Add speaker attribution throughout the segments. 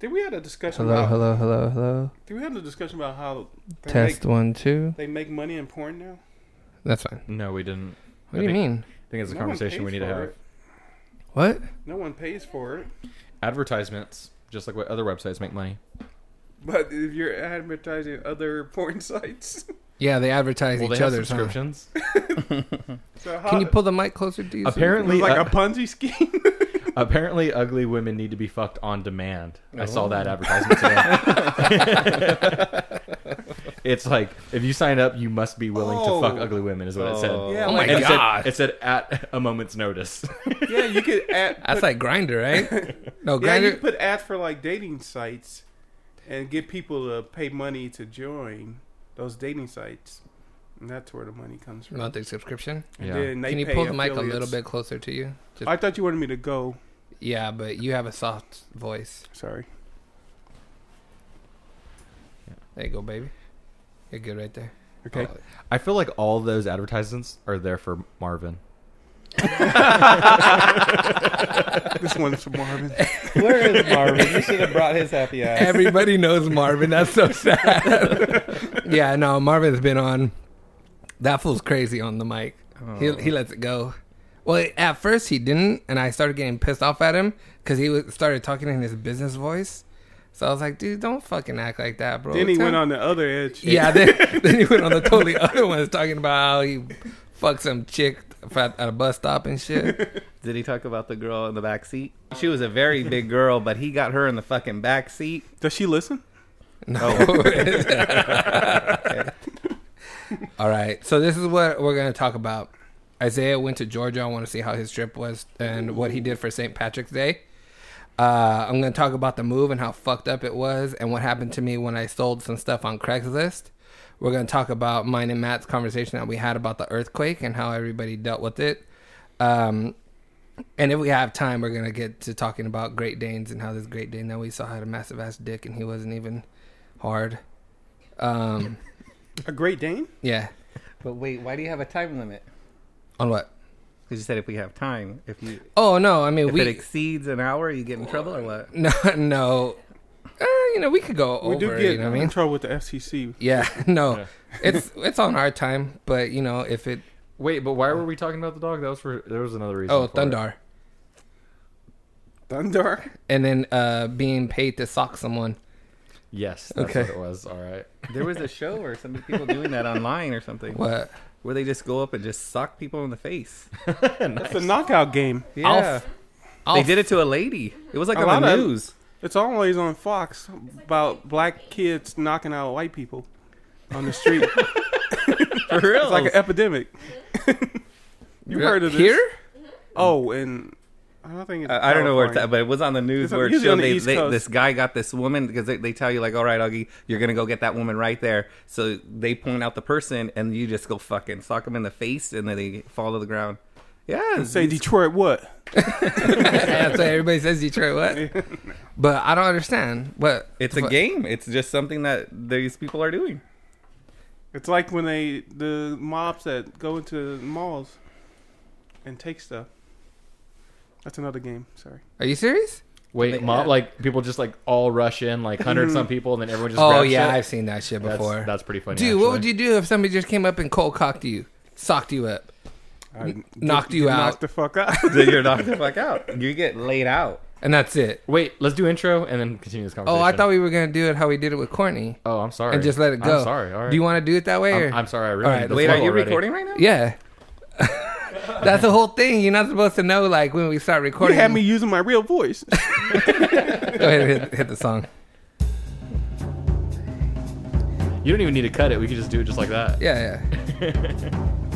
Speaker 1: Did we had a discussion?
Speaker 2: Hello,
Speaker 1: about,
Speaker 2: hello, hello, hello.
Speaker 1: Did we had a discussion about how they
Speaker 2: Test
Speaker 1: Make,
Speaker 2: one, two.
Speaker 1: they make money in porn now.
Speaker 2: That's fine.
Speaker 3: No, we didn't.
Speaker 2: What do
Speaker 3: I
Speaker 2: you
Speaker 3: think-
Speaker 2: mean?
Speaker 3: I think it's a
Speaker 1: No one
Speaker 3: conversation we
Speaker 1: pays
Speaker 3: need to
Speaker 1: for
Speaker 3: have.
Speaker 1: it.
Speaker 2: What?
Speaker 1: No one pays for it,
Speaker 3: Advertisements, just like what other websites make money.
Speaker 1: but if you're advertising other porn sites,
Speaker 2: Yeah, they advertise
Speaker 3: Well, they
Speaker 2: each
Speaker 3: have
Speaker 2: other's. huh?
Speaker 3: subscriptions.
Speaker 1: so how,
Speaker 2: Can you pull the mic closer to you? so you can-
Speaker 1: It
Speaker 3: Apparently,
Speaker 1: was like
Speaker 3: uh,
Speaker 1: a Ponzi scheme.
Speaker 3: apparently, ugly women need to be fucked on demand. I saw that advertisement today. it's like if you sign up, you must be willing
Speaker 1: Oh.
Speaker 3: to fuck ugly women, is what it said.
Speaker 1: Yeah,
Speaker 2: oh
Speaker 1: like-
Speaker 2: my
Speaker 3: And it said-
Speaker 2: god,
Speaker 3: It said, at a moment's notice.
Speaker 1: yeah, you could add.
Speaker 2: that's
Speaker 1: put-
Speaker 2: like oh, grinder, right? No,
Speaker 1: yeah, you
Speaker 2: grinder.
Speaker 1: could put ads for like dating sites, and get people to pay money to join those dating sites, and that's where the money comes from.
Speaker 2: Not the subscription.
Speaker 1: And
Speaker 3: Yeah.
Speaker 1: then they
Speaker 2: Can you
Speaker 1: pay
Speaker 2: pull the mic a
Speaker 1: affiliates.
Speaker 2: little bit closer to you? Just,
Speaker 1: I thought you wanted me to go.
Speaker 2: yeah, but you have a soft voice.
Speaker 1: Sorry.
Speaker 2: There you go, baby. You're good right there.
Speaker 1: Okay.
Speaker 2: Oh,
Speaker 3: I feel like all those advertisements are there for Marvin.
Speaker 1: this one's for Marvin.
Speaker 4: Where is Marvin? You should have brought his happy ass.
Speaker 2: Everybody knows Marvin. That's so sad. yeah, no, Marvin's been on. That fool's crazy on the mic. He he lets it go. Well, at first he didn't, and I started getting pissed off at him because he was, started talking in his business voice. So I was like, dude, don't fucking act like that, bro.
Speaker 1: then he
Speaker 2: Tell-
Speaker 1: went on the other edge.
Speaker 2: Yeah, then, then he went on the totally other ones talking about how he fucked some chick at at a bus stop and shit.
Speaker 4: Did he talk about the girl in the back seat? She was a very big girl, but he got her in the fucking back seat.
Speaker 1: Does she listen?
Speaker 2: All right. So this is what we're going to talk about. Isaiah went to Georgia. I want to see how his trip was and what he did for St. Patrick's Day. Uh, I'm going to talk about the move and how fucked up it was and what happened to me when I sold some stuff on Craigslist. We're going to talk about mine and Matt's conversation that we had about the earthquake and how everybody dealt with it. Um, and if we have time, we're going to get to talking about Great Danes and how this Great Dane that we saw had a massive ass dick and he wasn't even hard. Um,
Speaker 1: A Great Dane?
Speaker 2: yeah.
Speaker 4: But wait, why do you have a time limit?
Speaker 2: On what?
Speaker 4: Because you said if we have time, if you
Speaker 2: Oh no! I mean,
Speaker 4: if
Speaker 2: we
Speaker 4: it exceeds an hour, you get in trouble or what?
Speaker 2: no, no. Uh, you know, we could go
Speaker 1: We
Speaker 2: over.
Speaker 1: do get
Speaker 2: you know
Speaker 1: in
Speaker 2: what I mean?
Speaker 1: trouble with the FCC.
Speaker 2: Yeah, no, it's it's on our time, but you know, if it
Speaker 3: Wait, but why were we talking about the dog? That was for there was another reason.
Speaker 2: oh
Speaker 3: for it.
Speaker 2: Thundar,
Speaker 1: Thunder.
Speaker 2: and then uh being paid to sock someone.
Speaker 3: Yes, that's
Speaker 2: Okay.
Speaker 3: what it was. All right.
Speaker 4: There was a show or some people doing that online or something
Speaker 2: What?
Speaker 4: where they just go up and just sock people in the face.
Speaker 1: It's a knockout game.
Speaker 4: Yeah,
Speaker 2: Alf.
Speaker 4: they
Speaker 2: Alf.
Speaker 4: did it to a lady. It was like
Speaker 1: A
Speaker 4: on
Speaker 1: lot
Speaker 4: the
Speaker 1: of-
Speaker 4: news.
Speaker 1: It's always on Fox about black kids knocking out white people on the street. it's
Speaker 4: For real?
Speaker 1: like an epidemic. you
Speaker 2: Real-
Speaker 1: heard of this?
Speaker 2: here?
Speaker 1: Oh, and I don't think it's
Speaker 4: I, I don't know where it's
Speaker 1: California.
Speaker 4: at, but it was on the news
Speaker 1: It's
Speaker 4: where it
Speaker 1: usually on
Speaker 4: showed
Speaker 1: the
Speaker 4: they,
Speaker 1: East
Speaker 4: they,
Speaker 1: Coast.
Speaker 4: this guy got this woman because they, they tell you like, all right, Augie, you're gonna go get that woman right there. So they point out the person, and you just go fucking sock them in the face, and then they fall to the ground. Yeah,
Speaker 1: Say Detroit what?
Speaker 2: That's why everybody says Detroit. What? but I don't understand. What?
Speaker 4: it's a
Speaker 2: what-
Speaker 4: game. It's just something that these people are doing.
Speaker 1: It's like when they the mobs that go into malls and take stuff. That's another game. Sorry.
Speaker 2: Are you serious?
Speaker 3: Wait,
Speaker 4: They-
Speaker 3: mom,
Speaker 4: yeah.
Speaker 3: like people just like all rush in, like hundred some people, and then everyone just.
Speaker 2: oh
Speaker 3: grabs
Speaker 2: yeah,
Speaker 3: shit?
Speaker 2: I've seen that shit
Speaker 3: That's-
Speaker 2: before.
Speaker 3: That's, pretty funny.
Speaker 2: Dude, what would you do if somebody just came up and cold cocked you, socked you up?
Speaker 1: I
Speaker 2: knocked
Speaker 1: get-
Speaker 2: you
Speaker 1: get
Speaker 2: out.
Speaker 1: Knocked the fuck out.
Speaker 4: Then you're knocked the fuck out. You get laid out.
Speaker 2: And that's it.
Speaker 3: Wait, let's do intro and then continue this
Speaker 2: Oh,
Speaker 3: conversation.
Speaker 2: I thought we were gonna do it how we did it with Courtney
Speaker 3: Oh, I'm sorry.
Speaker 2: and just let it go.
Speaker 3: I'm sorry. All right.
Speaker 2: Do you want to do it that way? Or?
Speaker 3: I'm, I'm sorry. I ruined
Speaker 2: All right,
Speaker 3: the
Speaker 4: Wait,
Speaker 3: flow
Speaker 4: are you
Speaker 3: already.
Speaker 4: recording right now?
Speaker 2: yeah. That's the whole thing. You're not supposed to know like when we start
Speaker 1: You
Speaker 2: recording.
Speaker 1: had me using my real voice.
Speaker 2: Go ahead and hit, hit the song.
Speaker 3: You don't even need to cut it. We could just do it just like that.
Speaker 2: Yeah, yeah.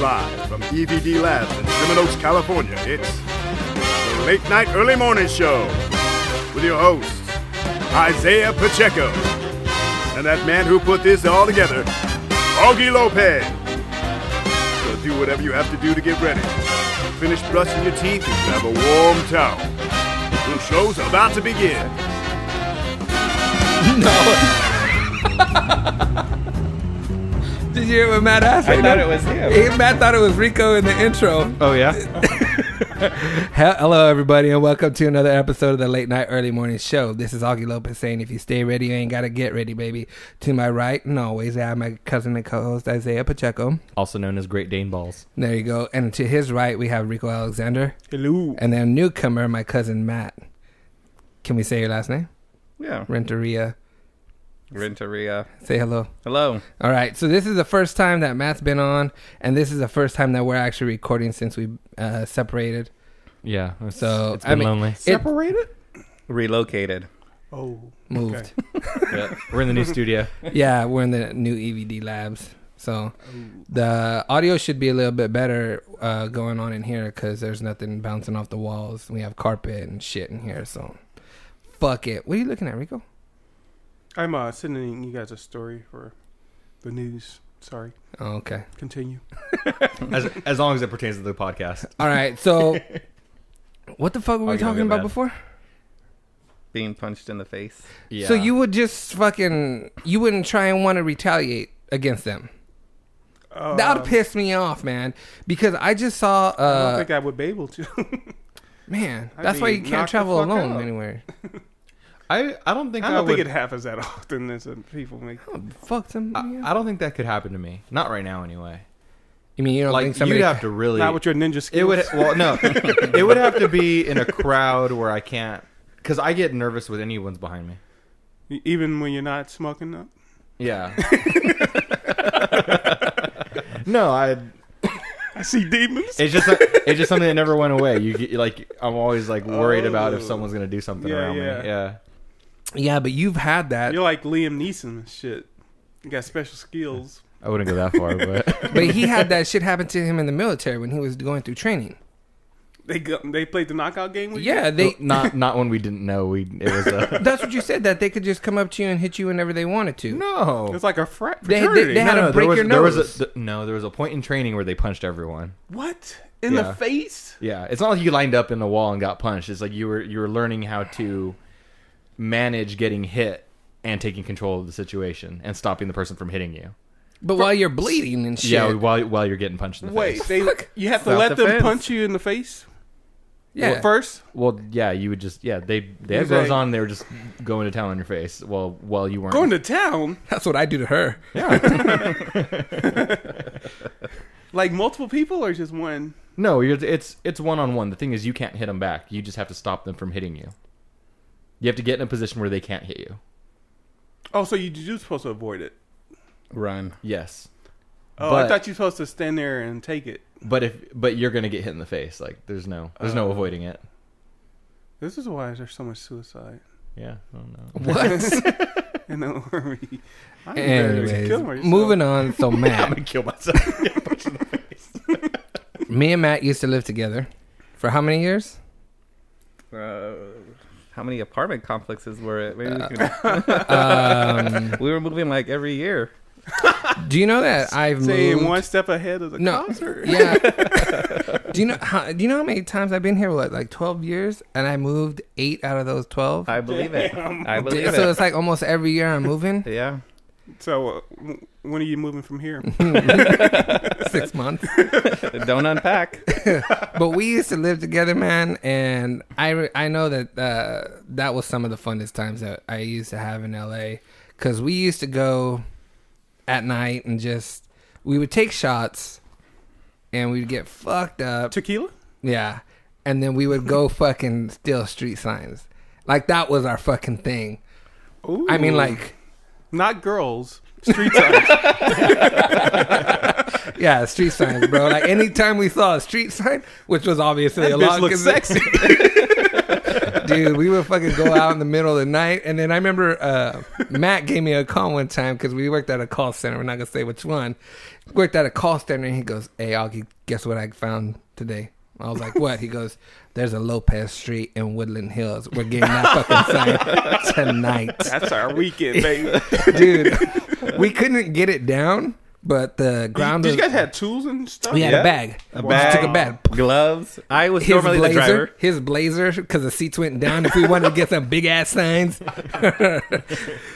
Speaker 5: Live from E EVD Labs in Seven Oaks, California, it's the Late Night Early Morning Show with your hosts, Isaiah Pacheco, and that man who put this all together, Augie Lopez. So do whatever you have to do to get ready. Finish brushing your teeth and grab a warm towel. The show's about to begin.
Speaker 2: No. Did did you hear what Matt asked?
Speaker 4: I thought it was him.
Speaker 2: He- Matt thought it was Rico in the intro.
Speaker 3: Oh yeah.
Speaker 2: He- Hello, everybody, and welcome to another episode of the Late Night Early Morning Show. This is Augie Lopez saying, if you stay ready, you ain't got to get ready, baby. To my right, and always, I have my cousin and co host, Isaiah Pacheco.
Speaker 3: Also known as Great Dane Balls.
Speaker 2: There you go. And to his right, we have Rico Alexander.
Speaker 1: Hello.
Speaker 2: And then newcomer, my cousin Matt. Can we say your last name?
Speaker 4: Yeah.
Speaker 2: Renteria.
Speaker 4: Renteria.
Speaker 2: Say hello.
Speaker 4: uh, Hello.
Speaker 2: All right, so this is the first time that Matt's been on, and this is the first time that we're actually recording since we uh, separated.
Speaker 3: Yeah. it's-
Speaker 2: So,
Speaker 3: it's
Speaker 2: I
Speaker 3: been
Speaker 2: mean-
Speaker 3: lonely.
Speaker 2: Separated?
Speaker 4: Relocated.
Speaker 1: Oh,
Speaker 2: Moved.
Speaker 3: Yeah. We're in the new studio.
Speaker 2: yeah, we're in the new EVD labs, so the audio should be a little bit better uh, going on in here because there's nothing bouncing off the walls. We have carpet and shit in here, so fuck it. What are you looking at, Rico?
Speaker 1: I'm uh, sending you guys a story for the news. Sorry.
Speaker 2: Oh, okay.
Speaker 1: Continue.
Speaker 3: As, as long as it pertains to the podcast.
Speaker 2: All right, so what the fuck were
Speaker 3: Oh,
Speaker 2: we
Speaker 3: you don't
Speaker 2: talking
Speaker 3: get
Speaker 2: about
Speaker 3: mad.
Speaker 2: before?
Speaker 4: Being punched in the face.
Speaker 3: Yeah.
Speaker 2: So you would just fucking you wouldn't try and want to retaliate against them.
Speaker 1: Uh,
Speaker 2: that would piss me off, man. Because I just saw,
Speaker 1: I don't
Speaker 2: uh,
Speaker 1: think I would be able to.
Speaker 2: man.
Speaker 1: I'd
Speaker 2: that's why
Speaker 1: be
Speaker 2: you can't
Speaker 1: knocked the
Speaker 2: travel
Speaker 1: fuck
Speaker 2: alone
Speaker 1: out.
Speaker 2: anywhere.
Speaker 3: I I don't think
Speaker 1: I
Speaker 3: I,
Speaker 1: don't
Speaker 3: would.
Speaker 1: think it happens that often as uh, people make.
Speaker 2: Oh, Fuck them.
Speaker 3: I, I don't think that could happen to me. Not right now, anyway.
Speaker 2: you mean you don't think
Speaker 3: Like
Speaker 2: somebody?
Speaker 3: you'd have to really.
Speaker 1: Not with your ninja skills.
Speaker 3: It would well no. it would have to be in a crowd where I can't cuz I get nervous with anyone's behind me.
Speaker 1: Even when you're not smoking up.
Speaker 3: Yeah. no, I
Speaker 1: I see demons.
Speaker 3: it's just it's just something that never went away. You get, like I'm always like worried about if
Speaker 1: Oh.
Speaker 3: someone's going to do something
Speaker 1: Yeah,
Speaker 3: around
Speaker 1: yeah.
Speaker 3: me. Yeah.
Speaker 2: yeah, but you've had that.
Speaker 1: You're like Liam Neeson and shit. You got special skills.
Speaker 3: I wouldn't go that far, but
Speaker 2: but he had that shit happen to him in the military when he was going through training.
Speaker 1: They go, they played the knockout game with you.
Speaker 2: Yeah, they.
Speaker 3: not not when we didn't know we it was a
Speaker 2: That's what you said. That they could just come up to you and hit you whenever they wanted to.
Speaker 3: No.
Speaker 1: It's like a frat
Speaker 2: They- they-
Speaker 1: fraternity.
Speaker 2: they had-
Speaker 3: no,
Speaker 2: to
Speaker 3: no,
Speaker 2: break
Speaker 3: there was,
Speaker 2: your
Speaker 3: there was
Speaker 2: nose.
Speaker 3: a, th- no, there was a point in training where they punched everyone.
Speaker 1: what in the
Speaker 3: Yeah.
Speaker 1: face?
Speaker 3: Yeah, it's not like you lined up in the wall and got punched. It's like you were you were learning how to manage getting hit and taking control of the situation and stopping the person from hitting you.
Speaker 2: But while you're bleeding and shit.
Speaker 3: Yeah, while while you're getting punched in the
Speaker 1: Wait,
Speaker 3: face.
Speaker 1: they you have to
Speaker 4: Self
Speaker 1: let them
Speaker 4: defense.
Speaker 1: punch you in the face
Speaker 2: yeah.
Speaker 1: first.
Speaker 3: Well, yeah, you would just yeah they they had
Speaker 1: He's like-
Speaker 3: gloves on. They were just going to town on your face. Well, while you weren't
Speaker 1: Going to town
Speaker 2: That's what I do to her.
Speaker 3: Yeah,
Speaker 1: like multiple people or just one?
Speaker 3: no, you're, it's it's one on one. The thing is, you can't hit them back. You just have to stop them from hitting you. You have to get in a position where they can't hit you.
Speaker 1: Oh, so you you're supposed to avoid it.
Speaker 4: Run.
Speaker 3: Yes,
Speaker 1: Oh, I
Speaker 3: But-
Speaker 1: thought you were supposed to stand there and take it.
Speaker 3: but if but you're gonna get hit in the face. Like there's no there's
Speaker 1: Oh.
Speaker 3: no avoiding it.
Speaker 1: This is why there's so much suicide
Speaker 3: Yeah, I don't know.
Speaker 2: What?
Speaker 1: in the army. I'm
Speaker 2: Anyways, moving on. So Matt,
Speaker 3: kill myself.
Speaker 2: me and Matt used to live together for how many years?
Speaker 4: Uh, how many apartment complexes were it? Maybe we, can,
Speaker 2: Uh, Um,
Speaker 4: we were moving like every year.
Speaker 2: do you know that I've
Speaker 1: Saying
Speaker 2: moved?
Speaker 1: one step ahead of the
Speaker 2: no,
Speaker 1: concert.
Speaker 2: yeah. do you know how? Do you know how many times I've been here? What, like twelve years, and I moved eight out of those twelve.
Speaker 4: I believe it. I believe
Speaker 2: so
Speaker 4: it.
Speaker 2: it's like almost every year I'm moving.
Speaker 4: Yeah.
Speaker 1: So, uh, w- when are you moving from here?
Speaker 2: Six months.
Speaker 4: Don't unpack.
Speaker 2: But we used to live together, man, and I re- I know that uh, that was some of the funnest times that I used to have in LA because we used to go at night and just we would take shots and we'd get fucked up.
Speaker 1: Tequila?
Speaker 2: Yeah. And then we would go fucking steal street signs. Like that was our fucking thing.
Speaker 1: Ooh.
Speaker 2: I mean like
Speaker 1: not girls. Street signs.
Speaker 2: yeah, street signs, bro. Like anytime we saw a street sign, which was obviously a
Speaker 1: That bitch
Speaker 2: lot
Speaker 1: looks sexy.
Speaker 2: dude, we would fucking go out in the middle of the night. And then I remember uh, Matt gave me a call one time because we worked at a call center. We're not gonna say which one. Worked at a call center, and he goes, "Hey, Augie, guess what I found today." I was like, "What?" He goes, "There's a Lopez Street in Woodland Hills. We're getting that fucking sign tonight."
Speaker 1: That's our weekend, baby.
Speaker 2: dude. We couldn't get it down, but the ground
Speaker 1: Did
Speaker 2: was.
Speaker 1: you guys have tools and stuff?
Speaker 2: we had
Speaker 4: Yeah.
Speaker 2: a bag.
Speaker 4: A
Speaker 2: We
Speaker 4: bag.
Speaker 2: just took a bag.
Speaker 4: Gloves. I was
Speaker 2: His
Speaker 4: normally
Speaker 2: blazer,
Speaker 4: the driver.
Speaker 2: his blazer, because the seats went down. If we wanted to get some big ass signs, it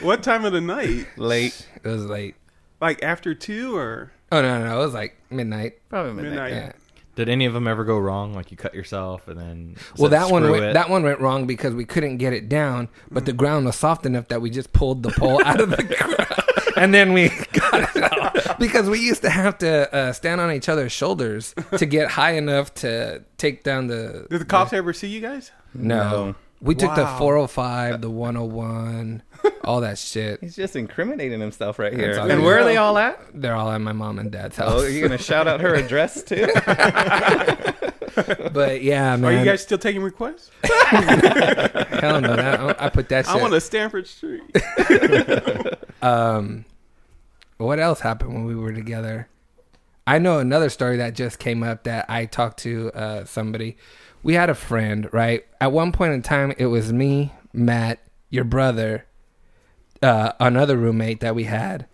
Speaker 1: What time of the night?
Speaker 4: Late.
Speaker 2: was like
Speaker 1: Like after two or
Speaker 2: Oh no, no, no, it was like midnight.
Speaker 4: Probably midnight.
Speaker 1: midnight?
Speaker 2: Yeah.
Speaker 3: Did any of them ever go wrong? Like you cut yourself and then
Speaker 2: Well,
Speaker 3: said,
Speaker 2: that one
Speaker 3: "Screw
Speaker 2: went,
Speaker 3: it."
Speaker 2: that one went wrong because we couldn't get it down, but the ground was soft enough that we just pulled the pole out of the ground, and then we got it out because we used to have to uh, stand on each other's shoulders to get high enough to take down the.
Speaker 1: Did the cops ever see you guys?
Speaker 2: no.
Speaker 4: No.
Speaker 2: we took the
Speaker 1: Wow.
Speaker 2: 405, the 101, all that shit.
Speaker 4: He's just incriminating himself right here.
Speaker 2: all
Speaker 4: And
Speaker 2: good.
Speaker 4: where are they all at?
Speaker 2: They're all at my mom and dad's house.
Speaker 4: Oh, you're gonna shout out her address too?
Speaker 2: but yeah,
Speaker 1: Are
Speaker 2: man.
Speaker 1: you guys still taking requests?
Speaker 2: Hell no, that, I put that. Shit.
Speaker 1: I want a Stanford Street.
Speaker 2: Um, what else happened when we were together? I know another story that just came up that I talked to uh, somebody. We had a friend, right? At one point in time, it was me, Matt, your brother, uh, another roommate that we had,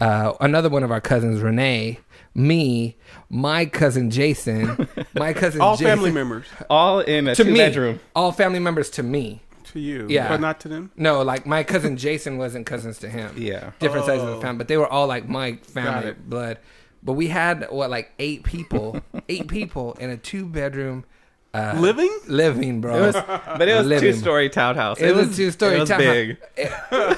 Speaker 2: uh, another one of our cousins, Renee, me, my cousin Jason, my cousin
Speaker 1: All
Speaker 2: Jason,
Speaker 1: family members
Speaker 4: all in a
Speaker 2: to
Speaker 4: two
Speaker 2: me,
Speaker 4: bedroom.
Speaker 2: all family members to me.
Speaker 1: to you,
Speaker 2: Yeah.
Speaker 1: but not to them.
Speaker 2: No, like my cousin Jason wasn't cousins to him.
Speaker 4: Yeah.
Speaker 2: Different sides of the
Speaker 1: Oh.
Speaker 2: family, but they were all like my family
Speaker 1: it.
Speaker 2: blood. But we had what like eight people, eight people in a two bedroom uh,
Speaker 1: Living?
Speaker 2: living, bro.
Speaker 4: It was, but it was
Speaker 2: Living.
Speaker 4: two story townhouse.
Speaker 2: It was two story.
Speaker 4: It was big.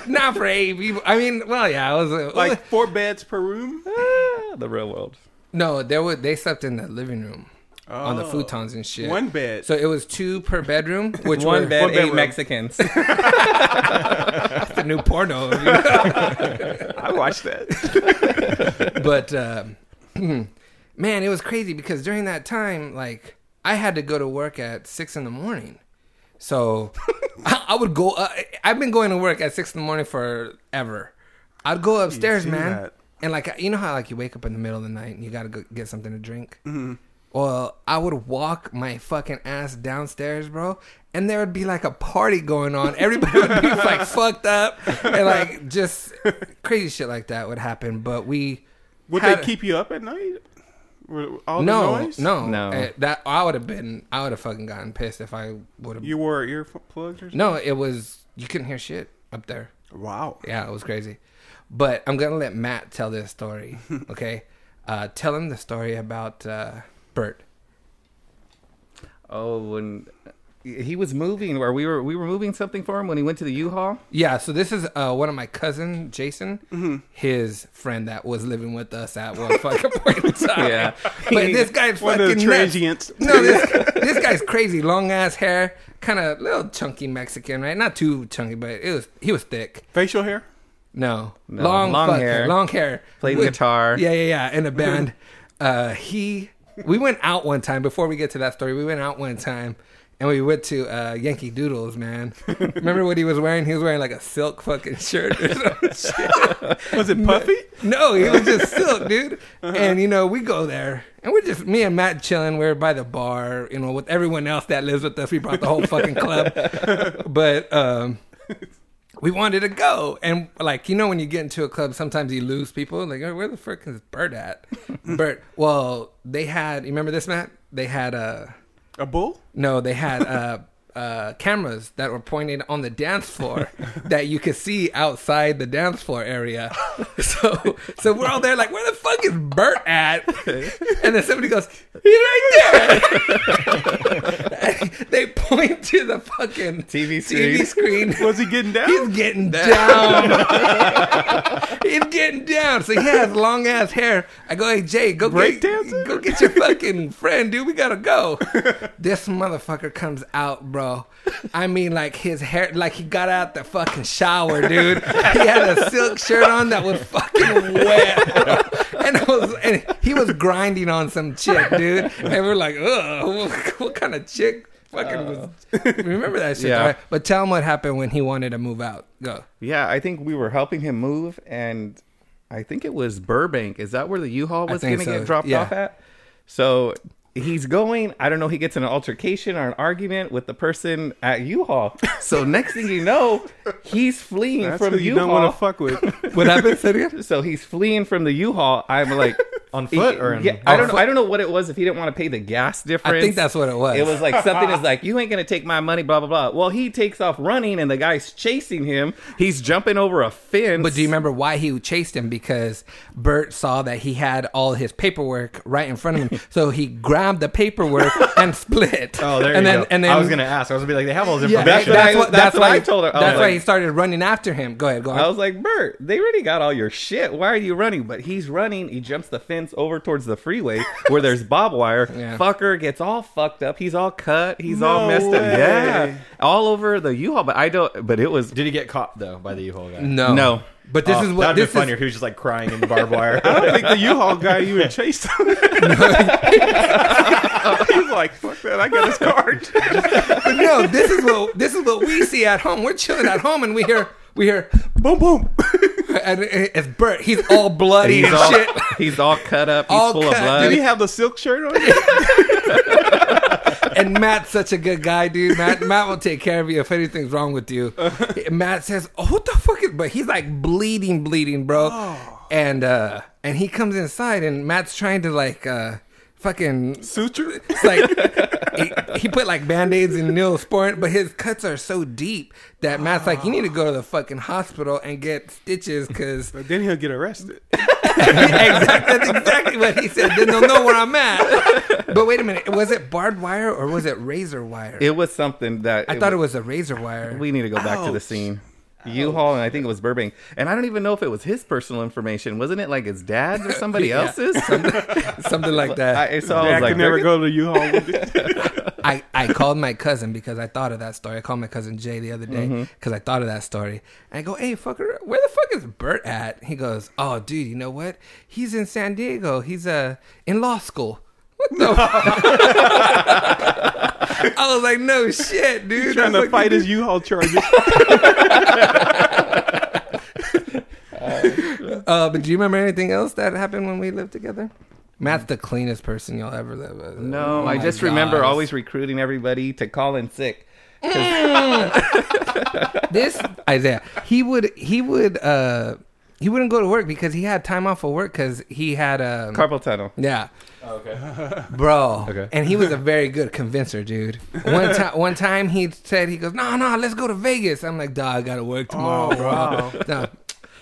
Speaker 2: Not for eight people. I mean, well, yeah, it was uh,
Speaker 1: Like four beds per room?
Speaker 4: Ah, the real world.
Speaker 2: no. There were they slept in the living room on the
Speaker 1: Oh.
Speaker 2: futons and shit.
Speaker 1: One bed.
Speaker 2: So it was two per bedroom, which
Speaker 4: One
Speaker 2: were-
Speaker 4: bed,
Speaker 1: one
Speaker 4: eight
Speaker 1: bedroom.
Speaker 4: Mexicans.
Speaker 2: the new porno.
Speaker 1: I watched that.
Speaker 2: but um man, it was crazy because during that time, like I had to go to work at six in the morning, so I, I would go. Uh, I've been going to work at six in the morning forever. I'd go upstairs,
Speaker 1: do
Speaker 2: man,
Speaker 1: that.
Speaker 2: and like you know how like you wake up in the middle of the night and you gotta go get something to drink.
Speaker 1: Mm-hmm.
Speaker 2: Well, I would walk my fucking ass downstairs, bro, and there would be like a party going on. Everybody would be like fucked up and like just crazy shit like that would happen. But we
Speaker 1: Would
Speaker 2: had-
Speaker 1: they keep you up at night? With All the
Speaker 2: no,
Speaker 1: noise?
Speaker 2: no,
Speaker 4: No.
Speaker 2: Uh, that I would have been. I would have fucking gotten pissed if I would have.
Speaker 1: You wore earplugs or something?
Speaker 2: No, it was you couldn't hear shit up there.
Speaker 1: Wow.
Speaker 2: Yeah, it was crazy. But I'm gonna let Matt tell this story. Okay, uh, tell him the story about uh, Bert.
Speaker 4: Oh, when he was moving, or we were we were moving something for him when he went to the U-Haul.
Speaker 2: Yeah, so this is uh, one of my cousin, Jason,
Speaker 1: Mm-hmm.
Speaker 2: his friend that was living with us at one fucking point in time.
Speaker 4: Yeah.
Speaker 2: but this guy's
Speaker 1: One of the
Speaker 2: fucking nuts.
Speaker 1: transients.
Speaker 2: No, this this guy's crazy. Long ass hair, kind of little chunky Mexican, right? Not too chunky, but it was he was thick.
Speaker 1: Facial hair?
Speaker 2: No,
Speaker 4: No,
Speaker 2: long
Speaker 4: long
Speaker 2: fuck-
Speaker 4: hair.
Speaker 2: long hair.
Speaker 4: Played
Speaker 2: With-
Speaker 4: guitar.
Speaker 2: Yeah, yeah, yeah. In a band. uh, he we went out one time. Before we get to that story, we went out one time. And we went to uh, Yankee Doodles, man. Remember what he was wearing? He was wearing like a silk fucking shirt or some shit.
Speaker 1: Was it puffy?
Speaker 2: No, he was just silk, dude. And you know, we go there, and we're just me and Matt chilling. We're by the bar, you know, with everyone else that lives with us. We brought the whole fucking club, but um, we wanted to go. And like, you know, when you get into a club, sometimes you lose people. Like, oh, where the frick is Bert at? Bert. Well, they had. You remember this, Matt? They had uh, a.
Speaker 1: A bull?
Speaker 2: No, they had uh, uh, cameras that were pointed on the dance floor that you could see outside the dance floor area. So, so we're all there like, where the fuck is Bert at? And then somebody goes, he's right there. they point to the fucking
Speaker 4: TV
Speaker 2: TV screen.
Speaker 1: Was he getting down?
Speaker 2: He's getting down. He's getting down. So he has long ass hair. I go, hey Jay, go
Speaker 1: Break
Speaker 2: get
Speaker 1: dancing?
Speaker 2: go get your fucking friend, dude. We gotta go. this motherfucker comes out, bro. I mean, like his hair, like he got out the fucking shower, dude. He had a silk shirt on that was fucking wet, and I was, and he was grinding on some chick, dude. And we're like, ugh, what, what kind of chick? Fucking was, remember that shit.
Speaker 4: Yeah.
Speaker 2: right? But tell him what happened when he wanted to move out. Go.
Speaker 4: Yeah, I think we were helping him move, and I think it was Burbank. Is that where the U-Haul
Speaker 2: I
Speaker 4: was going
Speaker 2: think
Speaker 4: to
Speaker 2: so,
Speaker 4: get dropped
Speaker 2: yeah.
Speaker 4: off at? So he's going. I don't know. He gets in an altercation or an argument with the person at U-Haul. So next thing you know, he's fleeing
Speaker 1: That's
Speaker 4: from
Speaker 1: who you don't want to
Speaker 4: U-Haul.
Speaker 1: fuck with.
Speaker 2: What happened, Sergio?
Speaker 4: So he's fleeing from the U-Haul. I'm like,
Speaker 3: on foot or in,
Speaker 4: yeah, I don't
Speaker 3: on
Speaker 4: know. I don't know what it was. If he didn't want to pay the gas difference,
Speaker 2: I think that's what it was.
Speaker 4: It was like something is like you ain't gonna take my money, blah blah blah. Well, he takes off running, and the guy's chasing him. He's jumping over a fence.
Speaker 2: But do you remember why he chased him? Because Bert saw that he had all his paperwork right in front of him, so he grabbed the paperwork and split.
Speaker 3: Oh, there
Speaker 2: and
Speaker 3: you
Speaker 2: then,
Speaker 3: go.
Speaker 2: And then
Speaker 3: I was gonna ask. I was gonna be like, they have all this
Speaker 2: Yeah,
Speaker 3: information.
Speaker 4: That's what- that's what
Speaker 2: why-
Speaker 4: I told her. I was
Speaker 2: That's why
Speaker 4: like-
Speaker 2: he started running after him. Go ahead, go
Speaker 4: I
Speaker 2: on.
Speaker 4: was like, Bert, they already got all your shit. Why are you running? But he's running. He jumps the fence over towards the freeway where there's barbed wire.
Speaker 2: Yeah.
Speaker 4: Fucker gets all fucked up. He's all cut. He's all
Speaker 1: No
Speaker 4: messed up.
Speaker 1: way.
Speaker 4: Yeah, all over the U-Haul. But I don't. But it was
Speaker 3: Did he get caught though by the U-Haul guy?
Speaker 2: No,
Speaker 4: No.
Speaker 2: But this
Speaker 3: Oh,
Speaker 2: is what
Speaker 3: that'd
Speaker 2: this
Speaker 3: be funnier.
Speaker 2: is.
Speaker 3: if he was just like crying in the barbed wire.
Speaker 1: I don't think the U-Haul guy even chased him. He's like, fuck that, I got his card.
Speaker 2: But no, this is what this is what we see at home. We're chilling at home, and we hear we hear,
Speaker 1: boom, boom.
Speaker 2: and it- it's Bert. He's all bloody
Speaker 4: he's
Speaker 2: and
Speaker 4: all
Speaker 2: shit.
Speaker 4: he's all cut up. He's
Speaker 2: All
Speaker 4: full
Speaker 2: cut.
Speaker 4: of blood.
Speaker 1: Did he have the silk shirt on?
Speaker 2: And Matt's such a good guy, dude. Matt Matt will take care of you if anything's wrong with you. Matt says, "Oh, what the fuck is?" But he's like bleeding, bleeding, bro. And uh and he comes inside, and Matt's trying to like uh fucking
Speaker 1: Suture?
Speaker 2: it's like he, he put like band-aids and neosporin but his cuts are so deep that matt's like you need to go to the fucking hospital and get stitches because
Speaker 1: But then he'll get arrested.
Speaker 2: exactly, that's exactly what he said then they'll know where i'm at but wait a minute was it barbed wire or was it razor wire
Speaker 4: it was something that
Speaker 2: i thought it was a razor wire
Speaker 4: We need to go back to the scene. U-Haul, and I think it was Burbank, and I don't even know if it was his personal information. Wasn't it like his dad's or somebody
Speaker 2: Yeah.
Speaker 4: else's?
Speaker 2: something like that
Speaker 4: I, so I
Speaker 1: I,
Speaker 4: was like,
Speaker 1: could never
Speaker 4: "They're
Speaker 1: go to the U-Haul with it.
Speaker 2: I, I called my cousin because I thought of that story. I called my cousin Jay the other day
Speaker 1: Mm-hmm.
Speaker 2: because I thought of that story. And I go, hey, fucker, where the fuck is Bert at? He goes, oh, dude, you know what? He's in San Diego. He's uh, in law school. What the I was like, no shit, dude.
Speaker 1: He's trying
Speaker 2: I was
Speaker 1: to
Speaker 2: like,
Speaker 1: fight his U-Haul charges.
Speaker 2: Uh, but do you remember anything else that happened when we lived together? Matt's the cleanest person you'll ever live with. Oh
Speaker 4: No, I
Speaker 2: my
Speaker 4: just remember
Speaker 2: gosh.
Speaker 4: always recruiting everybody to call in sick.
Speaker 2: this Isaiah, he would he would uh he wouldn't go to work because he had time off of work because he had um,
Speaker 4: Carpal tunnel.
Speaker 2: yeah,
Speaker 1: Oh,
Speaker 3: okay.
Speaker 2: bro.
Speaker 3: Okay.
Speaker 2: And he was a very good convincer, dude. One time, one time he said he goes, no, no, let's go to Vegas. I'm like, dog, I gotta work tomorrow, bro. No.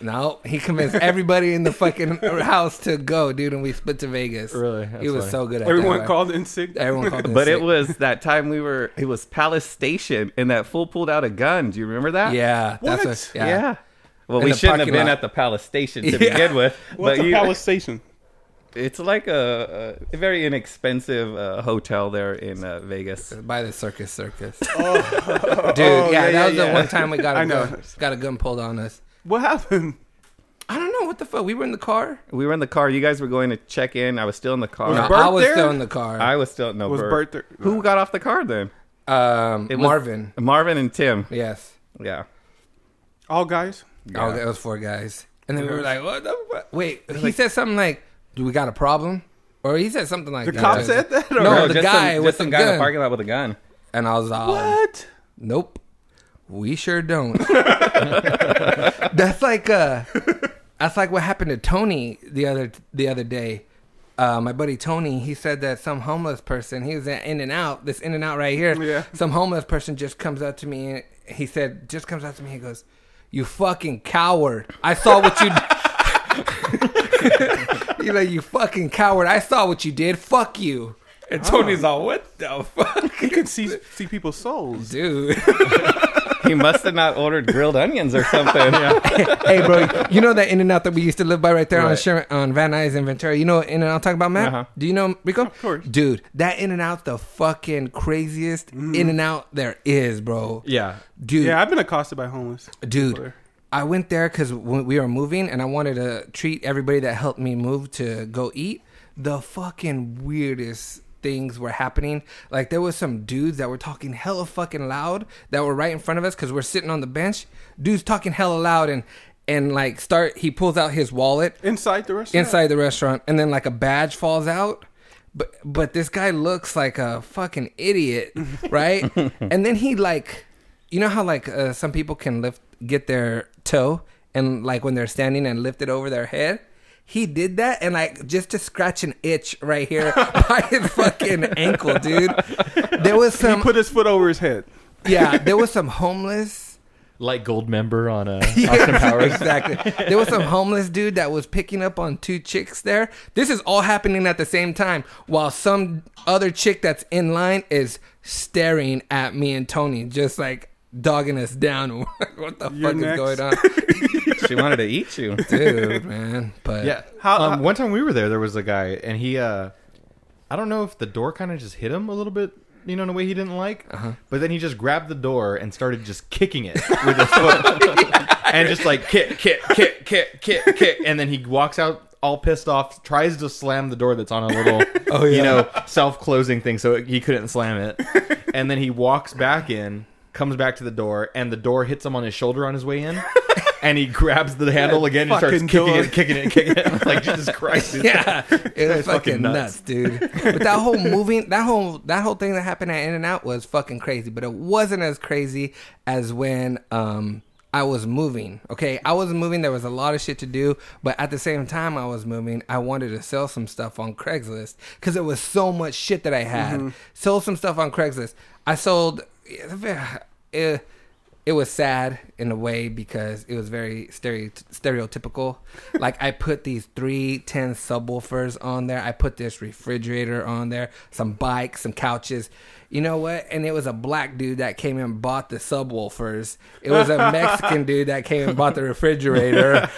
Speaker 2: No, he convinced everybody in the fucking house to go, dude, and we split to Vegas.
Speaker 3: Really? That's
Speaker 2: he was
Speaker 3: funny.
Speaker 2: so good at
Speaker 1: Everyone
Speaker 2: that, bro.
Speaker 1: called in sick.
Speaker 2: Everyone called, him
Speaker 4: But
Speaker 2: sick.
Speaker 4: it was that time we were. It was Palace Station, and that fool pulled out a gun. Do you remember that?
Speaker 2: yeah, that's
Speaker 1: What?
Speaker 2: what,
Speaker 4: yeah.
Speaker 2: yeah.
Speaker 4: Well,
Speaker 2: In
Speaker 4: we
Speaker 2: the
Speaker 4: shouldn't have
Speaker 2: parking
Speaker 4: been
Speaker 2: lot.
Speaker 4: at the Palace Station to
Speaker 2: Yeah.
Speaker 4: begin with.
Speaker 1: What's
Speaker 4: but
Speaker 1: a
Speaker 4: you,
Speaker 1: Palace Station?
Speaker 4: it's like a, a very inexpensive uh, hotel there in uh, Vegas.
Speaker 2: by the circus circus.
Speaker 1: Oh.
Speaker 2: Dude, yeah, that was the one time we got a
Speaker 1: I know.
Speaker 2: gun, got a gun pulled on us.
Speaker 1: What happened?
Speaker 2: I don't know what the fuck. We were in the car.
Speaker 4: We were in the car. You guys were going to check in. I was still in the car.
Speaker 1: Was
Speaker 2: No,
Speaker 1: Bert
Speaker 2: I was
Speaker 1: there?
Speaker 2: still in the car.
Speaker 4: I was still no.
Speaker 1: Was
Speaker 4: Bert.
Speaker 1: Bert there?
Speaker 4: Who got off the car then?
Speaker 2: um,
Speaker 4: It was-
Speaker 2: Marvin.
Speaker 4: Marvin and Tim.
Speaker 2: Yes.
Speaker 4: Yeah.
Speaker 1: All guys?
Speaker 2: Oh, that was four guys. And then we were like, what the fuck? Wait, he said something like, do we got a problem? Or he said something like
Speaker 1: The
Speaker 2: that.
Speaker 1: cop said that? Or
Speaker 2: No,
Speaker 4: Bro,
Speaker 2: the
Speaker 4: just
Speaker 2: guy
Speaker 4: some,
Speaker 2: with
Speaker 4: just some
Speaker 2: the
Speaker 4: guy in the
Speaker 2: gun.
Speaker 4: parking lot with a gun.
Speaker 2: And I was all,
Speaker 1: What?
Speaker 2: nope, we sure don't. that's like uh, that's like what happened to Tony the other the other day. Uh, my buddy Tony, he said that some homeless person, he was at In and Out, this In and Out right here.
Speaker 1: Yeah.
Speaker 2: Some homeless person just comes up to me and he said, just comes up to me, he goes, You fucking coward. I saw what you He's like, You fucking coward. I saw what you did. Fuck you. And Tony's all, What the fuck?
Speaker 1: He can see see people's souls.
Speaker 2: Dude.
Speaker 4: He must have not ordered grilled onions or something.
Speaker 2: hey, bro, you know that In and Out that we used to live by right there on
Speaker 4: Right.
Speaker 2: Sher- on Van Nuys and Ventura. You know In and Out talk about Matt?
Speaker 4: Uh-huh.
Speaker 2: Do you know Rico? Of
Speaker 1: course.
Speaker 2: dude. That In and Out, the fucking craziest In and Out there is, bro.
Speaker 3: Yeah.
Speaker 2: dude.
Speaker 1: Yeah, I've been accosted by homeless. people
Speaker 2: dude.
Speaker 1: there.
Speaker 2: I went there because we were moving, and I wanted to treat everybody that helped me move to go eat. The fucking weirdest things were happening. Like there was some dudes that were talking hella fucking loud that were right in front of us because we're sitting on the bench. Dudes talking hella loud and and like start. He pulls out his wallet
Speaker 1: Inside the restaurant?
Speaker 2: inside the restaurant, and then like a badge falls out. But but this guy looks like a fucking idiot, right? and then he like, you know how like uh, some people can lift get their toe and like when they're standing and lift it over their head. He did that, and like just to scratch an itch right here by his fucking ankle, dude. There was some,
Speaker 1: He put his foot over his head.
Speaker 2: yeah, there was some homeless.
Speaker 3: Like gold member on a Austin
Speaker 2: Yeah,
Speaker 3: Powers.
Speaker 2: exactly. There was some homeless dude that was picking up on two chicks there. This is all happening at the same time while some other chick that's in line is staring at me and Tony, just like dogging us down. what the
Speaker 1: You're
Speaker 2: fuck
Speaker 1: next.
Speaker 2: is going on?
Speaker 4: she wanted to eat you.
Speaker 2: Dude, man. But
Speaker 3: Yeah.
Speaker 1: How-
Speaker 3: um,
Speaker 1: how-
Speaker 3: one time we were there, there was a guy, and he, uh, I don't know if the door kind of just hit him a little bit, you know, in a way he didn't like.
Speaker 1: Uh-huh.
Speaker 3: But then he just grabbed the door and started just kicking it with his foot, and just like kick, kick, kick, kick, kick, kick, and then he walks out. All pissed off, tries to slam the door that's on a little,
Speaker 2: Oh, yeah.
Speaker 3: you know, self-closing thing, so he couldn't slam it. And then he walks back in, comes back to the door, and the door hits him on his shoulder on his way in. And he grabs the handle again and starts
Speaker 1: fucking
Speaker 3: kicking
Speaker 1: door.
Speaker 3: it, kicking it, kicking it. Like Jesus Christ, dude.
Speaker 2: Yeah, it was
Speaker 3: That's fucking
Speaker 2: fucking nuts.
Speaker 3: nuts.
Speaker 2: dude. But that whole moving, that whole that whole thing that happened at In and Out was fucking crazy. But it wasn't as crazy as when um I was moving. Okay, I was moving. There was a lot of shit to do, but at the same time I was moving, I wanted to sell some stuff on Craigslist because it was so much shit that I had. Sold some stuff on Craigslist. I sold. eh, it was sad in a way because it was very stereo- stereotypical. like I put these three ten subwoofers on there. I put this refrigerator on there, some bikes, some couches. You know what? And it was a black dude that came and bought the subwoofers. It was a Mexican dude that came and bought the refrigerator.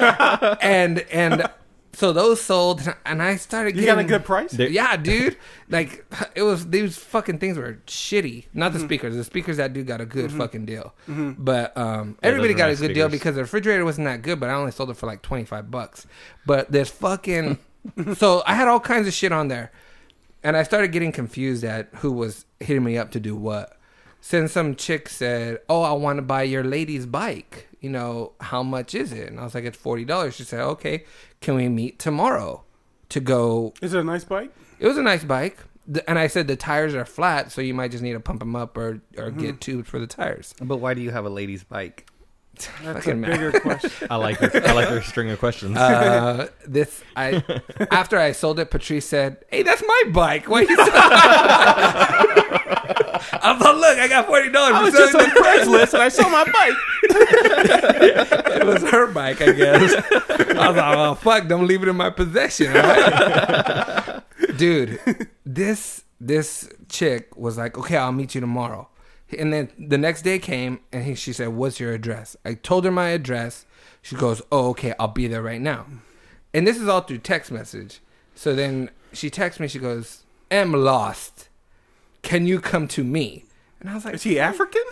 Speaker 2: and and so those sold, and I started.
Speaker 1: You
Speaker 2: Getting,
Speaker 1: got a good price.
Speaker 3: There-
Speaker 2: yeah, dude. Like it was these fucking things were shitty. Not the
Speaker 3: Mm-hmm.
Speaker 2: speakers. The speakers that dude got a good fucking deal. But um, everybody
Speaker 3: are
Speaker 2: got a good
Speaker 3: nice
Speaker 2: deal
Speaker 3: speakers.
Speaker 2: because the refrigerator wasn't that good. But I only sold it for like twenty five bucks. But this fucking so I had all kinds of shit on there, and I started getting confused at who was hitting me up to do what. Since some chick said, "Oh, I want to buy your lady's bike," you know how much is it? And I was like, "It's forty dollars." She said, "Okay, can we meet tomorrow to go
Speaker 1: Is it a nice bike?
Speaker 2: it was a nice bike. The- And I said the tires are flat, so you might just need to pump them up or, or
Speaker 1: Mm-hmm.
Speaker 2: get tubes for the tires.
Speaker 4: But why do you have a lady's bike?
Speaker 1: That's a
Speaker 2: Fucking man.
Speaker 1: bigger question.
Speaker 3: I like her. I like her string of questions.
Speaker 2: Uh, this I after I sold it, Patrice said, "Hey, that's my bike." Why you selling I'm like, look, I got forty dollars.
Speaker 1: I was just on Craigslist and I saw my bike.
Speaker 2: it was her bike, I guess. I was like, well, fuck, don't leave it in my possession, all right? dude. This this chick was like, okay, I'll meet you tomorrow, and then the next day came, and he, she said, what's your address? I told her my address. She goes, oh, okay, I'll be there right now, and this is all through text message. So then she texts me. She goes, am lost. Can you come to me? And I was like,
Speaker 1: Is he African?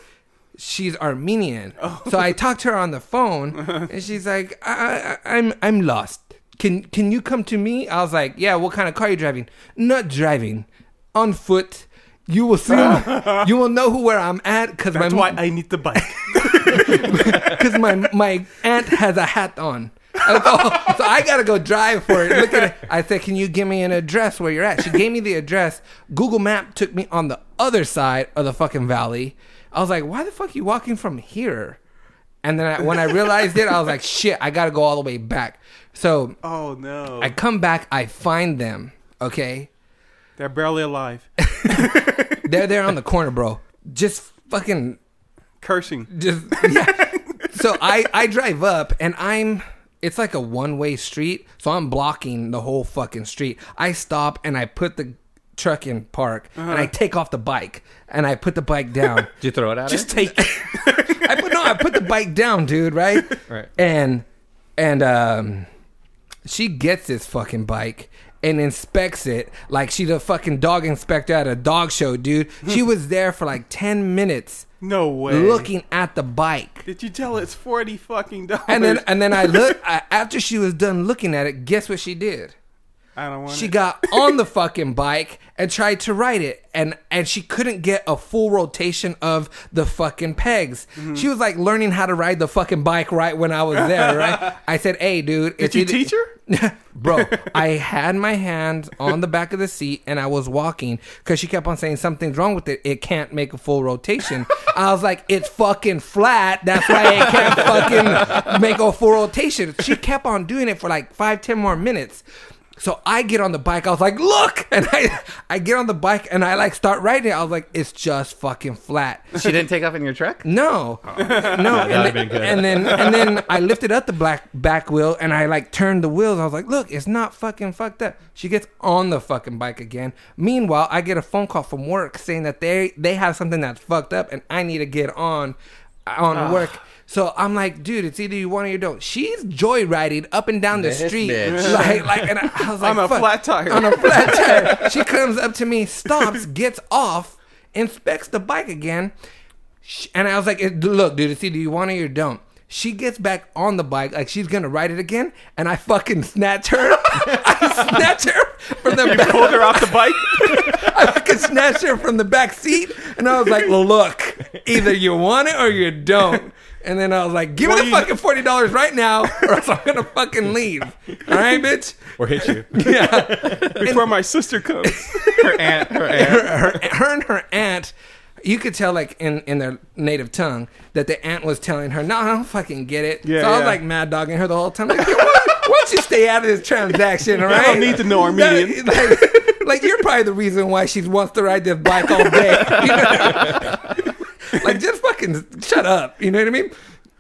Speaker 2: she's Armenian.
Speaker 1: Oh.
Speaker 2: So I talked to her on the phone, and she's like, I, I, "I'm I'm lost. Can can you come to me?" I was like, "Yeah. What kind of car you driving? Not driving, on foot." You will see. you will know who where I'm at because my
Speaker 1: That's why I need the bike.
Speaker 2: because my my aunt has a hat on. I was all- so I gotta go drive for it. Look at it. I said, "Can you give me an address where you're at?" She gave me the address. Google Map took me on the other side of the fucking valley. I was like, "Why the fuck you walking from here?" And then I, when I realized it, I was like, "Shit, I gotta go all the way back." So
Speaker 1: Oh no,
Speaker 2: I come back. I find them. Okay,
Speaker 1: they're barely alive.
Speaker 2: they're there on the corner, bro. Just fucking
Speaker 1: Cursing.
Speaker 2: just yeah. so I I drive up and I'm it's like a one way street, so I'm blocking the whole fucking street. I stop and I put the truck in park and I take off the bike and I put the bike down.
Speaker 4: Did you throw it at
Speaker 2: Just take. I put no. I put the bike down, dude. Right.
Speaker 3: Right.
Speaker 2: And and um, she gets this fucking bike and inspects it like she's a fucking dog inspector at a dog show, dude. She was there for like ten minutes
Speaker 1: No way.
Speaker 2: looking at the bike.
Speaker 1: Did you tell it's forty fucking dollars?
Speaker 2: And then and then I look I, after she was done looking at it. Guess what she did?
Speaker 1: I don't want
Speaker 2: She
Speaker 1: it.
Speaker 2: got on the fucking bike and tried to ride it, and and she couldn't get a full rotation of the fucking pegs. She was like learning how to ride the fucking bike right when I was there. Right? I said, "Hey, dude,
Speaker 1: Did you teach her?
Speaker 2: bro i had my hands on the back of the seat and i was walking because she kept on saying something's wrong with it it can't make a full rotation i was like it's fucking flat that's why it can't fucking make a full rotation she kept on doing it for like five ten more minutes so I get on the bike. I was like, "Look!" And I, I get on the bike and I like start riding. it. I was like, "It's just fucking flat."
Speaker 4: She didn't take off in your truck.
Speaker 2: No, no.
Speaker 3: Oh. that'd have
Speaker 2: and, then,
Speaker 3: been good.
Speaker 2: and then and then I lifted up the black back wheel and I like turned the wheels. I was like, look, it's not fucking fucked up. She gets on the fucking bike again. Meanwhile, I get a phone call from work saying that they they have something that's fucked up and I need to get on on work. So I'm like, dude, it's either you want it or you don't. She's joyriding up and down the
Speaker 4: This
Speaker 2: street,
Speaker 4: bitch.
Speaker 2: like, like, and I I was like,
Speaker 1: On a
Speaker 2: fuck.
Speaker 1: flat tire.
Speaker 2: on a flat tire. She comes up to me, stops, gets off, inspects the bike again, Sh- and I was like, "Eh, "Look, dude, see, do you want it or don't?" She gets back on the bike, like she's gonna ride it again, and I fucking snatch her. I snatch her from the back.
Speaker 1: Pulled her off the bike.
Speaker 2: I fucking snatched her from the back seat, and I was like, well, "Look, either you want it or you don't." And then I was like, "Give me the fucking forty dollars right now, or else I'm gonna fucking leave." All right, bitch.
Speaker 3: or hit you.
Speaker 2: Yeah.
Speaker 1: before my sister comes.
Speaker 4: Her aunt, her aunt.
Speaker 2: her, her and her aunt, you could tell like in, in their native tongue that the aunt was telling her, "No, I don't fucking get it."
Speaker 1: Yeah,
Speaker 2: so I was
Speaker 1: yeah.
Speaker 2: like mad dogging her the whole time. Like, "Why- why don't you stay out of this transaction? All right,
Speaker 1: don't need to know Armenian.
Speaker 2: like, like, you're probably the reason why she wants to ride this bike all day. You know? like just fucking shut up. You know what I mean?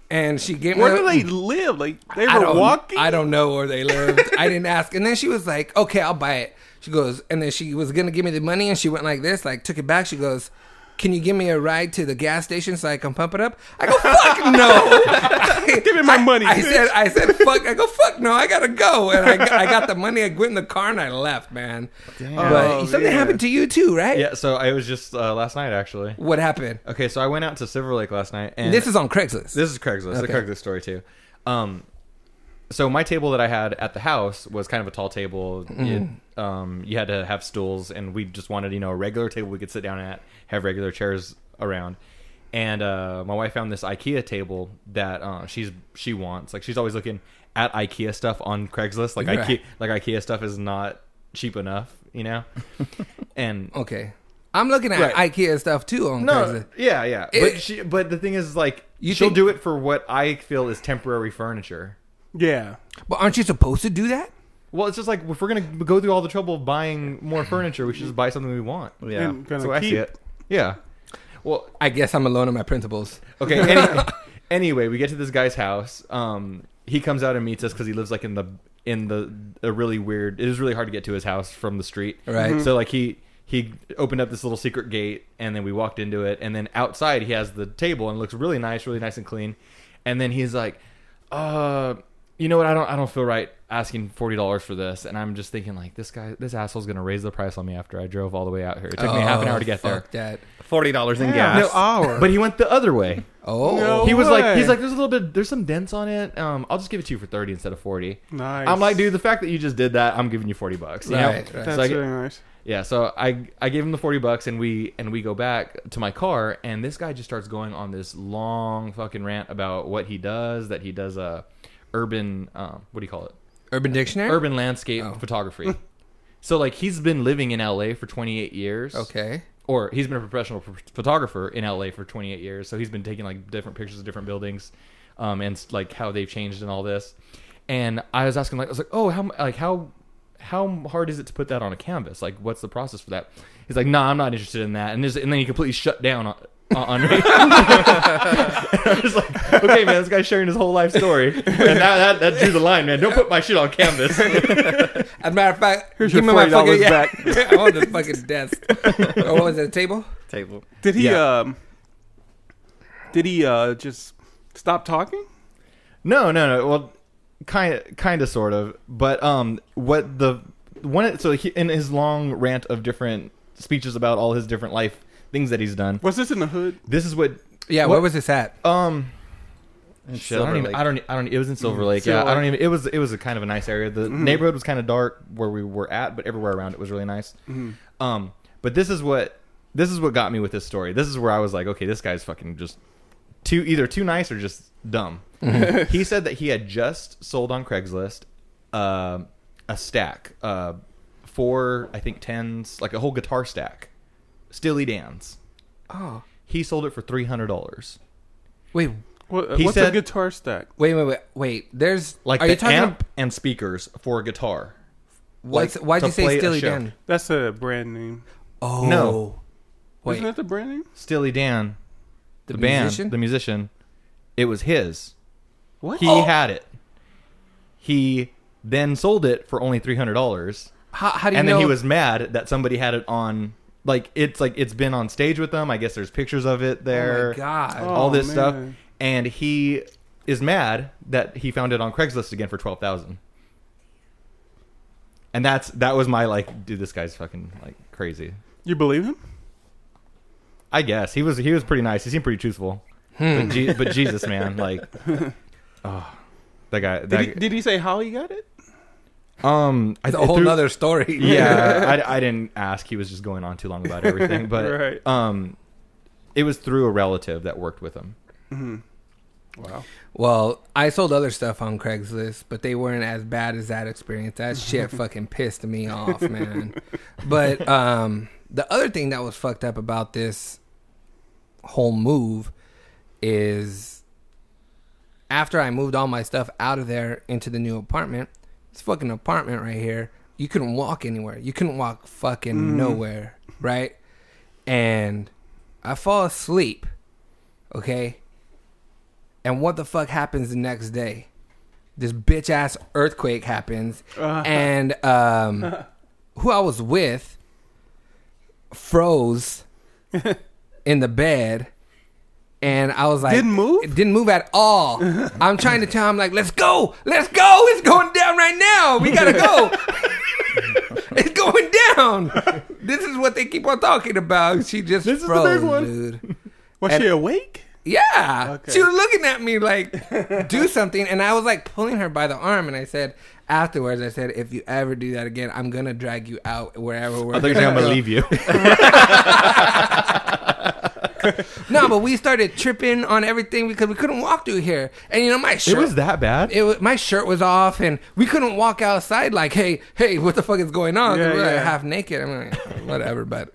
Speaker 2: And she gave me
Speaker 1: Where
Speaker 2: the-
Speaker 1: do they live? Like they
Speaker 2: I
Speaker 1: were
Speaker 2: don't,
Speaker 1: walking.
Speaker 2: I don't know where they lived. I didn't ask. And then she was like, okay, I'll buy it. She goes, and then she was going to give me the money and she went like this, like took it back. She goes, can you give me a ride to the gas station so I can pump it up? I go, fuck no.
Speaker 1: Give me my money,
Speaker 2: I, I
Speaker 1: bitch.
Speaker 2: said, I said, fuck. I go, fuck no. I got to go. And I, got- I got the money. I went in the car and I left, man. But
Speaker 1: Oh,
Speaker 2: something
Speaker 1: yeah.
Speaker 2: happened to you too, right?
Speaker 3: Yeah, so I was just uh, last night actually.
Speaker 2: What happened?
Speaker 3: Okay, so I went out to Silver Lake last night, and
Speaker 2: This is on Craigslist.
Speaker 3: This is Craigslist.
Speaker 2: Okay.
Speaker 3: The Craigslist story too. Um, so my table that I had at the house was kind of a tall table.
Speaker 2: Mm-hmm.
Speaker 3: You, um, you had to have stools, and we just wanted you know a regular table we could sit down at, have regular chairs around. And uh, my wife found this IKEA table that uh, she's she wants. Like she's always looking at IKEA stuff on Craigslist. Like
Speaker 2: Right.
Speaker 3: IKEA, like IKEA stuff is not cheap enough, you know. and
Speaker 2: okay. I'm looking at
Speaker 3: Right.
Speaker 2: IKEA stuff too on
Speaker 3: no,
Speaker 2: Craigslist.
Speaker 3: yeah, yeah.
Speaker 2: It-
Speaker 3: but she, but the thing is, like,
Speaker 2: You
Speaker 3: she'll
Speaker 2: think-
Speaker 3: do it for what I feel is temporary furniture.
Speaker 1: Yeah.
Speaker 2: But aren't you supposed to do that?
Speaker 3: Well, it's just like if we're gonna go through all the trouble of buying more furniture, we should just buy something we want.
Speaker 4: Yeah.
Speaker 1: And gonna
Speaker 3: So I see
Speaker 1: keep-
Speaker 3: it. Yeah. Well,
Speaker 2: I guess I'm alone in my principles.
Speaker 3: okay. Any, anyway, we get to this guy's house. Um, he comes out and meets us because he lives like in the in the a really weird. It is really hard to get to his house from the street.
Speaker 2: Right. Mhm.
Speaker 3: So like he he opened up this little secret gate and then we walked into it and then outside he has the table and it looks really nice, really nice and clean. And then he's like, uh, you know what? I don't I don't feel right asking forty dollars for this. And I'm just thinking like this guy, this asshole's gonna raise the price on me after I drove all the way out here. It took me half an
Speaker 2: Oh,
Speaker 3: hour to get there.
Speaker 2: fuck That.
Speaker 4: Forty dollars in gas.
Speaker 1: No hour.
Speaker 3: But he went the other way.
Speaker 2: Oh,
Speaker 1: No.
Speaker 3: He was
Speaker 1: way.
Speaker 3: like, he's like, there's a little bit, there's some dents on it. Um, I'll just give it to you for thirty instead of forty.
Speaker 1: Nice.
Speaker 3: I'm like, dude, the fact that you just did that, I'm giving you forty bucks. You know?
Speaker 2: Right, right.
Speaker 3: So
Speaker 1: That's
Speaker 3: I-
Speaker 1: really nice.
Speaker 3: yeah. So I, I gave him the forty bucks, and we, and we go back to my car, and this guy just starts going on this long fucking rant about what he does, that he does a urban, um, what do you call it?
Speaker 2: Urban Dictionary.
Speaker 3: Urban landscape
Speaker 2: Oh.
Speaker 3: photography. so like, he's been living in LA for 28 years
Speaker 2: Okay.
Speaker 3: or he's been a professional ph- photographer in LA for 28 years. So he's been taking like different pictures of different buildings, um, and like how they've changed and all this. And I was asking like I was like, oh, how m- like how how hard is it to put that on a canvas? Like, what's the process for that? He's like, nah, I'm not interested in that. And, just, and then he completely shut down on, on me. I was like, okay, man, this guy's sharing his whole life story. And that, that, that drew the line, man. Don't put my shit on canvas.
Speaker 2: As a matter of fact,
Speaker 1: Here's
Speaker 2: give
Speaker 1: your
Speaker 2: me my fucking
Speaker 1: $40
Speaker 2: yeah.
Speaker 1: back.
Speaker 2: I want the fucking desk. or what was it? A table?
Speaker 4: Table.
Speaker 1: Did he?
Speaker 3: Yeah.
Speaker 1: um Did he uh just stop talking?
Speaker 3: No, no, no. Well, kind of, kind of, sort of. But um, what the one? So he, in his long rant of different speeches about all his different life things that he's done,
Speaker 1: Was this in the hood?
Speaker 3: this is what.
Speaker 2: Yeah.
Speaker 3: What-
Speaker 2: Where was this at?
Speaker 3: Um,
Speaker 4: And
Speaker 3: Shit, I don't
Speaker 4: Silver
Speaker 3: even.
Speaker 4: Lake. Mm-hmm.
Speaker 3: I don't. I don't. It was in Silver Lake.
Speaker 1: Silver
Speaker 3: Yeah, I don't
Speaker 1: Lake.
Speaker 3: even. It was. It was a kind of a nice area. The neighborhood was kind of dark where we were at, but everywhere around it was really nice.
Speaker 4: Mm-hmm.
Speaker 3: Um, but this is what this is what got me with this story. This is where I was like, okay, this guy's fucking just too either too nice or just dumb.
Speaker 4: Mm-hmm.
Speaker 3: he said that he had just sold on Craigslist uh, a stack, uh, four I think tens, like a whole guitar stack, Steely Dan's.
Speaker 2: Oh.
Speaker 3: He sold it for three hundred dollars.
Speaker 2: Wait,
Speaker 1: What, uh,
Speaker 3: He
Speaker 1: what's a
Speaker 3: said-
Speaker 1: guitar stack?
Speaker 2: wait, wait, wait, wait. There's
Speaker 3: like
Speaker 2: are
Speaker 3: the
Speaker 2: you talking?
Speaker 3: amp and speakers for a guitar.
Speaker 2: what's,
Speaker 3: like,
Speaker 2: why'd
Speaker 3: to
Speaker 2: you say
Speaker 3: play a
Speaker 2: Steely
Speaker 3: show.
Speaker 2: Dan?
Speaker 1: That's a brand name.
Speaker 2: Oh
Speaker 3: No.
Speaker 2: wait,
Speaker 1: Isn't that the brand name?
Speaker 3: Steely Dan,
Speaker 2: the,
Speaker 3: the, band,
Speaker 2: musician?
Speaker 3: the musician, it was his.
Speaker 2: what? Oh.
Speaker 3: He had it. He then sold it for only three hundred dollars,
Speaker 2: how, how do you
Speaker 3: and
Speaker 2: know?
Speaker 3: then he was mad that somebody had it on. Like it's like it's been on stage with them. I guess there's pictures of it there.
Speaker 2: Oh my god!
Speaker 3: all
Speaker 1: Oh,
Speaker 3: this stuff,
Speaker 1: man.
Speaker 3: and he is mad that he found it on Craigslist again for twelve thousand. And that's that was my like, dude, this guy's fucking like crazy.
Speaker 1: You believe him?
Speaker 3: I guess he was he was pretty nice. He seemed pretty truthful. But, Je- but Jesus, man, like, oh, that guy. That,
Speaker 1: Did, he, did he say how he got it?
Speaker 3: um, I,
Speaker 2: It's a whole
Speaker 3: through-
Speaker 2: nother story.
Speaker 3: Yeah, I, I didn't ask. He was just going on too long about everything. But
Speaker 1: Right.
Speaker 3: um, it was through a relative that worked with him.
Speaker 1: Wow.
Speaker 2: Well, I sold other stuff on Craigslist, but they weren't as bad as that experience. That shit fucking pissed me off, man. But um, the other thing that was fucked up about this whole move is after I moved all my stuff out of there into the new apartment, this fucking apartment right here, you couldn't walk anywhere. You couldn't walk fucking nowhere, right? And I fall asleep, okay? And what the fuck happens the next day? This bitch ass earthquake happens,
Speaker 1: Uh-huh.
Speaker 2: and um, who I was with froze in the bed, and I was like,
Speaker 1: Didn't move?
Speaker 2: It didn't move at all. I'm trying to tell him like, let's go, let's go. It's going down right now. We gotta go. it's going down. This is what they keep on talking about. She just
Speaker 1: This is the big
Speaker 2: froze,
Speaker 1: one.
Speaker 2: dude.
Speaker 1: Was
Speaker 2: And-
Speaker 1: she awake?
Speaker 2: Yeah.
Speaker 1: Okay.
Speaker 2: She was looking at me like, do something. And I was like pulling her by the arm. And I said, afterwards, I said, if you ever do that again, I'm going to drag you out wherever we're
Speaker 3: I think I'm gonna leave you.
Speaker 2: No, but we started tripping on everything because we couldn't walk through here. And, you know, my
Speaker 3: it
Speaker 2: shirt.
Speaker 3: was that bad.
Speaker 2: It was, my shirt was off, and we couldn't walk outside. Like, hey, hey, what the fuck is going on? 'Cause
Speaker 1: Yeah,
Speaker 2: we're
Speaker 1: yeah.
Speaker 2: like half naked. I'm like, "Oh, whatever. But,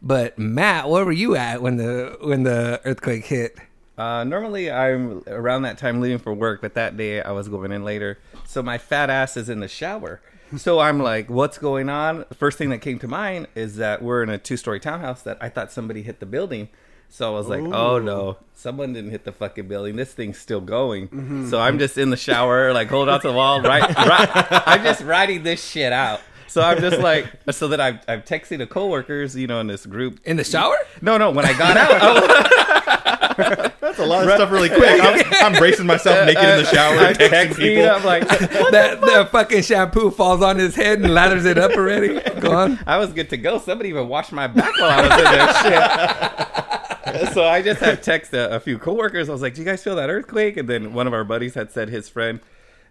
Speaker 2: but Matt, where were you at when the when the earthquake hit?
Speaker 4: Uh, normally, I'm around that time leaving for work, but that day I was going in later. So my fat ass is in the shower. So I'm like, what's going on? The first thing that came to mind is that we're in a two story townhouse that I thought somebody hit the building. So I was like, oh no, someone didn't hit the fucking building. This thing's still going. So I'm just in the shower, like hold on to the wall, right? right I'm just riding this shit out. So I'm just like, so that I'm, I'm texting the coworkers, you know, in this group.
Speaker 2: In the shower?
Speaker 4: No, no, when I got out, I was,
Speaker 3: That's a lot of stuff really quick. I'm, I'm bracing myself naked in the shower,
Speaker 4: I'm
Speaker 3: texting people.
Speaker 4: I'm like,
Speaker 2: that the fucking shampoo falls on his head and lathers it up already. Go on.
Speaker 4: I was good to go. Somebody even washed my back while I was in there. Shit. So I just had text a, a few coworkers. I was like, "Do you guys feel that earthquake?" And then one of our buddies had said his friend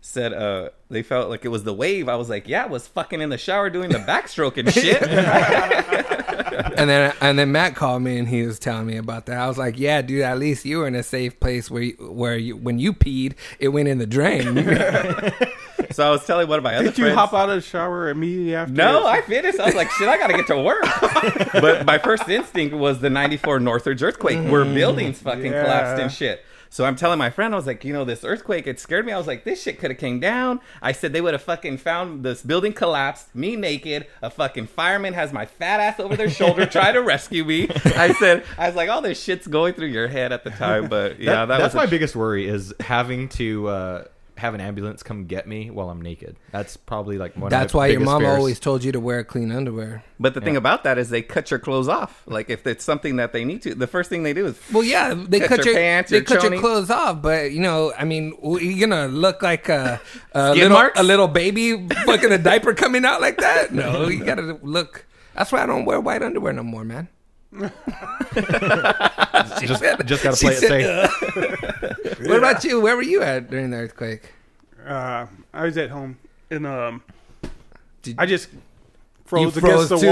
Speaker 4: said uh, they felt like it was the wave. I was like, "Yeah, I was fucking in the shower doing the backstroke and shit."
Speaker 2: And then and then Matt called me and he was telling me about that. I was like, "Yeah, dude, at least you were in a safe place where you, where you, when you peed, it went in the drain."
Speaker 4: so I was telling one of my other
Speaker 1: Did you
Speaker 4: friends,
Speaker 1: hop out of the shower immediately after?
Speaker 4: No, I finished. I was like, shit, I gotta get to work. but my first instinct was the '94 Northridge earthquake, where buildings fucking
Speaker 1: Yeah.
Speaker 4: collapsed and shit. So I'm telling my friend, I was like, you know, this earthquake, it scared me. I was like, this shit could have came down. I said they would have fucking found this building collapsed, me naked, a fucking fireman has my fat ass over their shoulder trying to rescue me. I said, I was like, all this shit's going through your head at the time, but yeah, that,
Speaker 3: that's
Speaker 4: was a-
Speaker 3: my biggest worry is having to uh, have an ambulance come get me while I'm naked. That's probably like one.
Speaker 2: That's
Speaker 3: of my
Speaker 2: why your
Speaker 3: biggest
Speaker 2: mom
Speaker 3: fears.
Speaker 2: always told you to wear clean underwear.
Speaker 4: But the thing about that is they cut your clothes off. Like if it's something that they need to, the first thing they do is
Speaker 2: Well, yeah, they
Speaker 4: Cut
Speaker 2: cut, your,
Speaker 4: your pants,
Speaker 2: they
Speaker 4: your
Speaker 2: cut
Speaker 4: choni.
Speaker 2: your clothes off, but you know, I mean, w- you gonna look like a, a
Speaker 4: Skid
Speaker 2: little
Speaker 4: marks?
Speaker 2: a little baby fucking a diaper coming out like that. No, you gotta look. That's why I don't wear white underwear no more, man.
Speaker 3: just, just gotta play it
Speaker 2: said,
Speaker 3: safe.
Speaker 2: What about you? Where were you at during the earthquake?
Speaker 1: Uh, I was at home and um,
Speaker 2: Did-
Speaker 1: I just froze,
Speaker 2: froze
Speaker 1: against the
Speaker 2: too?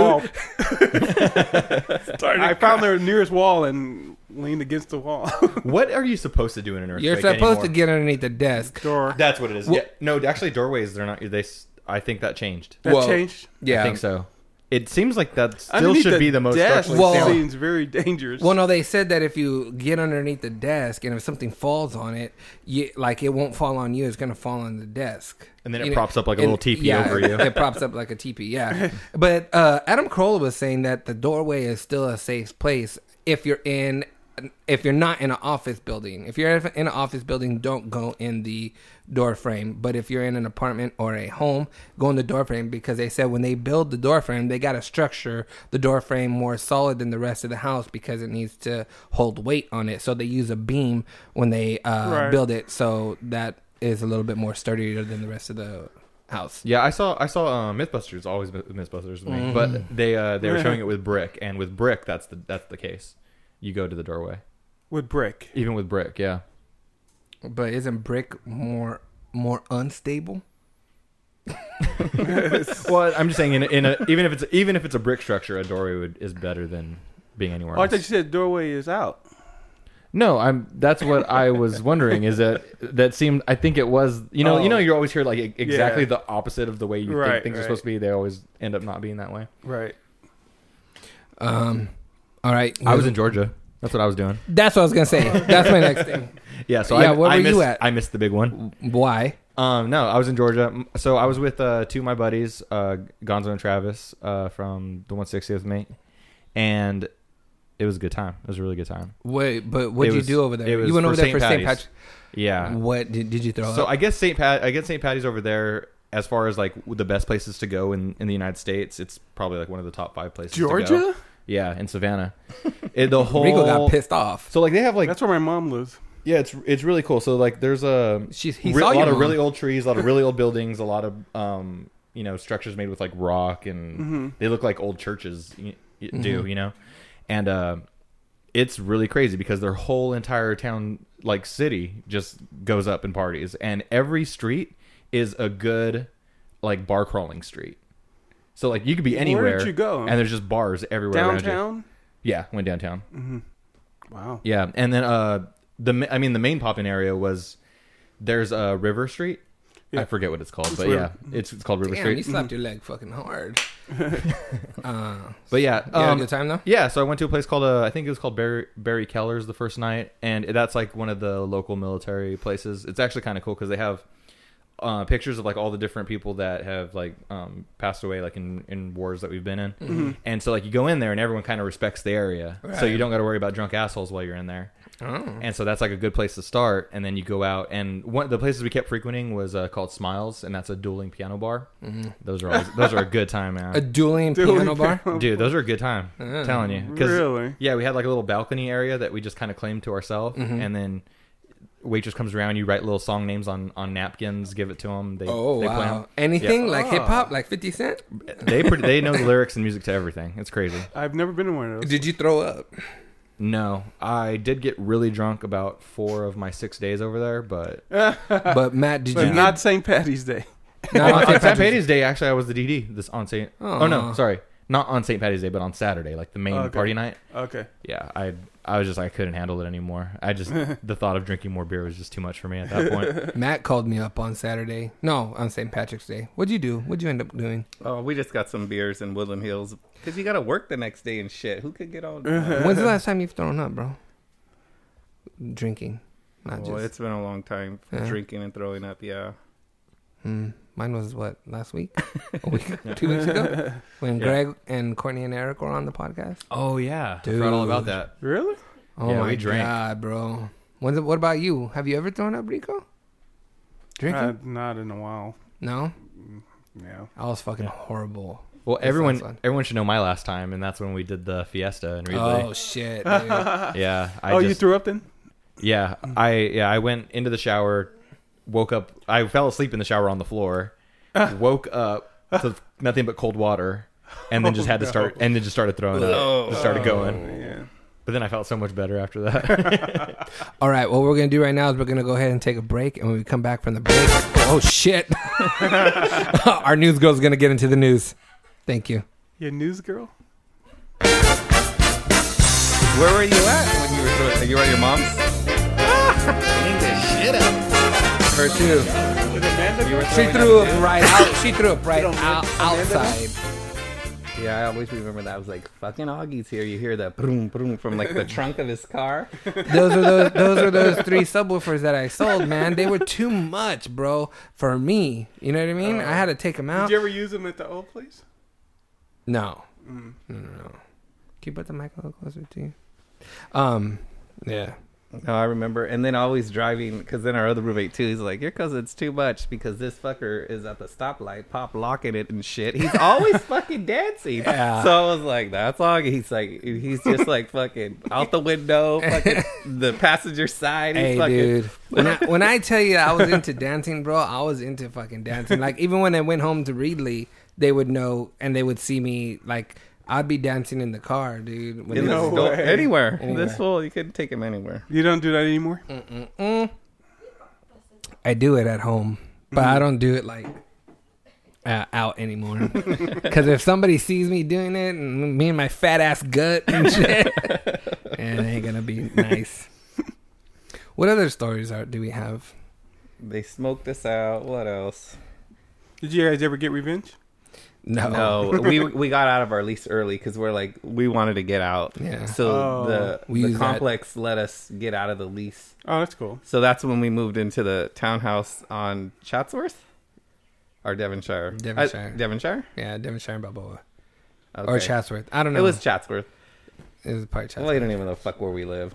Speaker 1: wall. I found the nearest wall and leaned against the wall.
Speaker 3: What are you supposed to do in an earthquake?
Speaker 2: You're supposed
Speaker 3: anymore?
Speaker 2: to get underneath the desk.
Speaker 1: Door that,
Speaker 3: That's what it is. yeah. No, actually, doorways. They're not. They. s- I think that changed.
Speaker 2: Whoa.
Speaker 1: changed.
Speaker 2: Uh, Yeah.
Speaker 3: I think so. It seems like that still
Speaker 1: Underneath
Speaker 3: should be the most.
Speaker 1: desk
Speaker 3: structurally
Speaker 2: Well-
Speaker 3: sound.
Speaker 1: seems very dangerous.
Speaker 2: Well, no, they said that if you get underneath the desk and if something falls on it, you, like it won't fall on you, it's going to fall on the desk.
Speaker 3: And then it
Speaker 2: You know,
Speaker 3: props up like a
Speaker 2: and-
Speaker 3: little teepee
Speaker 2: yeah,
Speaker 3: over you.
Speaker 2: It props up like a teepee, yeah. but uh, Adam Carolla was saying that the doorway is still a safe place if you're in. If you're not in an office building, if you're in an office building, don't go in the door frame. But if you're in an apartment or a home, go in the door frame because they said when they build the door frame, they got to structure the door frame more solid than the rest of the house because it needs to hold weight on it. So they use a beam when they uh,
Speaker 1: Right.
Speaker 2: build it, so that is a little bit more sturdier than the rest of the house.
Speaker 3: Yeah, I saw I saw uh, MythBusters always been MythBusters with me,
Speaker 2: Mm-hmm.
Speaker 3: but they uh, they were showing it with brick, and with brick that's the that's the case. You go to the doorway,
Speaker 1: with brick.
Speaker 3: even with brick. Yeah,
Speaker 2: But isn't brick more more unstable?
Speaker 3: well, I'm just saying in a, in a even if it's even if it's a brick structure, a doorway would, is better than being anywhere
Speaker 1: Oh, I
Speaker 3: else.
Speaker 1: thought you said doorway is out.
Speaker 3: No, I'm. That's what I was wondering. Is that that seemed? I think it was. You know,
Speaker 1: Oh.
Speaker 3: you know, you always hear like e- exactly
Speaker 1: Yeah.
Speaker 3: the opposite of the way you
Speaker 1: Right,
Speaker 3: think things
Speaker 1: right.
Speaker 3: are supposed to be. They always end up not being that way.
Speaker 1: Right.
Speaker 2: Um, all right,
Speaker 3: Mm-hmm. I was in Georgia. That's what I was doing.
Speaker 2: That's what I was gonna say. That's my next thing.
Speaker 3: Yeah. So
Speaker 2: Yeah,
Speaker 3: I,
Speaker 2: where
Speaker 3: I
Speaker 2: were you
Speaker 3: missed,
Speaker 2: at?
Speaker 3: I missed the big one.
Speaker 2: Why?
Speaker 3: Um, no, I was in Georgia. M- So I was with uh, two of my buddies, uh, Gonzo and Travis, uh, from the 160th mate, and it was a good time. It was a really good time.
Speaker 2: Wait, but what
Speaker 3: It
Speaker 2: did you
Speaker 3: was-
Speaker 2: do over there?
Speaker 3: it was
Speaker 2: You went
Speaker 3: for
Speaker 2: over there
Speaker 3: St.
Speaker 2: for St.
Speaker 3: Patty's.
Speaker 2: Patrick.
Speaker 3: Yeah.
Speaker 2: What did, did you throw?
Speaker 3: So
Speaker 2: up?
Speaker 3: I guess St. Pat, I guess St. Patty's over there. As far as like the best places to go in, in the United States, it's probably like one of the top five places. to go.
Speaker 1: Georgia?
Speaker 3: yeah, in Savannah, it, the whole
Speaker 2: Rico got pissed off.
Speaker 3: So like they have like
Speaker 1: That's where my mom lives.
Speaker 3: yeah, it's it's really cool. So like there's a
Speaker 2: She's- he
Speaker 3: re-
Speaker 2: saw
Speaker 3: a
Speaker 2: your
Speaker 3: lot of
Speaker 2: mom.
Speaker 3: really old trees, a lot of really old buildings, a lot of um you know structures made with like rock and
Speaker 1: Mm-hmm.
Speaker 3: they look like old churches y- y-
Speaker 2: Mm-hmm.
Speaker 3: do you know, and uh, it's really crazy because their whole entire town like city just goes up in parties and every street is a good like bar crawling street. So like you could be anywhere.
Speaker 1: you go?
Speaker 3: And there's just bars everywhere. around you.
Speaker 1: Downtown?
Speaker 3: Yeah, went downtown.
Speaker 1: Wow.
Speaker 3: Yeah, and then uh, the ma- I mean the main poppin area was there's uh, River Street. I forget what it's called, but
Speaker 1: River-
Speaker 3: yeah, it's, it's called River
Speaker 2: Damn, you
Speaker 3: Street. Mm-hmm.
Speaker 2: slapped your leg fucking hard.
Speaker 3: But yeah,
Speaker 2: You had a
Speaker 3: um,
Speaker 2: good time though.
Speaker 3: yeah. So I went to a place called uh, I think it was called Barry, Barry Keller's the first night, and that's like one of the local military places. It's actually kind of cool because they have uh, pictures of like all the different people that have like um, passed away like in, in wars that we've been in, and so like you go in there and everyone kind of respects the area, so you don't got to worry about drunk assholes while you're in there. And so that's like a good place to start, and then you go out. And one the places we kept frequenting was uh, called Smiles, and that's a dueling piano bar. Those are always, those are a good time, man.
Speaker 2: A dueling piano bar.
Speaker 3: Dude, those are a good time. I'm telling you. 'Cause-
Speaker 1: Really?
Speaker 3: Yeah, we had like a little balcony area that we just kind of claimed to ourselves,
Speaker 2: Mm-hmm.
Speaker 3: and then waitress comes around. You write little song names on on napkins, give it to them. They,
Speaker 2: Oh
Speaker 3: they
Speaker 2: wow!
Speaker 3: play Ah.
Speaker 2: Anything like hip hop, like Fifty Cent?
Speaker 3: 'em. They pretty, they know the lyrics and music to everything. It's crazy.
Speaker 1: I've never been in one of those.
Speaker 2: Did you throw up?
Speaker 3: No, I did get really drunk about four of my six days over there, but
Speaker 2: But Matt, did
Speaker 1: But
Speaker 2: you
Speaker 1: not St. Patty's Day.
Speaker 2: get- no,
Speaker 3: on,
Speaker 2: not
Speaker 3: on
Speaker 2: St.
Speaker 3: St.
Speaker 2: Patrick's-
Speaker 3: Patty's Day, actually, I was the DD. This on St. Oh, no, sorry, not on St. Patty's Day, but on Saturday, like the main
Speaker 1: Okay.
Speaker 3: party night.
Speaker 1: Okay.
Speaker 3: yeah, I I was just I couldn't handle it anymore. I just the thought of drinking more beer was just too much for me at that point.
Speaker 2: Matt called me up on Saturday. No, on St. Patrick's Day. What'd you do? What'd you end up doing?
Speaker 4: Oh, we just got some beers in Woodland Hills because you got to work the next day and shit. Who could get all?
Speaker 2: When's the last time you've thrown up, bro? Drinking, not just.
Speaker 4: Well, Oh, it's been a long time
Speaker 2: Yeah.
Speaker 4: drinking and throwing up. Yeah.
Speaker 2: Mm, mine was what last week, a week, two weeks ago, when
Speaker 3: Yeah.
Speaker 2: Greg and Courtney and Eric were on the podcast.
Speaker 3: Oh yeah,
Speaker 2: I forgot all about
Speaker 3: that.
Speaker 1: Really?
Speaker 2: Oh
Speaker 3: Yeah,
Speaker 2: my
Speaker 3: we drank.
Speaker 2: god, bro! When's it, what about you? Have you ever thrown up, Rico? Drinking?
Speaker 1: Uh, not in a while.
Speaker 2: no,
Speaker 1: No.
Speaker 2: I was fucking horrible.
Speaker 3: Well,
Speaker 2: That
Speaker 3: everyone
Speaker 2: sounds fun.
Speaker 3: everyone should know my last time, and that's when we did the fiesta in
Speaker 2: Oh
Speaker 3: Reedley.
Speaker 2: shit! dude.
Speaker 3: yeah, I
Speaker 1: oh,
Speaker 3: just,
Speaker 1: you threw up then?
Speaker 3: yeah,
Speaker 2: Mm.
Speaker 3: I yeah I went into the shower, woke up. I fell asleep in the shower on the floor, woke up to
Speaker 2: Oh,
Speaker 3: nothing but cold water, and then just had to start and then just started throwing up, just started going.
Speaker 1: Yeah.
Speaker 3: But then I felt so much better after that.
Speaker 2: All right, what we're going to do right now is we're going to go ahead and take a break. And when we come back from the break, oh shit. Our news girl's going to get into the news. Thank you.
Speaker 1: Your news girl?
Speaker 4: Where were you at when you were doing? You were at your mom's. Clean this shit up.
Speaker 2: Her too.
Speaker 4: You were
Speaker 2: She
Speaker 4: throwing
Speaker 2: threw
Speaker 4: up,
Speaker 2: up
Speaker 4: too?
Speaker 2: right out. She threw up right
Speaker 1: don't
Speaker 2: out,
Speaker 1: remember-
Speaker 2: outside.
Speaker 4: Yeah, I always remember that. I was like, "Fucking Augie's here." You hear the broom broom from like the trunk of his car.
Speaker 2: Those are those. Those are those three subwoofers that I sold, man. They were too much, bro, for me. You know what I mean? I had to take them out.
Speaker 1: Did you ever use them at the old place?
Speaker 2: No. No, no, no. Can you put the mic a little closer to you? Um, yeah.
Speaker 4: No, Oh, I remember. And then always driving because then our other roommate too. He's like, "Your cousin's too much because this fucker is at the stoplight, pop locking it and shit. He's always fucking dancing."
Speaker 2: Yeah.
Speaker 4: So I was like, "That's Augie." He's like, he's just like fucking out the window, fucking the passenger side.
Speaker 2: Hey,
Speaker 4: He's fucking,
Speaker 2: dude. When I, when I tell you I was into dancing, bro, I was into fucking dancing. Like, even when I went home to Reedley, they would know and they would see me. Like, I'd be dancing in the car, dude. When
Speaker 4: in
Speaker 2: they-
Speaker 1: No
Speaker 4: the store,
Speaker 1: way.
Speaker 4: anywhere.
Speaker 2: Anywhere.
Speaker 4: This fool, you couldn't take him anywhere.
Speaker 1: You don't do that anymore?
Speaker 2: Mm. I do it at home, but I don't do it like uh, out anymore. Because if somebody sees me doing it, and me and my fat ass gut and shit, and it ain't gonna be nice. What other stories are do we have?
Speaker 4: They smoked us out. What else?
Speaker 1: Did you guys ever get revenge?
Speaker 2: No.
Speaker 4: No, we we got out of our lease early because we're like we wanted to get out.
Speaker 2: Yeah.
Speaker 4: So
Speaker 1: Oh.
Speaker 4: the
Speaker 2: We
Speaker 4: the
Speaker 2: use that-
Speaker 4: complex let us get out of the lease.
Speaker 1: Oh, that's cool.
Speaker 4: So that's when we moved into the townhouse on Chatsworth or Devonshire.
Speaker 2: Devonshire.
Speaker 4: Uh, Devonshire.
Speaker 2: Yeah, Devonshire and Balboa
Speaker 4: Okay.
Speaker 2: or Chatsworth. I don't know.
Speaker 4: It was Chatsworth.
Speaker 2: it was probably
Speaker 4: Well,
Speaker 2: Chatsworth.
Speaker 4: you don't even know fuck where we live.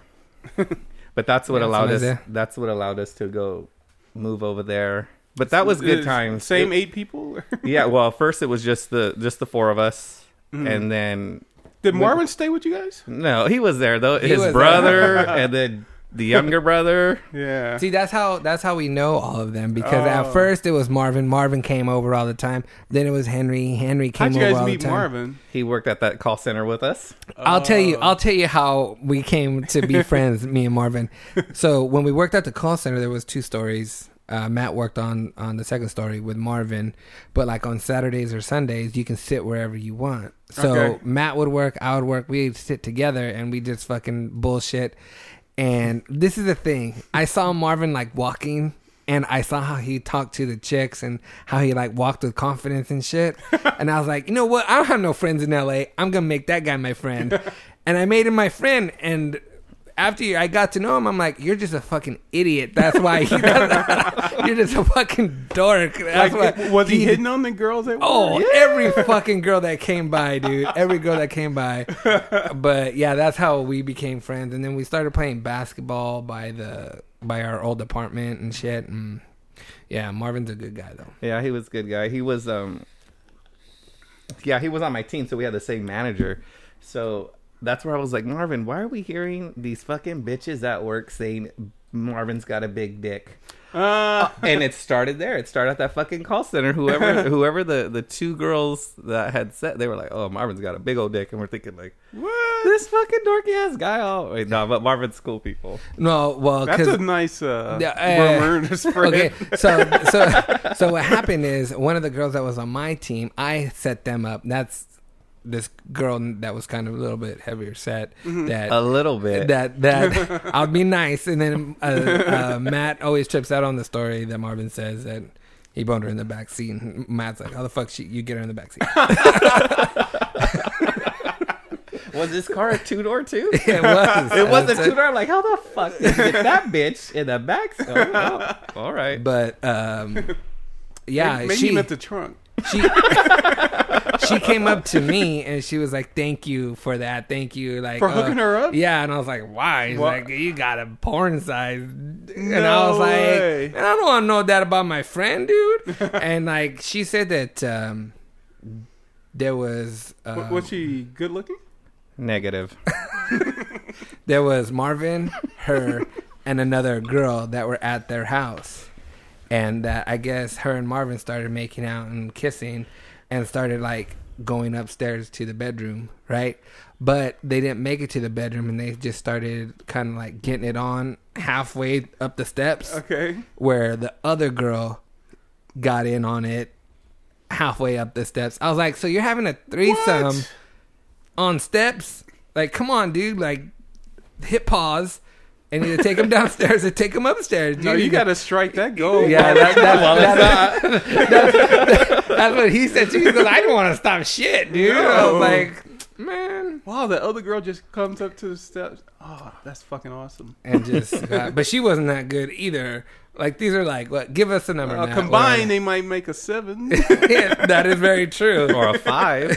Speaker 4: but that's what
Speaker 2: Yeah,
Speaker 4: allowed us.
Speaker 2: somewhere there.
Speaker 4: That's what allowed us to go move over there. But that was good
Speaker 1: Uh,
Speaker 4: times.
Speaker 1: Same
Speaker 4: It-
Speaker 1: eight people?
Speaker 4: yeah. Well, first it was just the just the four of us,
Speaker 1: Mm.
Speaker 4: and then
Speaker 1: Did Marvin stay with you guys?
Speaker 4: No, he was there though.
Speaker 2: was
Speaker 4: His
Speaker 2: there.
Speaker 4: brother and then the younger brother.
Speaker 1: Yeah.
Speaker 2: See, that's how that's how we know all of them because
Speaker 1: Oh.
Speaker 2: at first it was Marvin. Marvin came over all the time. Then it was Henry. Henry came
Speaker 1: How'd you
Speaker 2: over
Speaker 1: guys
Speaker 2: all
Speaker 1: meet
Speaker 2: the time.
Speaker 1: Marvin?
Speaker 4: He worked at that call center with us.
Speaker 2: I'll tell you. I'll tell you how we came to be friends, me and Marvin. So when we worked at the call center, there was two stories. Uh, Matt worked on on the second story with Marvin, but like on Saturdays or Sundays, you can sit wherever you want. So
Speaker 1: Okay.
Speaker 2: Matt would work, I would work. We'd sit together and we just fucking bullshit. And this is the thing. I saw Marvin like walking and I saw how he talked to the chicks and how he like walked with confidence and shit. And I was like, you know what? I don't have no friends in LA. I'm going to make that guy my friend. And I made him my friend. And after I got to know him, I'm like, you're just a fucking idiot. That's why he, you're just a fucking dork. That's
Speaker 1: Like,
Speaker 2: why
Speaker 1: was he, hitting on the girls at
Speaker 2: Oh,
Speaker 1: work?
Speaker 2: every fucking girl that came by, dude. Every girl that came by. But yeah, that's how we became friends, and then we started playing basketball by the by our old apartment and shit. And yeah, Marvin's a good guy though.
Speaker 4: Yeah, he was a good guy. He was um Yeah, he was on my team, so we had the same manager. So that's where I was like, Marvin, why are we hearing these fucking bitches at work saying Marvin's got a big dick?
Speaker 1: Uh,
Speaker 4: and it started there. It started at that fucking call center. Whoever, whoever the the two girls that had said, they were like, "Oh, Marvin's got a big old dick," and we're thinking like,
Speaker 2: Uh,
Speaker 1: what?
Speaker 4: this fucking dorky ass guy. All wait, no, but Marvin's cool people.
Speaker 2: No, well,
Speaker 1: That's
Speaker 2: 'cause-
Speaker 1: a nice uh,
Speaker 2: Yeah, eh,
Speaker 1: rumor to spread.
Speaker 2: okay, so so so what happened is one of the girls that was on my team, I set them up. That's this girl that was kind of a little bit heavier set
Speaker 1: Mm-hmm.
Speaker 2: that
Speaker 4: A little
Speaker 1: Eh.
Speaker 4: bit.
Speaker 2: that that I'll be nice. And then uh, uh, Matt always trips out on the story that Marvin says that he boned her in the back seat. And Matt's like, "How the fuck she, you get her in the back seat?"
Speaker 4: was this car a two door too?
Speaker 2: it was.
Speaker 4: It was a
Speaker 2: That's
Speaker 4: two door. I'm like, how the fuck did you get that bitch in the back? Oh, well, all right.
Speaker 2: But um, yeah,
Speaker 1: Maybe
Speaker 2: she
Speaker 1: he meant the trunk.
Speaker 2: she she came up to me and she was like, "Thank you for that. Thank you, like uh,
Speaker 1: For hooking her up?
Speaker 2: Yeah, and I was like, "Why?" She's
Speaker 1: What?
Speaker 2: like, "You got a porn size," and I was
Speaker 1: No
Speaker 2: like,
Speaker 1: way.
Speaker 2: "Man, "I don't want to know that about my friend, dude." and like, she said that um, there was uh,
Speaker 1: Wa- was she good looking?
Speaker 4: Negative.
Speaker 2: there was Marvin, her, and another girl that were at their house. uh, And that I guess her and Marvin started making out and kissing and started like going upstairs to the bedroom, right? But they didn't make it to the bedroom and they just started kind of like getting it on halfway up the steps
Speaker 1: Okay.
Speaker 2: where the other girl got in on it halfway up the steps. I was like, so you're having a threesome
Speaker 1: What?
Speaker 2: on steps? Like, come on, dude! Like, hit pause and either take him downstairs or take him upstairs.
Speaker 1: No,
Speaker 2: dude.
Speaker 1: you gotta strike that goal.
Speaker 2: Yeah, that, that, that, that's- that's what he said too. He goes, I don't want to stop shit, dude. I
Speaker 1: No.
Speaker 2: was like, man.
Speaker 1: Wow, the other girl just comes up to the steps. Oh, that's fucking awesome.
Speaker 2: And just,
Speaker 1: uh,
Speaker 2: got- but she wasn't that good either. Like, these are like, what? Give us a number.
Speaker 1: Uh,
Speaker 2: Nat,
Speaker 1: combined, they might make a seven.
Speaker 2: or- Yeah, that is very true.
Speaker 4: or a five.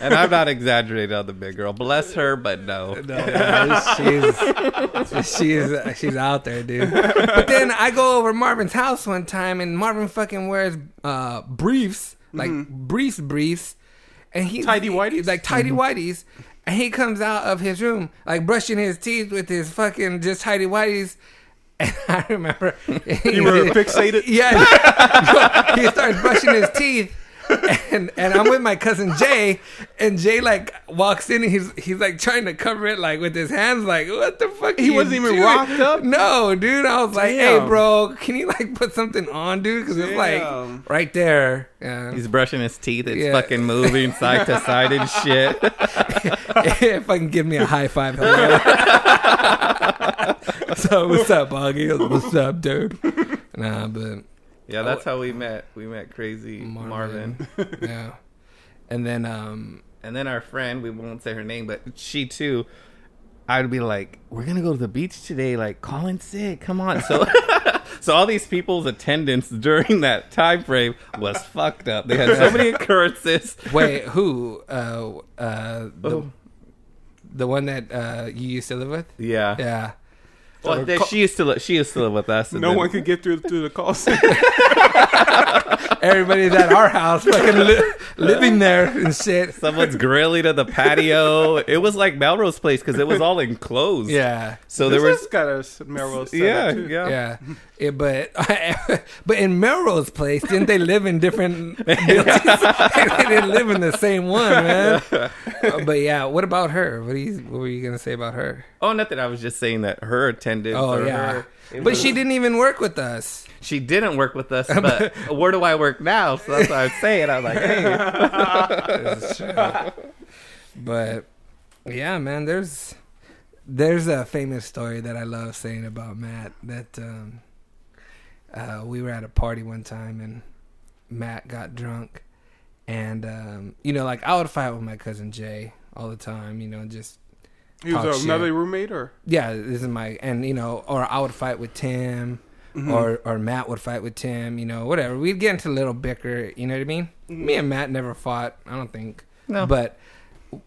Speaker 4: and I'm not exaggerating on the big girl. Bless her, but no.
Speaker 2: she's she's she's out there, dude. But then I go over Marvin's house one time, and Marvin fucking wears uh, briefs, like briefs, briefs, and he
Speaker 1: Mm-hmm. Tidy whities?
Speaker 2: like tidy whities, and he comes out of his room like brushing his teeth with his fucking just tidy whities. And I remember
Speaker 1: you were fixated.
Speaker 2: yeah. he starts brushing his teeth. And, and I'm with my cousin Jay, and Jay like walks in and he's he's like trying to cover it like with his hands like what the fuck
Speaker 1: He
Speaker 2: you
Speaker 1: wasn't even
Speaker 2: doing?
Speaker 1: rocked up?
Speaker 2: no dude I was like hey
Speaker 1: Damn.
Speaker 2: bro can you like put something on dude because it's
Speaker 1: Damn.
Speaker 2: like right there yeah
Speaker 4: He's brushing his teeth. It's
Speaker 2: Yeah.
Speaker 4: fucking moving side to side and shit.
Speaker 2: if I can give me a high five hello so what's up Augie what's up dude nah but
Speaker 4: Yeah, that's how we met. We met crazy Marvin.
Speaker 2: Marvin. yeah and then um
Speaker 4: And then our friend, we won't say her name, but she too, I'd be like, we're going to go to the beach today. Like, call in sick. Come on. So. So all these people's attendance during that time frame was fucked up. They had so many occurrences.
Speaker 2: Wait, who? Uh, uh, the,
Speaker 4: Oh.
Speaker 2: the one that uh, you used to live with?
Speaker 4: Yeah.
Speaker 2: Yeah.
Speaker 4: Well, they- she used to live, she used to live with us. and
Speaker 1: No
Speaker 4: then-
Speaker 1: one could get through through the call center.
Speaker 2: Everybody's at our house, fucking li- living there and shit.
Speaker 4: Someone's grilling at the patio. It was like Melrose Place because it was all enclosed.
Speaker 2: Yeah.
Speaker 4: So
Speaker 1: This
Speaker 4: there was
Speaker 1: has got a s- Melrose. setup,
Speaker 4: yeah,
Speaker 1: too.
Speaker 4: yeah,
Speaker 2: Yeah. Yeah, but but in Melrose Place, didn't they live in different buildings? they didn't live in the same one, man. Uh, but yeah, what about her? What, do you, what were you gonna say about her?
Speaker 4: Oh, nothing. I was just saying that her attendance.
Speaker 2: Oh
Speaker 4: or
Speaker 2: yeah,
Speaker 4: her-
Speaker 2: but she didn't even work with us.
Speaker 4: she didn't work with us. But where do I work now? So that's what I'm saying. I'm like, hey,
Speaker 2: But yeah, man, there's there's a famous story that I love saying about Matt that um, uh, we were at a party one time and Matt got drunk and um, you know like I would fight with my cousin Jay all the time, you know, just
Speaker 1: He
Speaker 4: Oh,
Speaker 1: was
Speaker 2: Talk
Speaker 1: another
Speaker 2: shit.
Speaker 1: roommate, or
Speaker 2: yeah, this is my and you know, or I would fight with Tim, or or Matt would fight with Tim, you know, whatever. We'd get into a little bicker, you know what I mean? Me and Matt never fought, I don't think.
Speaker 4: No.
Speaker 2: But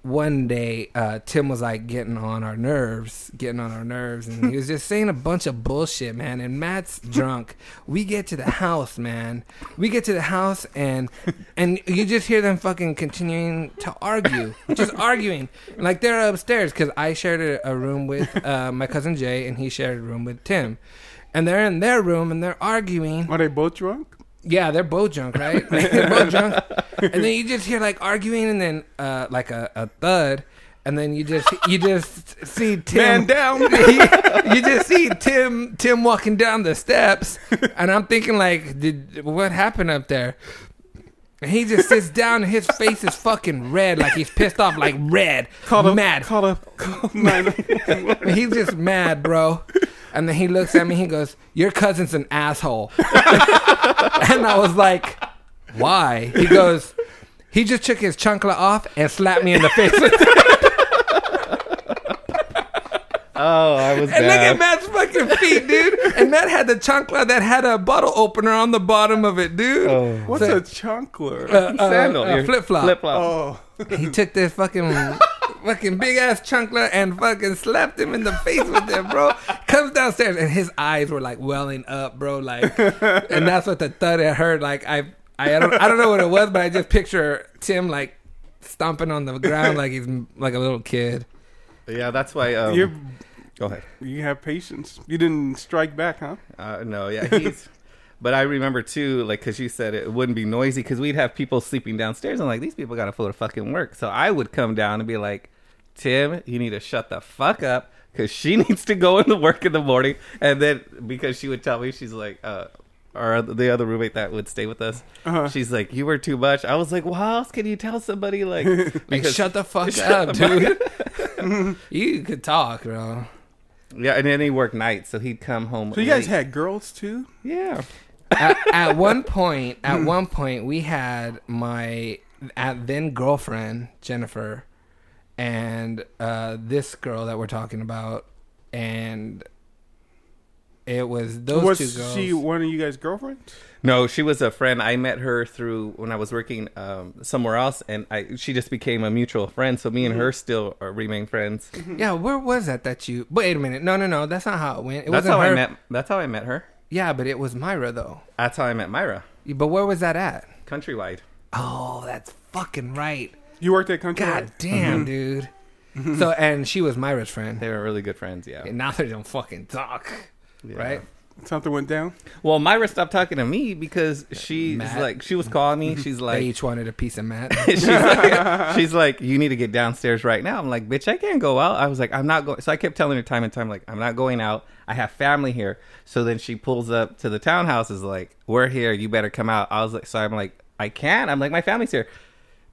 Speaker 2: one day, uh, Tim was like getting on our nerves, getting on our nerves, and he was just saying a bunch of bullshit, man. And Matt's drunk. We get to the house, man. We get to the house, and and you just hear them fucking continuing to argue, just arguing. Like they're upstairs because I shared a, a room with uh, my cousin Jay, and he shared a room with Tim. And they're in their room and they're arguing.
Speaker 1: are they both drunk?
Speaker 2: Yeah, they're both drunk, right? they're both drunk. And then you just hear like arguing and then uh, like a, a thud. And then you just you just see Tim
Speaker 1: Man down.
Speaker 2: you just see Tim Tim walking down the steps and I'm thinking like did what happened up there? And he just sits down and his face is fucking red like he's pissed off like red.
Speaker 1: Call up,
Speaker 2: mad.
Speaker 1: Call up. Call nine.
Speaker 2: But he's just mad, bro. And then he looks at me. He goes, "Your cousin's an asshole." and I was like, "Why?" He goes, "He just took his chunkla off and slapped me in the face." with it."
Speaker 4: oh, I was
Speaker 2: and look at
Speaker 4: down.
Speaker 2: Matt's fucking feet, dude. And Matt had the chunkla that had a bottle opener on the bottom of it, dude.
Speaker 1: What's a chunkler?
Speaker 2: Uh, uh,
Speaker 4: Oh. Sandal,
Speaker 2: uh,
Speaker 4: your
Speaker 2: flip flop.
Speaker 4: Flip flop.
Speaker 1: oh,
Speaker 2: He took this fucking fucking big ass chunkler and fucking slapped him in the face with it, bro. Comes downstairs and his eyes were like welling up, bro. Like, and that's what the thud had heard. Like, I I don't I don't know what it was, but I just picture Tim like stomping on the ground like he's like a little kid. Oh.
Speaker 4: Yeah, that's why. Um,
Speaker 1: you
Speaker 4: go ahead.
Speaker 1: you have patience. You didn't strike back, huh?
Speaker 4: Uh, no, yeah, he's. But I remember too, like, because you said it wouldn't be noisy because we'd have people sleeping downstairs. I'm like, these people got to full to fucking work. So I would come down and be like, Tim, you need to shut the fuck up because she needs to go into work in the morning. And then because she would tell me, she's like, uh, or other- the other roommate that would stay with us,
Speaker 1: Uh-huh.
Speaker 4: she's like, "You were too much." I was like, "Well, how else can you tell somebody like?"
Speaker 2: Like,
Speaker 4: because-
Speaker 2: shut the fuck
Speaker 4: Shut
Speaker 2: up,
Speaker 4: the fuck
Speaker 2: dude. you could talk, bro.
Speaker 4: yeah, and then he worked nights, so he'd come home.
Speaker 1: So you guys
Speaker 4: late.
Speaker 1: had girls too?
Speaker 4: yeah,
Speaker 2: at, at one point, at one point, we had my at then girlfriend Jennifer, and uh, this girl that we're talking about, and it was those
Speaker 1: Was
Speaker 2: two girls.
Speaker 1: she one of you guys' girlfriends?
Speaker 4: No, she was a friend. I met her through when I was working um, somewhere else, and I she just became a mutual friend. So me and her still are, remain friends.
Speaker 2: yeah, where was that? That you? Wait a minute. No, no, no. That's not how it went. It
Speaker 4: That's
Speaker 2: wasn't
Speaker 4: how
Speaker 2: her.
Speaker 4: I met. That's how I met her.
Speaker 2: Yeah, but it was Myra though.
Speaker 4: That's how I met Myra.
Speaker 2: But where was that at?
Speaker 4: Countrywide.
Speaker 2: Oh, that's fucking right.
Speaker 1: You worked at Country
Speaker 2: God
Speaker 1: Life?
Speaker 2: damn, dude. Mm-hmm. So and she was Myra's friend.
Speaker 4: They were really good friends. Yeah.
Speaker 2: And now they don't fucking talk, right?
Speaker 1: Something went down.
Speaker 4: Well, Myra stopped talking to me because she's
Speaker 2: Matt.
Speaker 4: like she was calling me. She's
Speaker 2: They
Speaker 4: like.
Speaker 2: each wanted a piece of Matt.
Speaker 4: she's like, she's like, you need to get downstairs right now. I'm like, bitch, I can't go out. I was like, I'm not going. So I kept telling her time and time, like, I'm not going out. I have family here. So then she pulls up to the townhouse, is like, we're here. You better come out. I was like, so I'm like, I can't. I'm like, my family's here.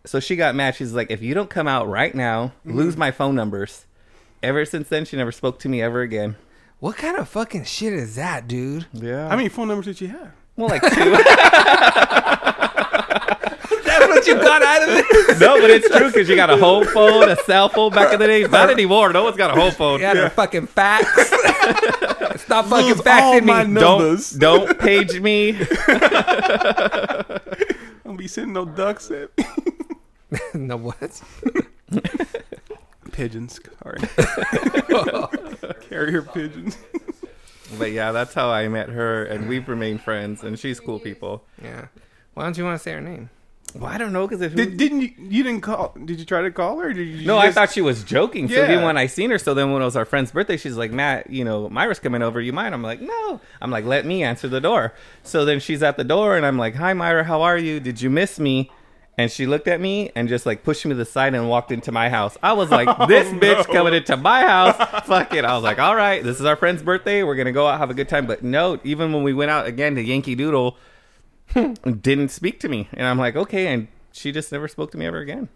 Speaker 4: So she got mad. She's like, if you don't come out right now, lose my phone numbers. Ever since then, she never spoke to me ever again.
Speaker 2: What kind of fucking shit is that, dude?
Speaker 4: Yeah.
Speaker 1: How many phone numbers did you have?
Speaker 4: well, like two.
Speaker 2: That's what you got out of this.
Speaker 4: no, but it's true because you got a home phone, a cell phone back in the day. Not anymore. No one's got a home phone.
Speaker 2: Yeah, the fucking facts. Stop fucking
Speaker 1: Lose all my
Speaker 2: faxing me.
Speaker 1: numbers. Numbers.
Speaker 4: Don't don't page me.
Speaker 1: Don't be sending no ducks at
Speaker 2: no what?
Speaker 1: pigeons. Sorry. Carrier pigeons.
Speaker 4: But yeah, that's how I met her, and we've remained friends, and she's cool people.
Speaker 2: Yeah. Why don't you want to say her name?
Speaker 4: Well, I don't know because if
Speaker 1: Did, didn't you? You didn't call? Did you try to call her? Or did you
Speaker 4: no, I
Speaker 1: just-
Speaker 4: thought she was joking. So
Speaker 1: Yeah.
Speaker 4: then when I seen her, so then when it was our friend's birthday, she's like, Matt, you know, Myra's coming over. You mind? I'm like, no. I'm like, let me answer the door. So then she's at the door, and I'm like, hi, Myra, how are you? Did you miss me? And she looked at me and just like pushed me to the side and walked into my house. I was like,
Speaker 1: Oh,
Speaker 4: this bitch coming into my house. Fuck it. I was like, all right, this is our friend's birthday. We're going to go out, have a good time. But no, even when we went out again to Yankee Doodle, didn't speak to me. And I'm like, okay. And she just never spoke to me ever again.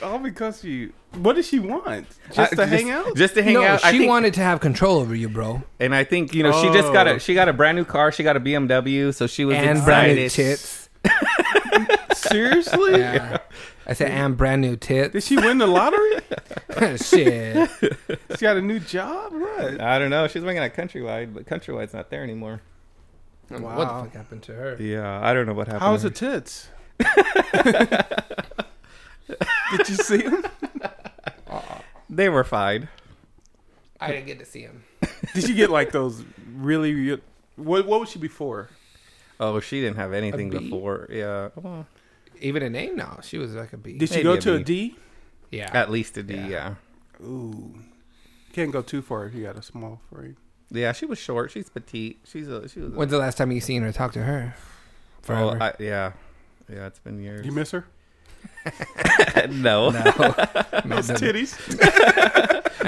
Speaker 1: all because you. What did she want? Just
Speaker 4: I-
Speaker 1: to hang out?
Speaker 4: Just to hang
Speaker 2: no,
Speaker 4: out.
Speaker 2: she
Speaker 4: I think,
Speaker 2: wanted to have control over you, bro.
Speaker 4: and I think you know she just got
Speaker 1: Oh.
Speaker 4: a she got a brand new car. She got a BMW, so she was
Speaker 2: And brand new
Speaker 4: excited.
Speaker 2: tits.
Speaker 1: seriously?
Speaker 2: Yeah. I said, and brand new
Speaker 1: Did
Speaker 2: tits.
Speaker 1: she win the lottery?
Speaker 2: shit.
Speaker 1: she got a new job. What?
Speaker 4: I don't know. She's working at Countrywide, but Countrywide's not there anymore.
Speaker 2: What the
Speaker 1: Wow.
Speaker 2: fuck happened to her?
Speaker 4: Yeah, I don't know what happened.
Speaker 1: How's
Speaker 4: to
Speaker 1: the tits? did you see them?
Speaker 4: her. They were fine.
Speaker 2: I didn't get to see him.
Speaker 1: Did you get like those really? re- What What was she before?
Speaker 4: Oh, she didn't have anything
Speaker 2: bee?
Speaker 4: before. Yeah, well,
Speaker 2: Even a name? No, she was like a bee.
Speaker 1: Did she
Speaker 4: Maybe
Speaker 1: go
Speaker 4: a
Speaker 1: to a
Speaker 4: B.
Speaker 1: D?
Speaker 2: yeah.
Speaker 4: at least a D. Yeah. yeah,
Speaker 1: Ooh, can't go too far if you got a small frame.
Speaker 4: She was short. She's petite. She's a she was. A,
Speaker 2: When's the last time you seen her talk to her?
Speaker 4: oh,
Speaker 2: Forever.
Speaker 4: I, yeah, yeah. It's been years.
Speaker 1: You miss her?
Speaker 4: no.
Speaker 2: Those
Speaker 1: Titties.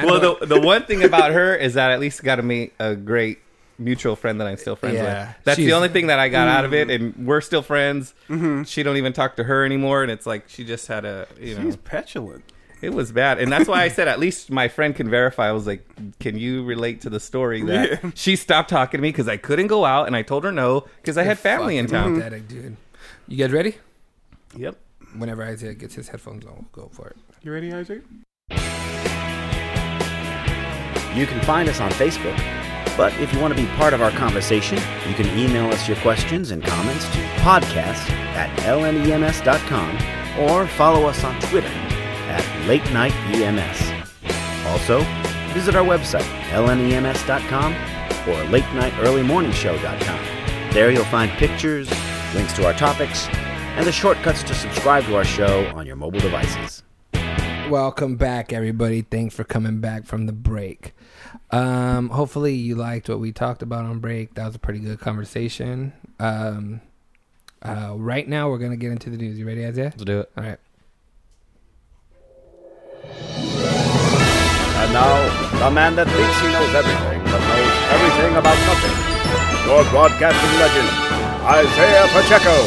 Speaker 4: well, the the one thing about her is that I at least got to meet a great mutual friend that I'm still friends
Speaker 2: Yeah.
Speaker 4: with. That's
Speaker 2: She's-
Speaker 4: the only thing that I got out of it, and we're still friends. She don't even talk to her anymore, and it's like she just had a you know
Speaker 1: She's petulant.
Speaker 4: it was bad, and that's why I said at least my friend can verify. I was like, can you relate to the story that she stopped talking to me because I couldn't go out, and I told her no because I had family in town.
Speaker 2: Pathetic, dude. You guys ready?
Speaker 4: Yep.
Speaker 2: Whenever Isaiah gets his headphones on, we'll go for it.
Speaker 1: You ready, Isaac?
Speaker 6: You can find us on Facebook. But if you want to be part of our conversation, you can email us your questions and comments to podcast at E lnems.com or follow us on Twitter at Late Night EMS. Also, visit our website, E lnems.com or latenightearlymorningshow.com. There you'll find pictures, links to our topics, and the shortcuts to subscribe to our show on your mobile devices.
Speaker 2: Welcome back, everybody. Thanks for coming back from the break. Um, hopefully, you liked what we talked about on break. That was a pretty good conversation. Um, uh, right now, we're going to get into the news. You ready, Isaiah?
Speaker 3: Let's do it.
Speaker 2: All right.
Speaker 6: And now, the man that thinks he knows everything, but knows everything about nothing. Your broadcasting legend, Isaiah Pacheco.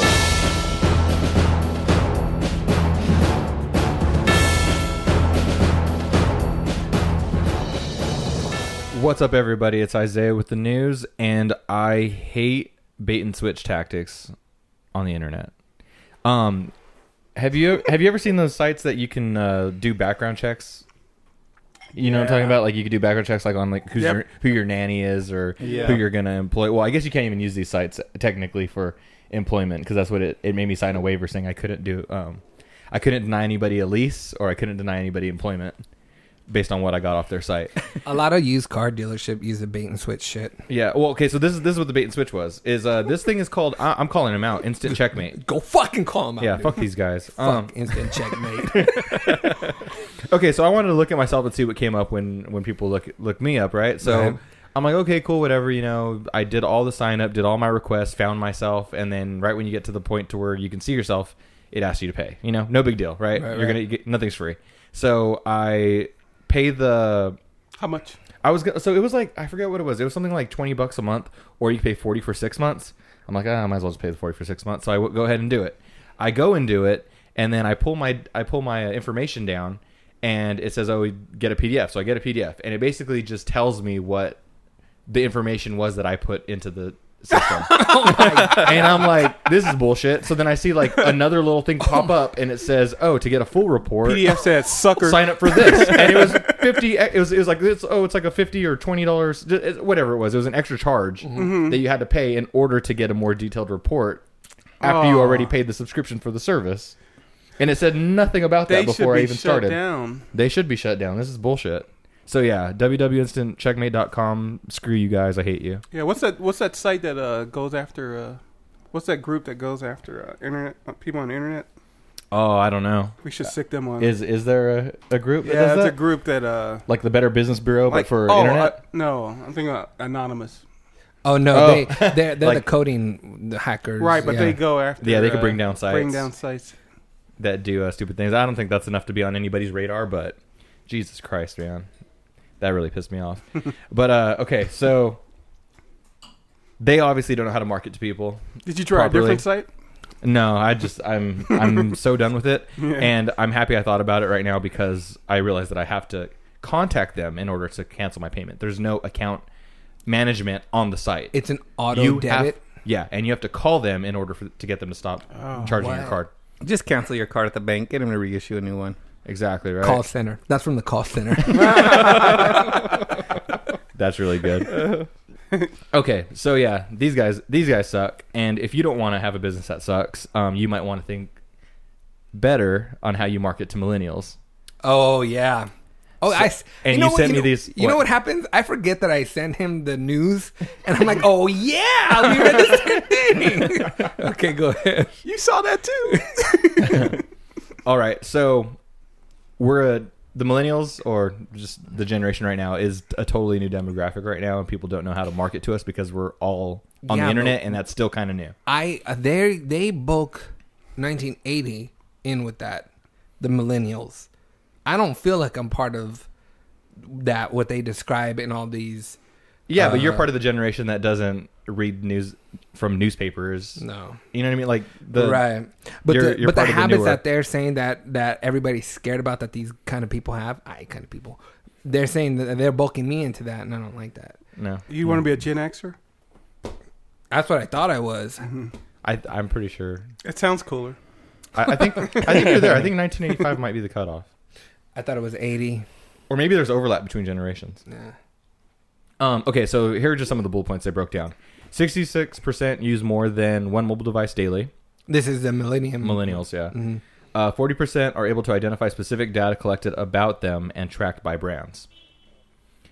Speaker 3: What's up, everybody? It's Isaiah with the news, and I hate bait and switch tactics on the internet. Um, have you have you ever seen those sites that you can uh, do background checks? You know what I'm talking
Speaker 1: Yeah.
Speaker 3: about? Like you could do background checks, like on like who's
Speaker 1: Yep.
Speaker 3: your, who your nanny is or who you're gonna employ. Well, I guess you can't even use these sites technically for employment because that's what it, it made me sign a waiver saying I couldn't do. Um, I couldn't deny anybody a lease or I couldn't deny anybody employment based on what I got off their site.
Speaker 2: A lot of used car dealership use the bait and switch shit.
Speaker 3: Yeah. Well, okay. So this is this is what the bait and switch was. Is uh this thing is called? I, I'm calling him out. Instant checkmate.
Speaker 2: Go fucking call them out.
Speaker 3: Yeah.
Speaker 2: dude.
Speaker 3: Fuck these guys.
Speaker 2: Fuck
Speaker 3: Um,
Speaker 2: instant checkmate.
Speaker 3: okay. So I wanted to look at myself and see what came up when when people look look me up. Right. So
Speaker 2: Right.
Speaker 3: I'm like, okay, cool, whatever. You know, I did all the sign up, did all my requests, found myself, and then right when you get to the point to where you can see yourself, it asks you to pay. You know, no big deal, right?
Speaker 2: Right,
Speaker 3: You're
Speaker 2: right.
Speaker 3: gonna get nothing's free. So I pay the
Speaker 1: How much?
Speaker 3: I was gonna, so it was like I forget what it was. It was something like twenty bucks a month, or you could pay forty for six months. I'm like, ah, I might as well just pay the forty for six months. So I w- go ahead and do it. I go and do it, and then I pull my I pull my uh, information down, and it says, oh, get a PDF. So I get a PDF, and it basically just tells me what the information was that I put into the system. and I'm like, this is bullshit. So then I see like another little thing pop up, and it says, oh, to get a full report,
Speaker 1: PDF said sucker.
Speaker 3: sign up for this and it was 50 it was, it was like this oh it's like a 50 or 20 dollars whatever it was it was an extra charge
Speaker 1: Mm-hmm.
Speaker 3: that you had to pay in order to get a more detailed report after you
Speaker 1: Aw.
Speaker 3: already paid the subscription for the service and it said nothing about
Speaker 1: they
Speaker 3: that before
Speaker 1: should be
Speaker 3: i even
Speaker 1: shut
Speaker 3: started
Speaker 1: down.
Speaker 3: they should be shut down this is bullshit so yeah www.instantcheckmate.com screw you guys i hate you
Speaker 1: Yeah, what's that? What's that site that uh, goes after? Uh, what's that group that goes after uh, internet uh, people on the internet?
Speaker 3: oh i don't know
Speaker 1: We should sick them on.
Speaker 3: is is there a, a group that
Speaker 1: yeah,
Speaker 3: does
Speaker 1: it's a
Speaker 3: that?
Speaker 1: group that uh,
Speaker 3: like the better business bureau
Speaker 1: like
Speaker 3: but for
Speaker 1: oh,
Speaker 3: internet
Speaker 1: I- no, I'm thinking about anonymous.
Speaker 2: oh no,
Speaker 3: Oh.
Speaker 2: they they're, they're the
Speaker 3: Like-
Speaker 2: coding hackers.
Speaker 1: Right, but
Speaker 2: yeah.
Speaker 1: they go after.
Speaker 3: Yeah, they could
Speaker 1: uh,
Speaker 3: bring down sites.
Speaker 1: Bring down sites.
Speaker 3: that do uh, stupid things. I don't think that's enough to be on anybody's radar, but Jesus Christ, man, that really pissed me off. but uh, okay, so they obviously don't know how to market to people.
Speaker 1: Did you try
Speaker 3: Properly.
Speaker 1: a different site?
Speaker 3: No, I just I'm I'm so done with it,
Speaker 1: Yeah.
Speaker 3: and I'm happy I thought about it right now because I realize that I have to contact them in order to cancel my payment. There's no account management on the site.
Speaker 2: It's an auto
Speaker 3: have-
Speaker 2: debit.
Speaker 3: yeah, and you have to call them in order for, to get them to stop charging your
Speaker 2: wow.
Speaker 3: card.
Speaker 4: Just cancel your card at the bank. Get him to reissue a new one.
Speaker 3: Exactly right.
Speaker 2: Call center. That's from the call center.
Speaker 3: That's really good. okay, so yeah, these guys these guys suck. And if you don't want to have a business that sucks, um, you might want to think better on how you market to millennials.
Speaker 2: Oh yeah. Oh, I. s-
Speaker 3: and
Speaker 2: know
Speaker 3: you
Speaker 2: what-
Speaker 3: sent me
Speaker 2: know-
Speaker 3: these-
Speaker 2: You know
Speaker 3: what?
Speaker 2: what happens? I forget that I send him the news, and I'm like, "Oh yeah, we read this thing." okay, go ahead.
Speaker 1: You saw that too.
Speaker 3: All right, so we're a the millennials or just the generation right now is a totally new demographic right now and people don't know how to market to us because we're all on
Speaker 2: Yeah,
Speaker 3: the
Speaker 2: but-
Speaker 3: internet and that's still kind of new.
Speaker 2: I uh, they they bulk 1980 in with that the millennials. I don't feel like I'm part of that what they describe in all these.
Speaker 3: Yeah, but you're
Speaker 2: Uh,
Speaker 3: part of the generation that doesn't read news from newspapers.
Speaker 2: No,
Speaker 3: You know what I mean? Like the
Speaker 2: right? But
Speaker 3: you're-
Speaker 2: the,
Speaker 3: you're
Speaker 2: but the
Speaker 3: part of the
Speaker 2: habits
Speaker 3: newer-
Speaker 2: that they're saying that that everybody's scared about that these kind of people have. I kind of people. They're saying that they're bulking me into that, and I don't like that.
Speaker 3: No.
Speaker 1: you want to be a Gen Xer?
Speaker 2: That's what I thought I was.
Speaker 3: I I'm pretty sure
Speaker 1: It sounds cooler.
Speaker 3: I, I think I think you're there. I think 1985 might be the cutoff,
Speaker 2: I thought it was 80.
Speaker 3: or maybe there's overlap between generations.
Speaker 2: Yeah.
Speaker 3: Um, okay, so here are just some of the bullet points they broke down. 66% use more than one mobile device daily.
Speaker 2: This is the millennium.
Speaker 3: Millennials, yeah. Uh, 40% are able to identify specific data collected about them and tracked by brands.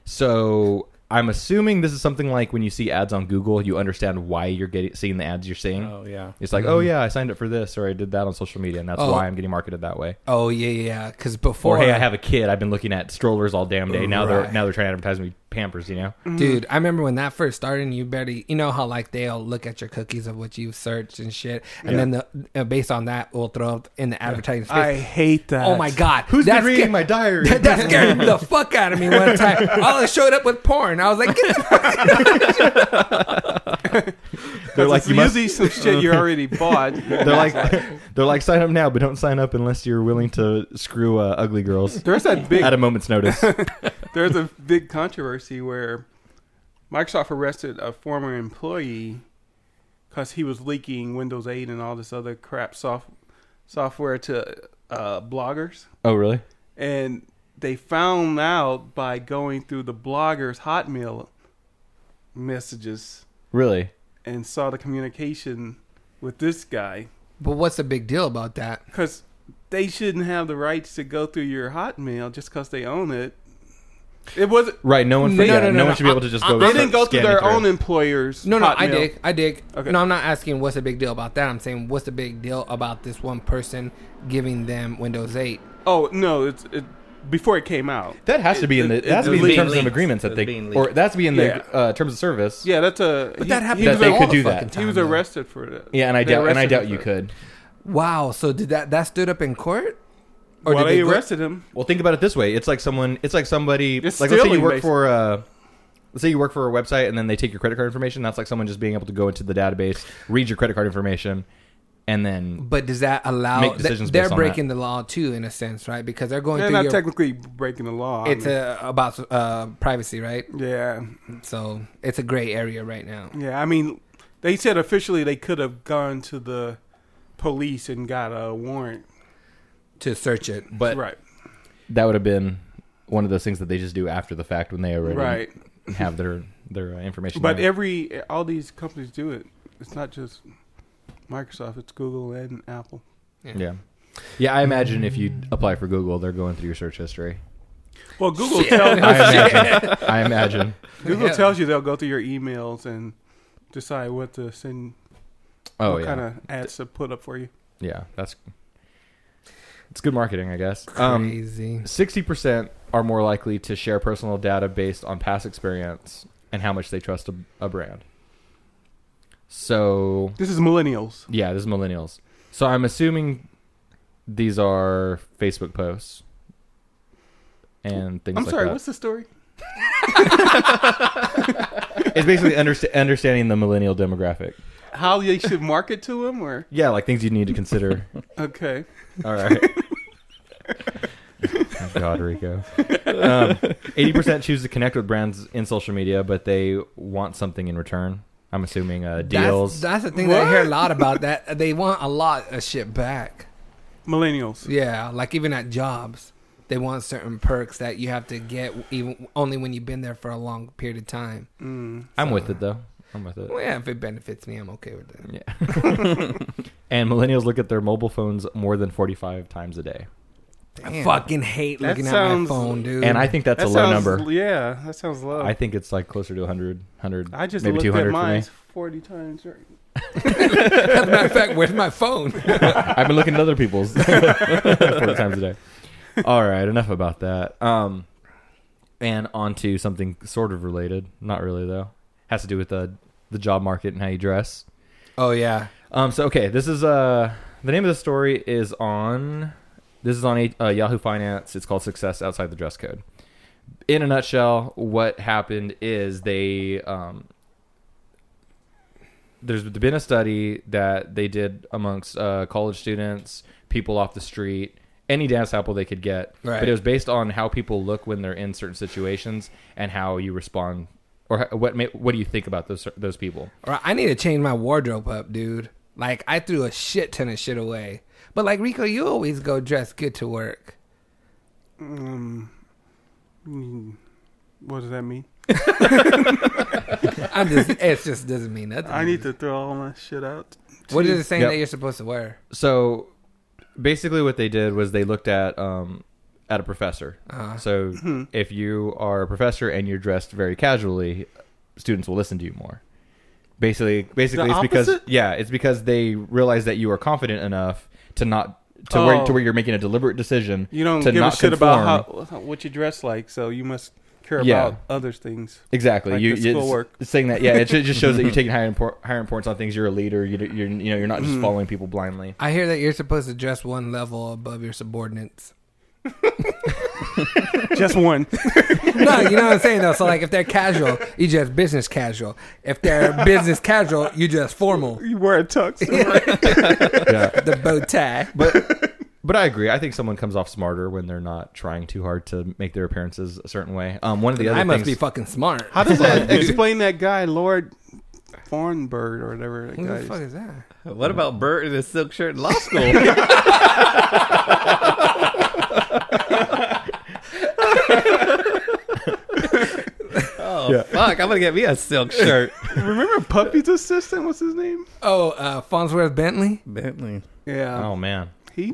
Speaker 3: So I'm assuming this is something like when you see ads on Google, you understand why you're getting seeing the ads you're seeing.
Speaker 4: yeah.
Speaker 3: It's like, oh yeah, I signed up for this, or I did that on social media, and that's
Speaker 2: Oh.
Speaker 3: why I'm getting marketed that way.
Speaker 2: Oh yeah, yeah. Because
Speaker 3: Or
Speaker 2: before,
Speaker 3: hey, I have a kid. I've been looking at strollers all damn day. Now they're
Speaker 2: Right.
Speaker 3: now they're trying to advertise me Pampers, you know?
Speaker 2: Dude,
Speaker 3: Mm-hmm.
Speaker 2: I remember when that first started, and you barely, you know how like they'll look at your cookies of what you've searched and shit, and then the, uh, based on that, we'll throw up in the advertising space.
Speaker 1: I hate that.
Speaker 2: oh my god,
Speaker 3: Who's
Speaker 2: that
Speaker 3: been reading
Speaker 2: sca-
Speaker 3: my diary?
Speaker 2: That, that scared the fuck out of me one time. All it showed up with porn. I was like, get the fuck
Speaker 3: They're like,
Speaker 1: it's
Speaker 3: you must-
Speaker 1: usually some shit you already bought.
Speaker 3: They're like, they're like, sign up now, but don't sign up unless you're willing to screw uh, ugly girls
Speaker 1: There's that big
Speaker 3: at a moment's notice.
Speaker 1: there's a big controversy where Microsoft arrested a former employee because he was leaking Windows 8 and all this other crap soft, software to uh, bloggers,
Speaker 3: oh, really?
Speaker 1: and they found out by going through the bloggers' Hotmail messages
Speaker 3: Really?
Speaker 1: and saw the communication with this guy
Speaker 2: But what's the big deal about that?
Speaker 1: because they shouldn't have the rights to go through your Hotmail just because they own it. It wasn't.
Speaker 3: Right? No one,
Speaker 2: No,
Speaker 3: yeah,
Speaker 2: no, no,
Speaker 3: no,
Speaker 2: no,
Speaker 3: one
Speaker 2: no.
Speaker 3: should be able to just go.
Speaker 1: They
Speaker 3: start
Speaker 1: didn't go through
Speaker 3: scanning
Speaker 1: their own employers.
Speaker 2: No, no, I
Speaker 1: Hotmail.
Speaker 2: dig, I dig.
Speaker 1: Okay.
Speaker 2: No, I'm not asking what's the big deal about that. I'm saying what's the big deal about this one person giving them Windows 8.
Speaker 1: Oh no, it's it, before it came out.
Speaker 3: That has to be in the.
Speaker 1: It-
Speaker 3: That has to
Speaker 1: it-
Speaker 3: be in
Speaker 1: it
Speaker 3: the
Speaker 1: was
Speaker 3: terms of
Speaker 4: leaked.
Speaker 3: agreements that
Speaker 4: It was
Speaker 3: they,
Speaker 4: being
Speaker 3: or
Speaker 4: leaked.
Speaker 3: that's be in the
Speaker 1: Yeah.
Speaker 3: uh, terms of service.
Speaker 1: Yeah, that's a.
Speaker 2: But
Speaker 1: he-
Speaker 2: that
Speaker 1: He
Speaker 2: happens
Speaker 1: was,
Speaker 3: That they
Speaker 1: ar-
Speaker 2: all
Speaker 3: could
Speaker 2: the
Speaker 3: do that.
Speaker 2: fucking time.
Speaker 1: he was
Speaker 2: though.
Speaker 1: arrested for that.
Speaker 3: Yeah, and I
Speaker 1: They
Speaker 3: doubt, and I
Speaker 1: arrested
Speaker 3: doubt
Speaker 1: him
Speaker 3: you
Speaker 1: for it.
Speaker 3: could.
Speaker 2: Wow, so did that that stood up in court? Or
Speaker 1: well,
Speaker 2: did
Speaker 1: they
Speaker 2: go-
Speaker 1: arrested him.
Speaker 3: Well, think about it this way: it's like someone, it's like somebody,
Speaker 1: It's
Speaker 3: like let's say you
Speaker 1: stealing,
Speaker 3: work for, uh, let's say you work for a website, and then they take your credit card information. That's like someone just being able to go into the database, read your credit card information, and then
Speaker 2: But does that allow
Speaker 3: Make
Speaker 2: th-
Speaker 3: decisions
Speaker 2: they're
Speaker 3: based on
Speaker 2: breaking the law too in a sense, right? Because they're going
Speaker 1: They're
Speaker 2: through
Speaker 1: not
Speaker 2: your
Speaker 1: technically breaking the law. I
Speaker 2: it's
Speaker 1: mean,
Speaker 2: uh, about uh, privacy, right?
Speaker 1: yeah,
Speaker 2: So it's a gray area right now.
Speaker 1: yeah. I mean, they said officially they could have gone to the police and got a warrant.
Speaker 2: to search it.
Speaker 3: but
Speaker 1: right,
Speaker 3: that would have been one of those things that they just do after the fact when they already
Speaker 1: right.
Speaker 3: have their their uh, information.
Speaker 1: But
Speaker 3: there.
Speaker 1: every all these companies do it. It's not just Microsoft. It's Google and Apple.
Speaker 3: yeah. Yeah, I imagine if you apply for Google, they're going through your search history.
Speaker 1: Well, Google tells
Speaker 3: I imagine. I imagine.
Speaker 1: Google
Speaker 2: Yeah.
Speaker 1: tells you they'll go through your emails and decide what to send,
Speaker 3: Oh
Speaker 1: what
Speaker 3: yeah.
Speaker 1: kind of ads to put up for you.
Speaker 3: Yeah, that's it's good marketing, I guess. Um,
Speaker 2: Crazy.
Speaker 3: Sixty percent are more likely to share personal data based on past experience and how much they trust a, a brand. So
Speaker 1: This is millennials.
Speaker 3: yeah, this is millennials. So I'm assuming these are Facebook posts and things
Speaker 1: I'm
Speaker 3: like
Speaker 1: sorry,
Speaker 3: that.
Speaker 1: what's the story?
Speaker 3: It's basically underst- understanding the millennial demographic.
Speaker 1: How they should market to them, or
Speaker 3: Yeah, like things you need to consider.
Speaker 1: okay,
Speaker 3: All right. Oh, God, Rico. Um, Eighty percent choose to connect with brands in social media, but they want something in return. I'm assuming uh, deals.
Speaker 2: That's, that's the thing that I hear a lot about. That they want a lot of shit back.
Speaker 1: millennials.
Speaker 2: Yeah, like even at jobs, they want certain perks that you have to get even only when you've been there for a long period of time.
Speaker 1: Mm.
Speaker 3: I'm with it though. I'm with it.
Speaker 2: Well, yeah, if it benefits me, I'm okay with that.
Speaker 3: Yeah. and millennials look at their mobile phones more than 45 times a day,
Speaker 2: I fucking hate
Speaker 1: That
Speaker 2: looking at my
Speaker 1: sounds-
Speaker 2: phone, dude.
Speaker 3: and I think that's
Speaker 1: That
Speaker 3: a low
Speaker 1: sounds-
Speaker 3: number.
Speaker 1: Yeah, that sounds low.
Speaker 3: I
Speaker 1: I,
Speaker 3: think it's like closer to 100, 100,
Speaker 1: just
Speaker 3: maybe
Speaker 1: looked at
Speaker 3: 200 for
Speaker 1: mine
Speaker 3: me.
Speaker 1: forty times. Right?
Speaker 2: as a matter of fact, where's my phone?
Speaker 3: I've been looking at other people's four times a day. All right, enough about that. Um, and on to something sort of related, not really though. Has to do with the the job market and how you dress.
Speaker 2: oh yeah,
Speaker 3: Um, so okay, this is uh the name of the story is on this is on uh, Yahoo Finance. It's called Success Outside the Dress Code. In a nutshell, what happened is they um, there's been a study that they did amongst uh, college students, people off the street, any dance apple they could get.
Speaker 2: Right.
Speaker 3: But it was based on how people look when they're in certain situations and how you respond or ho- what ma- what do you think about those those people.
Speaker 2: Or I need to change my wardrobe up, dude. Like I threw a shit ton of shit away. But like Rico, you always go dress good to work.
Speaker 1: Um, mm, what does that mean?
Speaker 2: I'm just it just doesn't mean nothing.
Speaker 1: I need to throw all my shit out.
Speaker 2: What is it saying
Speaker 3: Yep.
Speaker 2: that you're supposed to wear?
Speaker 3: so basically what they did was they looked at um at a professor
Speaker 1: Uh-huh.
Speaker 3: so
Speaker 1: Hmm.
Speaker 3: if you are a professor and you're dressed very casually students will listen to you more basically basically
Speaker 1: The
Speaker 3: it's because
Speaker 1: opposite?
Speaker 3: yeah it's because they realize that you are confident enough to not to where
Speaker 1: Oh.
Speaker 3: to where you're making a deliberate decision
Speaker 1: You don't
Speaker 3: to
Speaker 1: give a
Speaker 3: not
Speaker 1: shit
Speaker 3: conform.
Speaker 1: about how, what you dress like, so you must care
Speaker 3: Yeah.
Speaker 1: about other things.
Speaker 3: Exactly.
Speaker 1: Like
Speaker 3: you
Speaker 1: the
Speaker 3: you-
Speaker 1: schoolwork.
Speaker 3: it's saying that. Yeah, it ju- just shows that you're taking higher impor- higher importance on things. You're a leader. You do- you're you know you're not
Speaker 1: Hmm.
Speaker 3: just following people blindly.
Speaker 2: I hear that you're supposed to dress one level above your subordinates.
Speaker 1: Just one.
Speaker 2: No, you know what I'm saying though. So like, if they're casual, you just business casual. If they're business casual, you just formal.
Speaker 1: you wear a tux.
Speaker 3: Yeah.
Speaker 2: The bow tie.
Speaker 3: but but I agree. I think someone comes off smarter when they're not trying too hard to make their appearances a certain way. Um, one of the other
Speaker 2: I must be
Speaker 3: things.
Speaker 2: fucking smart.
Speaker 3: how does that?
Speaker 1: Explain that guy, Lord Farnbird or whatever that
Speaker 2: Who
Speaker 1: guy
Speaker 2: the
Speaker 1: is.
Speaker 2: fuck is that?
Speaker 4: What about Bert in his silk shirt in law school? oh fuck! I'm gonna get me a silk shirt.
Speaker 1: Remember Puppy's assistant? What's his name?
Speaker 2: Oh, uh, Farnsworth Bentley.
Speaker 4: Bentley.
Speaker 1: Yeah.
Speaker 3: oh man.
Speaker 1: He,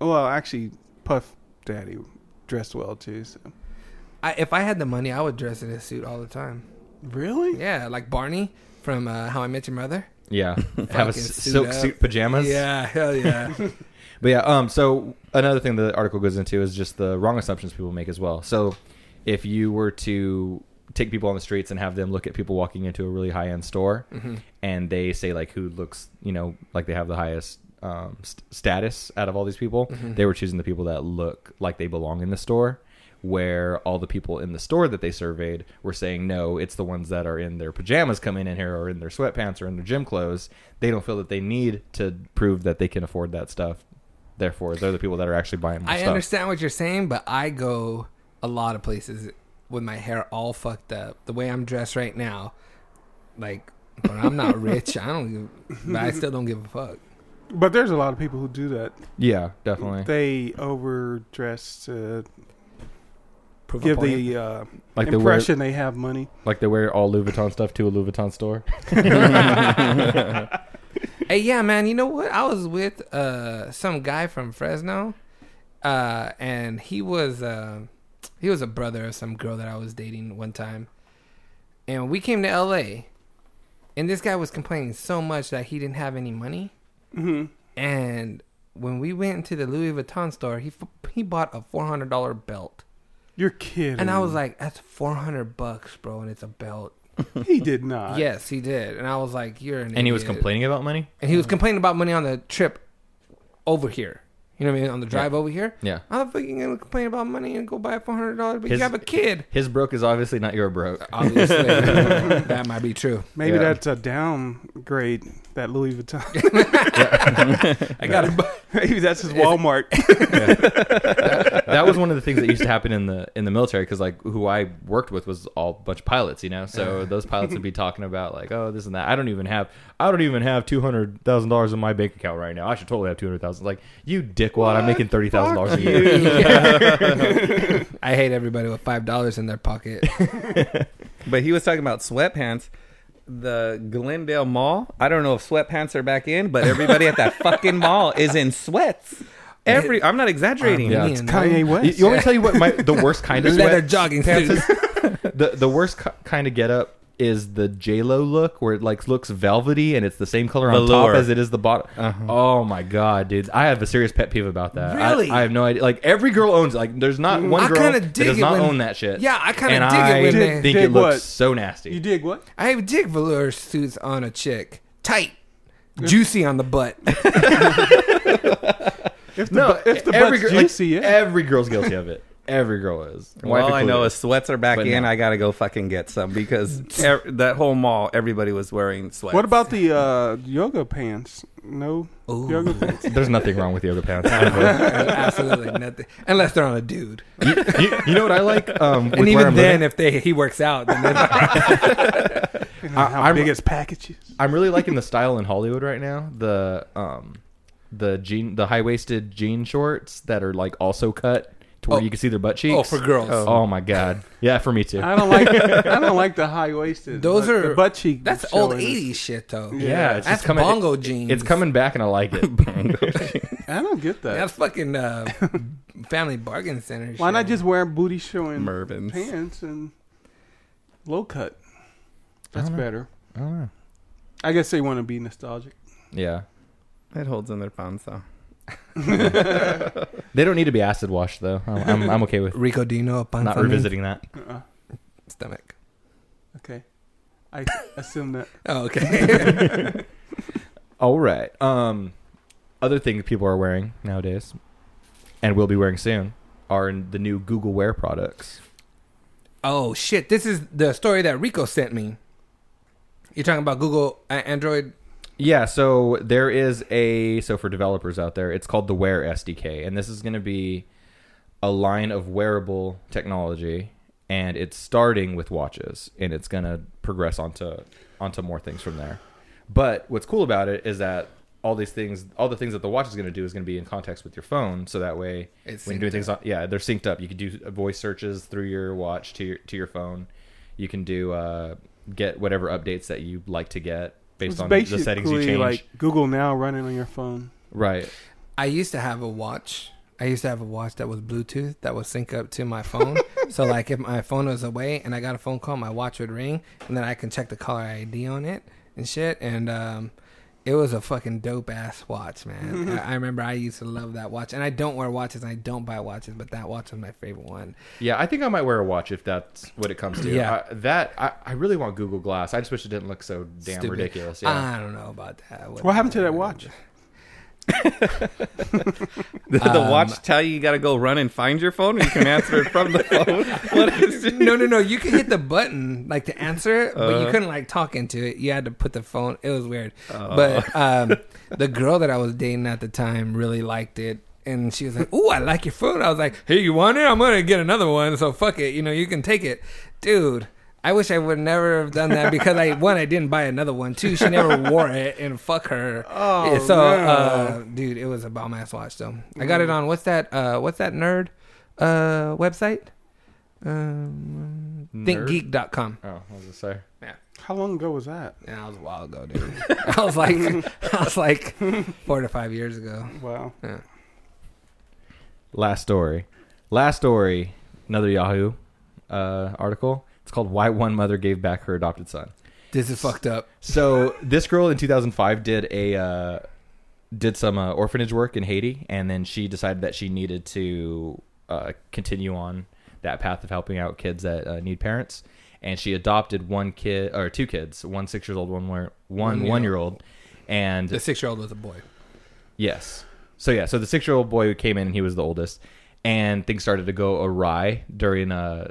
Speaker 1: well, actually, Puff Daddy dressed well too. So.
Speaker 2: I, if I had the money, I would dress in a suit all the time.
Speaker 1: Really?
Speaker 2: Yeah, like Barney from uh, How I Met Your Mother.
Speaker 3: Yeah, have a s-
Speaker 2: suit
Speaker 3: silk
Speaker 2: up.
Speaker 3: suit pajamas.
Speaker 2: Yeah, hell yeah.
Speaker 3: But yeah, um, so another thing the article goes into is just the wrong assumptions people make as well. So if you were to take people on the streets and have them look at people walking into a really high end store and they say like who looks, you know, like they have the highest um, st- status out of all these people, they were choosing the people that look like they belong in the store. Where all the people in the store that they surveyed were saying, no, it's the ones that are in their pajamas coming in here or in their sweatpants or in their gym clothes. They don't feel that they need to prove that they can afford that stuff therefore they're the people that are actually buying more
Speaker 2: I
Speaker 3: stuff.
Speaker 2: understand what you're saying, but I go a lot of places with my hair all fucked up. The way I'm dressed right now, like, but I'm not rich. I don't. Give, but I still don't give a fuck.
Speaker 1: But there's a lot of people who do that.
Speaker 3: Yeah, definitely.
Speaker 1: They overdress to
Speaker 2: Prove a
Speaker 1: give
Speaker 2: point.
Speaker 1: the uh,
Speaker 3: Like they wear
Speaker 1: impression they have money.
Speaker 3: like they wear all Louis Vuitton stuff to a Louis Vuitton store.
Speaker 2: Hey, yeah, man. You know what? I was with uh, some guy from Fresno, uh, and he was uh, he was a brother of some girl that I was dating one time, and we came to L.A. And this guy was complaining so much that he didn't have any money, and when we went into the Louis Vuitton store, he f- he bought a four hundred dollar belt,
Speaker 1: You're kidding.
Speaker 2: and I was like, "That's four hundred bucks, bro, and it's a belt."
Speaker 1: he did not.
Speaker 2: yes, he did, and I was like, "You're an
Speaker 3: And he was
Speaker 2: idiot."
Speaker 3: complaining about money?
Speaker 2: And he was complaining about money on the trip over here. You know what I mean? On the drive over here.
Speaker 3: Yeah.
Speaker 2: How the fuck you gonna complain about money and go buy a four hundred dollars? But
Speaker 3: His-
Speaker 2: you have a kid.
Speaker 3: His broke is obviously not your broke.
Speaker 2: Obviously, that might be true.
Speaker 1: Maybe
Speaker 3: Yeah.
Speaker 1: that's a downgrade. That Louis Vuitton.
Speaker 2: I got to buy
Speaker 1: Maybe that's his Walmart.
Speaker 3: that was one of the things that used to happen in the in the military because like who I worked with was all a bunch of pilots, you know. So those pilots would be talking about like, oh, this and that. I don't even have I don't even have two hundred thousand dollars in my bank account right now. I should totally have two hundred thousand. Like you dickwad, I'm making thirty thousand dollars a year.
Speaker 2: I hate everybody with five dollars in their pocket.
Speaker 4: But he was talking about sweatpants. The Glendale Mall. I don't know if sweatpants are back in, but everybody at that fucking mall is in sweats. Every I'm not exaggerating.
Speaker 3: Yeah.
Speaker 2: Me
Speaker 3: it's
Speaker 2: and
Speaker 1: Kanye
Speaker 2: them.
Speaker 1: West.
Speaker 3: You, you want me to tell you what my the worst kind of
Speaker 2: leather
Speaker 3: sweat-
Speaker 2: jogging suits.
Speaker 3: the the worst ki kind of getup is the J Lo look, where it like looks velvety and it's the same color on
Speaker 4: Velour.
Speaker 3: top as it is the bottom.
Speaker 2: Uh-huh.
Speaker 3: Oh my god, dude! I have a serious pet peeve about that. I-
Speaker 2: Really? Mm,
Speaker 3: I, have no idea. Like every girl owns it. Like there's not one
Speaker 2: I
Speaker 3: girl
Speaker 2: kinda
Speaker 3: that
Speaker 2: dig
Speaker 3: does
Speaker 2: it
Speaker 3: not
Speaker 2: when-
Speaker 3: own that shit.
Speaker 2: Yeah, I kinda
Speaker 3: And
Speaker 2: dig it when
Speaker 3: I
Speaker 2: they-
Speaker 3: think
Speaker 1: Dig
Speaker 3: it looks
Speaker 1: what?
Speaker 3: so nasty.
Speaker 1: you dig what?
Speaker 2: I have dig velour suits on a chick, tight, juicy on the butt.
Speaker 1: If the,
Speaker 3: No,
Speaker 1: bu- if the
Speaker 3: every
Speaker 1: butt's
Speaker 3: girl, like,
Speaker 1: juicy, yeah.
Speaker 3: every girl's guilty of it. Every girl is.
Speaker 4: Well,
Speaker 3: Wife
Speaker 4: all I know
Speaker 3: included.
Speaker 4: is sweats are back
Speaker 3: But
Speaker 4: in.
Speaker 3: no.
Speaker 4: I gotta go fucking get some because ev- that whole mall, everybody was wearing sweats.
Speaker 1: what about the uh, yoga pants? No yoga pants.
Speaker 3: there's nothing wrong with yoga pants. I don't know.
Speaker 2: Absolutely nothing, unless they're on a dude.
Speaker 3: you, you- you know what I like? Um, with
Speaker 2: and
Speaker 3: where
Speaker 2: even
Speaker 3: I'm
Speaker 2: then,
Speaker 3: living?
Speaker 2: if they he works out, then they're
Speaker 1: How
Speaker 3: I'm-
Speaker 1: big is packages?
Speaker 3: I'm really liking the style in Hollywood right now. The um the jean the high waisted jean shorts that are like also cut to where
Speaker 2: Oh.
Speaker 3: you can see their butt cheeks.
Speaker 2: Oh, for girls.
Speaker 3: Oh, my god. Yeah, for me too.
Speaker 1: I don't like. I don't like the high waisted.
Speaker 2: Those
Speaker 1: Look,
Speaker 2: are
Speaker 1: the butt cheek.
Speaker 2: That's
Speaker 1: showing
Speaker 2: old
Speaker 1: is-
Speaker 2: '80s shit, though.
Speaker 3: yeah, it's
Speaker 2: that's
Speaker 3: just coming
Speaker 2: bongo
Speaker 3: it-
Speaker 2: jeans.
Speaker 3: It's coming back and I like it.
Speaker 1: I don't get that.
Speaker 2: That's fucking uh, Family Bargain Center.
Speaker 1: Why
Speaker 2: shit.
Speaker 1: not just wear booty showing
Speaker 4: Mervyn's.
Speaker 1: pants and low cut? That's
Speaker 3: don't know.
Speaker 1: better.
Speaker 3: I don't know.
Speaker 1: I guess they want to be nostalgic.
Speaker 3: Yeah.
Speaker 4: It holds in their palms, though.
Speaker 3: They don't need to be acid washed though. I'm I'm, I'm okay with
Speaker 2: Rico? Do you know a pun
Speaker 3: not
Speaker 2: for me?
Speaker 3: revisiting that.
Speaker 2: stomach.
Speaker 1: Uh-uh. Okay. I assume that.
Speaker 2: Oh, okay.
Speaker 3: All right. Um, other things people are wearing nowadays, and will be wearing soon, are the new Google Wear products.
Speaker 2: oh shit! This is the story that Rico sent me. You're talking about Google uh, Android.
Speaker 3: Yeah, so there is a so for developers out there, it's called the Wear SDK, and this is going to be a line of wearable technology, and it's starting with watches, and it's going to progress onto onto more things from there. But what's cool about it is that all these things, all the things that the watch is going to do, is going to be in context with your phone, so that way
Speaker 2: It's
Speaker 3: when
Speaker 2: synced
Speaker 3: you're doing things, on, yeah, they're synced up. You can do voice searches through your watch to your to your phone. You can do uh, get whatever updates that you like to get. Based on the settings you change,
Speaker 1: like Google Now running on your phone.
Speaker 3: Right.
Speaker 2: I used to have a watch. I used to have a watch that was Bluetooth that would sync up to my phone. so like if my phone was away and I got a phone call, my watch would ring, and then I can check the caller ID on it and shit. And um, it was a fucking dope ass watch, man. I, I remember I used to love that watch, and I don't wear watches, and I don't buy watches, but that watch was my favorite one.
Speaker 3: Yeah, I think I might wear a watch if that's what it comes to.
Speaker 2: Yeah.
Speaker 3: I, that I, I really want Google Glass. I just wish it didn't look so damn
Speaker 2: Stupid. Uh,
Speaker 3: ridiculous. Yeah.
Speaker 2: I don't know about that.
Speaker 1: What happened to
Speaker 3: Uh,
Speaker 1: that watch?
Speaker 4: Did the watch tell you you got to go run and find your phone, or you can answer it from the phone? What is it?
Speaker 2: no, no, no. You could hit the button like to answer it, but you
Speaker 1: Uh-huh.
Speaker 2: couldn't like talk into it. You had to put the phone. It was weird.
Speaker 1: Uh-huh.
Speaker 2: But um, the girl that I was dating at the time really liked it. And she was like, "Ooh, I like your phone." I was like, "Hey, you want it? I'm gonna get another one. So fuck it, you know, you can take it, dude." I wish I would never have done that because I one, I didn't buy another one. Two, she never wore it, and fuck her.
Speaker 1: Oh,
Speaker 2: so, uh,
Speaker 1: no. Mm.
Speaker 2: dude, it was a bomb ass watch. though. I got it on what's that? Uh, what's that nerd uh, website? Um, thinkgeek.com.
Speaker 3: Oh, what was I say?
Speaker 1: How long ago was that?
Speaker 2: Yeah, that was a while ago, dude. I was like, I was like four to five years ago.
Speaker 1: Wow.
Speaker 3: Last story. Last story. Another Yahoo uh, article. It's called "Why One Mother Gave Back Her Adopted Son."
Speaker 2: This is fucked up.
Speaker 3: So this girl in 2005 did a uh, did some uh, orphanage work in Haiti, and then she decided that she needed to uh, continue on that path of helping out kids that uh, need parents. And she adopted one kid or two kids, one six years old, one where- one one year old, and
Speaker 2: The six year old was a boy.
Speaker 3: Yes. So yeah, so the six year old boy who came in and he was the oldest, and things started to go awry during uh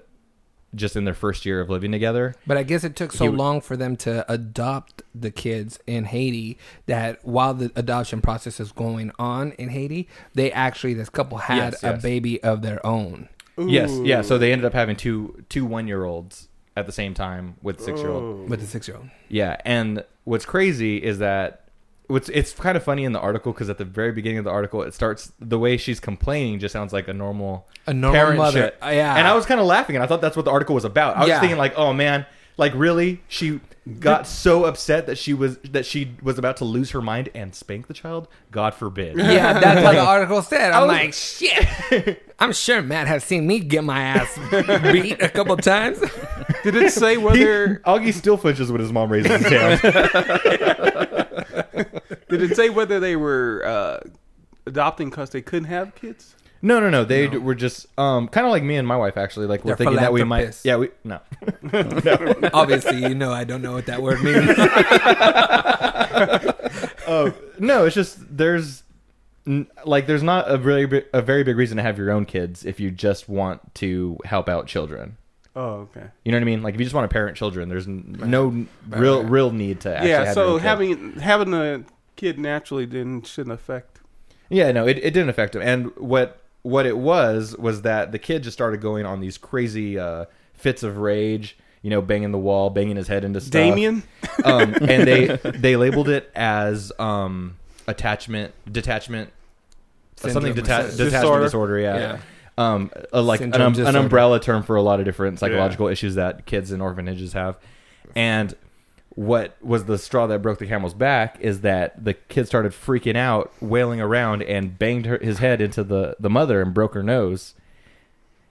Speaker 3: just in their first year of living together.
Speaker 2: But I guess it took so
Speaker 3: He w-
Speaker 2: long for them to adopt the kids in Haiti that while the adoption process is going on in Haiti, they actually, this couple had
Speaker 3: Yes,
Speaker 2: a
Speaker 3: yes.
Speaker 2: baby of their own.
Speaker 3: Yes, yeah. So they ended up having two two one year olds at the same time with six year old.
Speaker 2: With the six year old.
Speaker 3: Yeah, and what's crazy is that what's it's kind of funny in the article because at the very beginning of the article it starts the way she's complaining just sounds like a normal
Speaker 2: A normal mother.
Speaker 3: shit.
Speaker 2: Uh, yeah.
Speaker 3: and I was kind of laughing and I thought that's what the article was about. I was
Speaker 2: Yeah.
Speaker 3: thinking like, oh man, like really she got so upset that she was that she was about to lose her mind and spank the child. God forbid.
Speaker 2: Yeah, that's what the article said. I'm
Speaker 3: was-
Speaker 2: like, shit. I'm sure Matt has seen me get my ass beat a couple times.
Speaker 1: Did it say
Speaker 3: He,
Speaker 1: whether
Speaker 3: Augie still flinches when his mom raises his hand.
Speaker 1: did it say whether they were uh, adopting because they couldn't have kids?
Speaker 3: No, no, no. They d were just um, kind of like me and my wife. Actually, like we're
Speaker 2: They're
Speaker 3: thinking that we might.
Speaker 2: philanthropists.
Speaker 3: Yeah, we no.
Speaker 2: Obviously, you know I don't know what that word means.
Speaker 3: Oh no, it's just there's n- like there's not a really bi- a very big reason to have your own kids if you just want to help out children.
Speaker 1: Oh, okay.
Speaker 3: You know what I mean? Like if you just want to parent children, there's n- no n- real real need to actually
Speaker 1: yeah.
Speaker 3: have your
Speaker 1: So
Speaker 3: own kid.
Speaker 1: having having a kid naturally didn't shouldn't affect.
Speaker 3: Yeah, no, it, it didn't affect him. And what what it was was that the kid just started going on these crazy uh, fits of rage, you know, banging the wall, banging his head into stuff.
Speaker 1: Damien?
Speaker 3: um, and they they labeled it as um, attachment detachment something
Speaker 2: Syndrome.
Speaker 3: deta-
Speaker 2: Dis-
Speaker 3: detachment
Speaker 1: disorder.
Speaker 3: disorder. Yeah.
Speaker 2: Yeah.
Speaker 3: Um, uh, like an,
Speaker 2: Syndrome
Speaker 3: um, an
Speaker 2: disorder.
Speaker 3: umbrella term for a lot of different psychological issues that kids in orphanages have, and what was the straw that broke the camel's back is that the kid started freaking out, wailing around, and banged her, his head into the, the mother and broke her nose.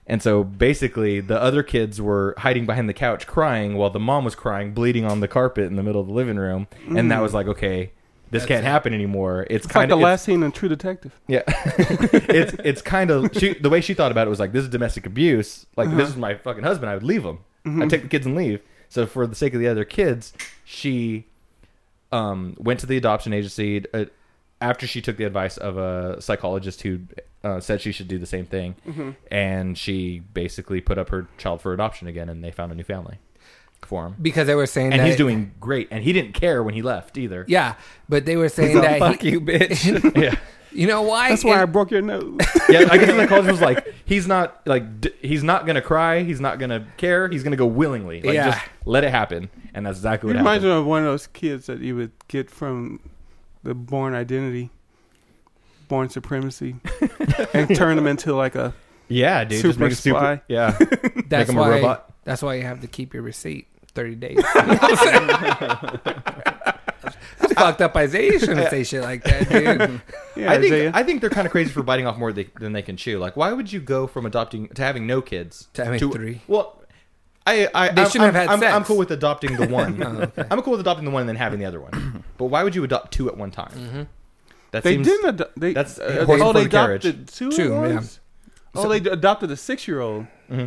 Speaker 3: And so basically, the other kids were hiding behind the couch crying while the mom was crying, bleeding on the carpet in the middle of the living room. And that was like, okay, this can't happen anymore.
Speaker 1: It's
Speaker 3: It's,
Speaker 1: like
Speaker 3: kind
Speaker 1: the
Speaker 3: of
Speaker 1: last scene in True Detective.
Speaker 3: yeah. it's it's kind of she the way she thought about it was like this is domestic abuse. Like if this is my fucking husband. I would leave him. I take the kids and leave. So for the sake of the other kids, she um, went to the adoption agency uh, after she took the advice of a psychologist who uh, said she should do the same thing, and she basically put up her child for adoption again, and they found a new family for him.
Speaker 2: because they were saying
Speaker 3: And
Speaker 2: that
Speaker 3: he's doing great, and he didn't care when he left either.
Speaker 2: Yeah, but they were saying that
Speaker 3: fuck
Speaker 2: he-
Speaker 3: you, bitch. yeah.
Speaker 2: You know why?
Speaker 1: That's why I
Speaker 2: And-
Speaker 1: broke your nose.
Speaker 3: yeah, I guess the psychologist was like, he's not like d- he's not gonna cry, he's not gonna care, he's gonna go willingly, like
Speaker 2: Yeah.
Speaker 3: just let it happen, and that's exactly
Speaker 1: You
Speaker 3: what
Speaker 1: reminds
Speaker 3: happened.
Speaker 1: me of one of those kids that you would get from the Born Identity, Born Supremacy, and turn them into like a.
Speaker 3: yeah, dude, just
Speaker 1: Super
Speaker 3: make a super,
Speaker 1: spy.
Speaker 3: yeah,
Speaker 2: that's
Speaker 3: him a
Speaker 2: why.
Speaker 3: robot.
Speaker 2: That's why you have to keep your receipt thirty days. That's fucked up, Isaiah. You shouldn't say shit like that, dude.
Speaker 1: Yeah,
Speaker 3: I think
Speaker 1: Isaiah.
Speaker 3: I think they're kind of crazy for biting off more they, than they can chew. Like, why would you go from adopting to having no kids
Speaker 2: To having three.
Speaker 3: Well, I I
Speaker 2: They
Speaker 3: I'm-
Speaker 2: shouldn't
Speaker 3: I'm,
Speaker 2: have had
Speaker 3: I'm,
Speaker 2: sex. Oh,
Speaker 3: I'm cool with adopting the one. I'm cool with adopting the one and then having the other one. But why would you adopt two at one time?
Speaker 2: Mm-hmm.
Speaker 3: That
Speaker 1: they
Speaker 3: seems
Speaker 1: didn't. Ado- they,
Speaker 3: that's, uh,
Speaker 1: uh,
Speaker 3: horse
Speaker 1: oh, they
Speaker 3: for carriage.
Speaker 1: adopted two.
Speaker 2: Two,
Speaker 1: Two, Oh, they d- adopted a six-year-old.
Speaker 3: Mm-hmm.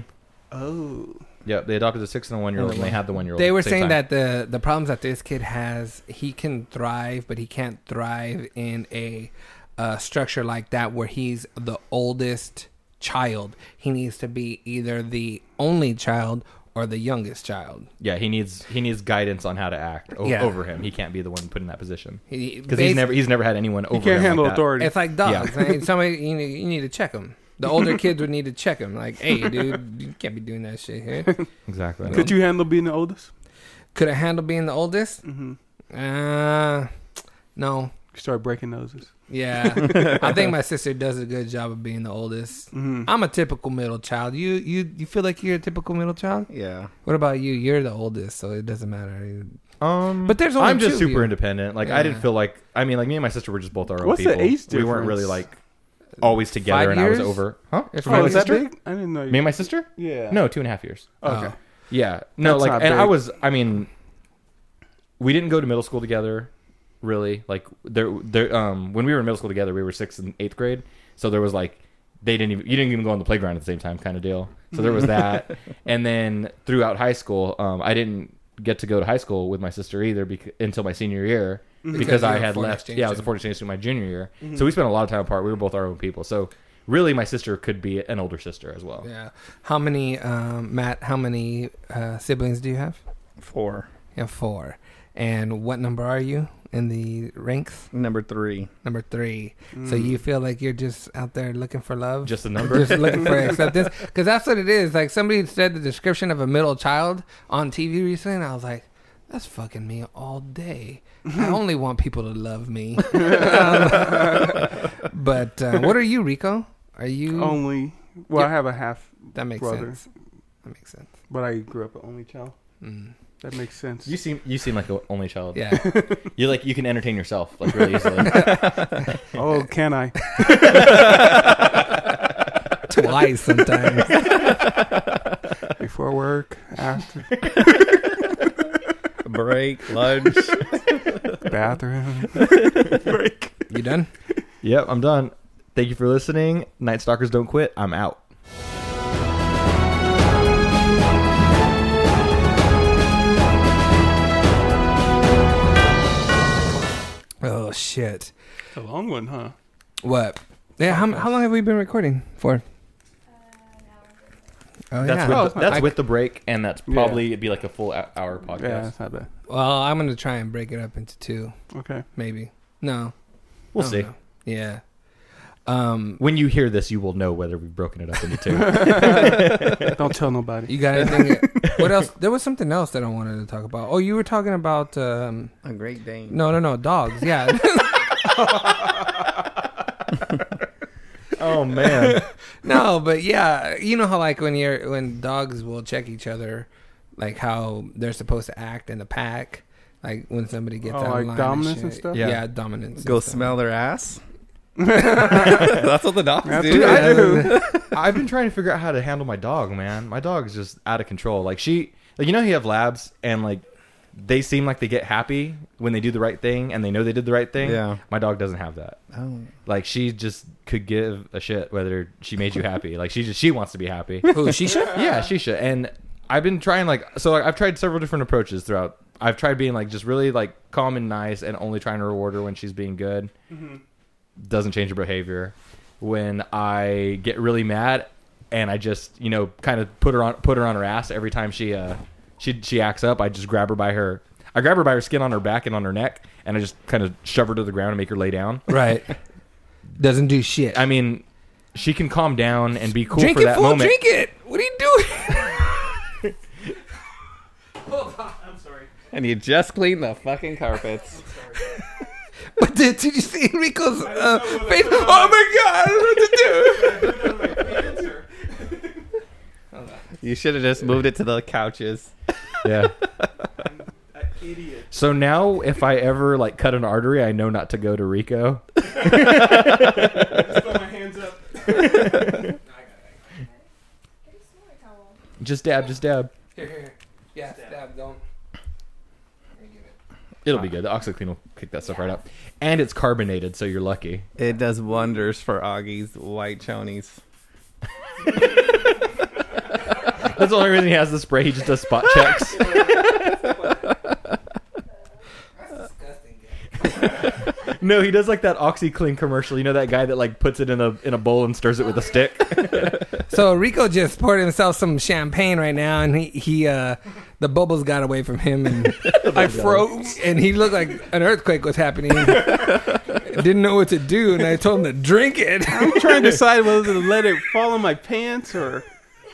Speaker 1: Oh,
Speaker 3: yeah. They adopted the six and the one year old, and they had the one year old.
Speaker 2: They were saying that the the problems that this kid has, he can thrive, but he can't thrive in a uh, structure like that where he's the oldest child. He needs to be either the only child or the youngest child.
Speaker 3: Yeah, he needs he needs guidance on how to act o-
Speaker 2: Yeah.
Speaker 3: over him. He can't be the one put in that position
Speaker 2: He-
Speaker 3: because
Speaker 2: basi-
Speaker 3: he's never he's never had anyone over.
Speaker 1: you can't
Speaker 3: him
Speaker 1: handle
Speaker 3: like that.
Speaker 1: authority.
Speaker 2: It's like dogs. man. Somebody you need, you need to check them. The older kids would need to check them. Like, hey, dude, you can't be doing that shit here.
Speaker 3: Exactly.
Speaker 1: Could you handle being the oldest?
Speaker 2: Could it handle being the oldest? Uh, no.
Speaker 1: You start breaking noses.
Speaker 2: Yeah, I think my sister does a good job of being the oldest.
Speaker 1: Mm-hmm.
Speaker 3: Uh,
Speaker 2: I'm a typical middle child. You you you feel like you're a typical middle child?
Speaker 4: Yeah.
Speaker 2: What about you? You're the oldest, so it doesn't matter.
Speaker 3: Um,
Speaker 2: But there's only
Speaker 3: I'm just
Speaker 2: two of
Speaker 3: super
Speaker 2: you.
Speaker 3: independent. Like I didn't feel like I mean like me and my sister were just both our own
Speaker 1: What's the
Speaker 3: people.
Speaker 1: age
Speaker 3: we weren't
Speaker 1: difference?
Speaker 3: really like always together,
Speaker 2: Five
Speaker 3: and I
Speaker 2: years?
Speaker 3: was over. Huh?
Speaker 2: It's
Speaker 3: Me
Speaker 1: Oh,
Speaker 2: my
Speaker 3: and my
Speaker 1: is that
Speaker 3: sister?
Speaker 1: big? I didn't know. You.
Speaker 3: Me and my sister?
Speaker 1: yeah.
Speaker 3: No, two and a half years.
Speaker 1: Okay.
Speaker 2: Oh.
Speaker 3: Yeah. No,
Speaker 1: That's
Speaker 3: like,
Speaker 1: not
Speaker 3: and I
Speaker 1: big.
Speaker 3: was, I mean, we didn't go to middle school together, really. Like, there, there, um, when we were in middle school together, we were sixth and eighth grade. So there was like, they didn't even, you didn't even go on the playground at the same time kind of deal. So there was that. and then throughout high school, um, I didn't get to go to high school with my sister either bec- until my senior year because,
Speaker 2: Mm-hmm. Because you
Speaker 3: I
Speaker 2: were a
Speaker 3: had
Speaker 2: foreign
Speaker 3: left.
Speaker 2: exchange
Speaker 3: Yeah, I was
Speaker 2: student.
Speaker 3: a
Speaker 2: Mm-hmm.
Speaker 3: foreign exchange student my junior year. So we spent a lot of time apart. We were both our own people. So really, my sister could be an older sister as well.
Speaker 2: oh, Yeah. How many, um, Matt? How many uh, siblings do you have?
Speaker 4: Four.
Speaker 2: You have four. And what number are you in the ranks?
Speaker 4: Number three.
Speaker 2: Number three. So
Speaker 1: Mm.
Speaker 2: you feel like you're just out there looking for love?
Speaker 3: Just a number.
Speaker 2: Just looking for acceptance? Because that's what it is. Like somebody said the description of a middle child on TV recently, and I was like, that's fucking me all day. I only want people to love me. but uh, what are you, Rico? Are you.
Speaker 1: Only. Well,
Speaker 2: Yeah.
Speaker 1: I have a half,
Speaker 2: that makes
Speaker 1: Oh, brother.
Speaker 2: sense. That makes sense. Mm.
Speaker 1: but I grew up an only child. That makes sense.
Speaker 3: You seem you seem like an only child.
Speaker 2: Yeah.
Speaker 3: You like you can entertain yourself like really easily.
Speaker 1: oh, can I?
Speaker 2: Twice sometimes.
Speaker 1: Before work, after
Speaker 4: Break, lunch.
Speaker 1: bathroom.
Speaker 2: you done?
Speaker 3: yep, I'm done. Thank you for listening. Night Stalkers don't quit. I'm out.
Speaker 2: Oh, shit.
Speaker 1: A long one, huh?
Speaker 2: What? Yeah, how, how long have we been recording for? Oh,
Speaker 3: Uh, That's
Speaker 2: yeah.
Speaker 3: with the,
Speaker 1: fine.
Speaker 3: that's
Speaker 2: I-
Speaker 3: with the break, and that's probably it'd be like a full hou- hour podcast.
Speaker 1: Yeah, it's not bad.
Speaker 2: Well, I'm going to try and break it up into two,
Speaker 1: Okay.
Speaker 2: maybe. No.
Speaker 3: We'll
Speaker 2: I don't
Speaker 3: see.
Speaker 2: know. Yeah. Um,
Speaker 3: When you hear this, you will know whether we've broken it up into two.
Speaker 1: Don't tell nobody.
Speaker 2: you got anything? what else? There was something else that I wanted to talk about. Oh, you were talking about um,
Speaker 4: A great day.
Speaker 2: no, no, no, dogs. Yeah,
Speaker 3: oh man.
Speaker 2: no, but yeah, you know how like when you're when dogs will check each other, like how they're supposed to act in the pack, like when somebody gets
Speaker 1: Oh,
Speaker 2: out
Speaker 1: like
Speaker 2: of line
Speaker 1: dominance
Speaker 2: shit.
Speaker 1: and stuff?
Speaker 2: Yeah,
Speaker 3: Yeah.
Speaker 2: dominance. and
Speaker 4: Go
Speaker 2: stuff.
Speaker 4: smell their ass. That's what the dogs
Speaker 1: That's
Speaker 4: do.
Speaker 1: what I do.
Speaker 3: I've been trying to figure out how to handle my dog, man. My dog's just out of control. Like she, like you know, you have labs, and like they seem like they get happy when they do the right thing, and they know they did the right thing.
Speaker 4: Yeah.
Speaker 3: my dog doesn't have that.
Speaker 4: Oh.
Speaker 3: Like she just could give a shit whether she made you happy. Like she just she wants to be happy.
Speaker 2: Who she should?
Speaker 3: yeah, she should. And I've been trying like so like, I've tried several different approaches throughout. I've tried being like just really like calm and nice and only trying to reward her when she's being good. Doesn't change her behavior. When I get really mad and I just, you know, kind of put her on put her on her ass every time she uh she she acts up, I just grab her by her I grab her by her skin on her back and on her neck and I just kind of shove her to the ground and make her lay down.
Speaker 2: Right. Doesn't do shit.
Speaker 3: I mean, she can calm down and be cool
Speaker 2: drink
Speaker 3: for
Speaker 2: it,
Speaker 3: that
Speaker 2: fool.
Speaker 3: moment.
Speaker 2: Drink it. What are you doing?
Speaker 4: And you just cleaned the fucking carpets.
Speaker 2: what did, did you see Enrico's uh, face? Oh my god! I don't know what to do.
Speaker 4: you should have just moved it to the couches.
Speaker 3: Yeah. So now, if I ever like cut an artery, I know not to go to Rico.
Speaker 1: Put my hands up.
Speaker 3: Just dab, just dab.
Speaker 2: Here, here, here. Yeah, stab. Don't.
Speaker 3: It'll be good. The OxyClean will kick that stuff right up, and it's carbonated, so you're lucky.
Speaker 4: It does wonders for Augie's white chonies.
Speaker 3: That's the only reason he has the spray. He just does spot checks. No, he does like that OxyClean commercial. You know that guy that like puts it in a in a bowl and stirs it with a stick.
Speaker 2: So Rico just poured himself some champagne right now, and he he uh, the bubbles got away from him, and I froze, and he looked like an earthquake was happening. Didn't know what to do, and I told him to drink it.
Speaker 1: I'm trying to decide whether to let it fall on my pants or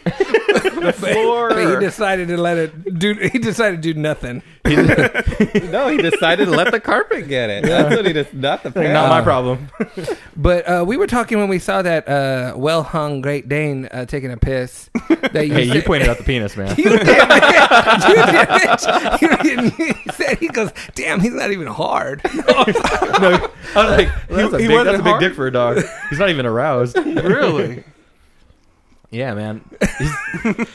Speaker 1: the floor.
Speaker 2: But he
Speaker 1: or-
Speaker 2: decided to let it do. He decided to do nothing.
Speaker 4: No, he decided to let the carpet get it. That's what he just not the pan.
Speaker 3: Not my problem.
Speaker 2: But uh, we were talking when we saw that uh, well hung Great Dane uh, taking a piss. That
Speaker 3: Hey, you
Speaker 2: said-
Speaker 3: pointed out the penis, man.
Speaker 2: You did, bitch. You did, bitch. You, did, you said he goes, damn, he's not even hard.
Speaker 3: no, I was like, he-
Speaker 1: that's a
Speaker 3: he
Speaker 1: big- that's
Speaker 3: was- that's a big
Speaker 1: hard.
Speaker 3: dick for a dog. He's not even aroused.
Speaker 1: really?
Speaker 3: Yeah, man. He's,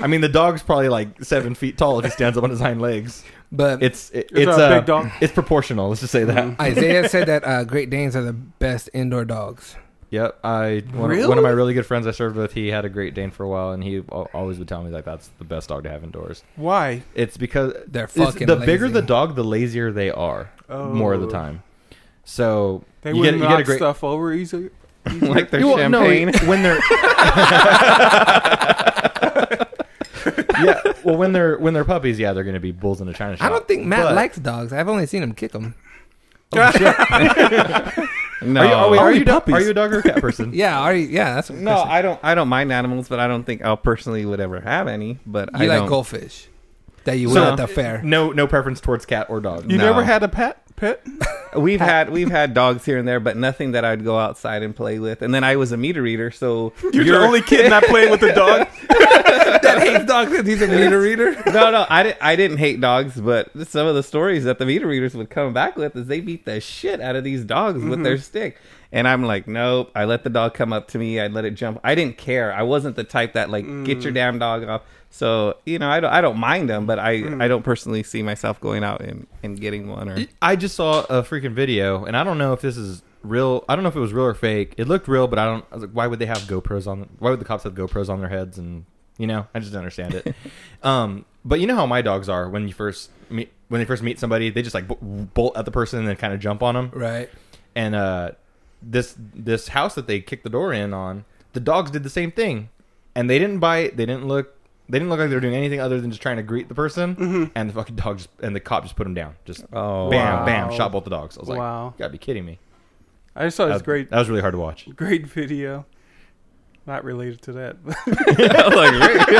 Speaker 3: I mean, the dog's probably like seven feet tall if he stands up on his hind legs.
Speaker 2: But
Speaker 3: It's it,
Speaker 1: It's
Speaker 3: it's,
Speaker 1: a
Speaker 3: uh,
Speaker 1: big dog. Mm-hmm.
Speaker 3: It's proportional. Let's just say that.
Speaker 2: Isaiah said that uh, Great Danes are the best indoor dogs.
Speaker 3: Yep. I one, of- one of my really good friends I served with, he had a Great Dane for a while, and he al- always would tell me like that's the best dog to have indoors.
Speaker 1: Why?
Speaker 3: It's because
Speaker 2: They're
Speaker 3: it's-
Speaker 2: fucking
Speaker 3: the bigger
Speaker 2: lazy.
Speaker 3: the dog, the lazier they are. More of the time. So
Speaker 1: Oh. They
Speaker 3: you get
Speaker 1: wouldn't
Speaker 3: you
Speaker 1: knock
Speaker 3: get a great
Speaker 1: stuff over easily.
Speaker 4: Like their
Speaker 3: You won't- no,
Speaker 4: champagne.
Speaker 3: when they're yeah, well, when they're when they're puppies, yeah, they're going to be bulls in a china shop.
Speaker 2: I don't think Matt
Speaker 3: But-
Speaker 2: likes dogs. I've only seen him kick them.
Speaker 4: No,
Speaker 3: Are you, oh, wait, are,
Speaker 1: Only
Speaker 3: you do-
Speaker 1: puppies.
Speaker 3: are you a dog or a cat person?
Speaker 2: Yeah, are you, yeah, that's what
Speaker 4: no, I don't. I don't mind animals, but I don't think I personally would ever have any. But
Speaker 2: You
Speaker 4: I
Speaker 2: like
Speaker 4: don't.
Speaker 2: goldfish that you will
Speaker 3: So-
Speaker 2: at the fair.
Speaker 3: No, no preference towards cat or dog.
Speaker 1: You
Speaker 4: No.
Speaker 1: never had a pet? Pet?
Speaker 4: We've had we've had dogs here and there, but nothing that I'd go outside and play with. And then I was a meter reader, so
Speaker 1: You're, the only kid not playing with a dog.
Speaker 2: that hates dogs and he's a meter reader.
Speaker 4: no, no, I didn't. I didn't hate dogs, but some of the stories that the meter readers would come back with is they beat the shit out of these dogs with
Speaker 2: Mm-hmm.
Speaker 4: their stick. And I'm like, nope. I let the dog come up to me. I let it jump. I didn't care. I wasn't the type that like get
Speaker 2: Mm.
Speaker 4: your damn dog off. So you know, I don't. I don't mind them, but I
Speaker 2: Mm.
Speaker 4: I don't personally see myself going out and, and getting one. Or
Speaker 3: I just saw a freaking video, and I don't know if this is real. I don't know if it was real or fake. It looked real, but I don't. I was like, why would they have GoPros on? Why would the cops have GoPros on their heads? And you know, I just don't understand it. um, but you know how my dogs are when you first meet when they first meet somebody, they just like b- bolt at the person and then kind of jump on them.
Speaker 2: Right.
Speaker 3: And uh, this this house that they kicked the door in on, the dogs did the same thing, and they didn't bite. They didn't look. They didn't look like they were doing anything other than just trying to greet the person, and the fucking dog just and the cop just put them down. Just
Speaker 4: oh,
Speaker 3: bam,
Speaker 1: Wow.
Speaker 3: bam, shot both the dogs. I was like,
Speaker 1: Wow.
Speaker 3: you gotta be kidding me.
Speaker 1: I just saw
Speaker 3: That
Speaker 1: this
Speaker 3: was
Speaker 1: great,
Speaker 3: That was really hard to watch.
Speaker 1: great video. Not related to that, but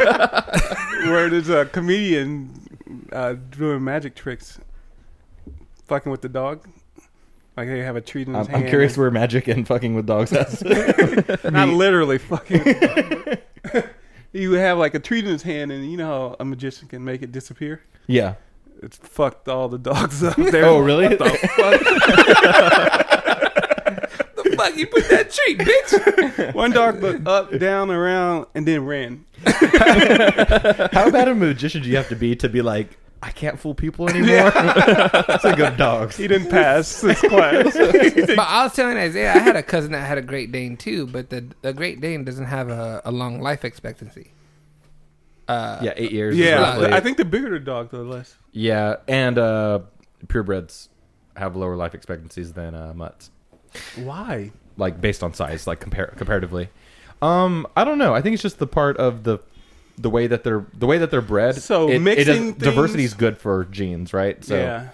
Speaker 1: where there's a comedian uh, doing magic tricks, fucking with the dog. Like they have a treat in his
Speaker 3: I'm,
Speaker 1: hand.
Speaker 3: I'm curious where magic and fucking with dogs has.
Speaker 1: Not literally fucking. you have like a treat in his hand, and you know how a magician can make it disappear.
Speaker 3: yeah.
Speaker 1: It's fucked all the dogs up there.
Speaker 3: Oh, really?
Speaker 1: What the fuck?
Speaker 2: The fuck you put that treat, bitch.
Speaker 1: One dog looked up, down, around, and then ran.
Speaker 3: How bad a magician do you have to be to be like, I can't fool people anymore? so go to dogs.
Speaker 1: He didn't pass his class.
Speaker 2: but I was telling Isaiah, I had a cousin that had a Great Dane too, but the the Great Dane doesn't have a, a long life expectancy. Uh,
Speaker 3: yeah, eight years. is
Speaker 1: Yeah,
Speaker 3: roughly-
Speaker 1: I think the bigger the dog, the less.
Speaker 3: Yeah, and uh, purebreds have lower life expectancies than uh, mutts,
Speaker 1: Why?
Speaker 3: like based on size, like compar- comparatively. Um, I don't know. I think it's just the part of the the way that they're the way that they're bred.
Speaker 1: So
Speaker 3: it, it
Speaker 1: mixing
Speaker 3: does- diversity
Speaker 1: things-
Speaker 3: is good for genes, right? So
Speaker 1: Yeah.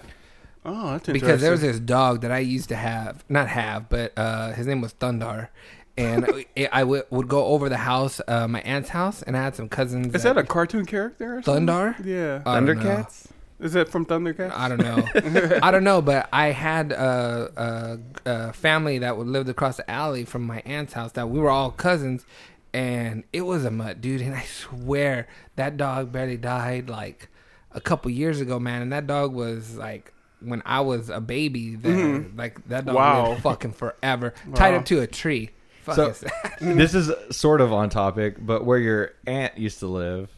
Speaker 1: Oh, that's interesting.
Speaker 2: because there was this dog that I used to have, not have, but uh, his name was Thundar. And I I would would go over the house, uh, my aunt's house, and I had some cousins.
Speaker 1: Is that a cartoon character? Or something?
Speaker 2: Thundar?
Speaker 1: Yeah.
Speaker 2: I don't know.
Speaker 4: Thundercats?
Speaker 1: Is that from Thundercats?
Speaker 2: I don't know. I don't know, but I had a, a, a family that would lived across the alley from my aunt's house that we were all cousins, and it was a mutt, dude. And I swear that dog barely died like a couple years ago, man. And that dog was like when I was a baby. There, like that dog
Speaker 1: Wow.
Speaker 2: lived fucking forever, tied up to a tree. Fuck
Speaker 3: So-
Speaker 2: is-
Speaker 3: this is sort of on topic, but where your aunt used to live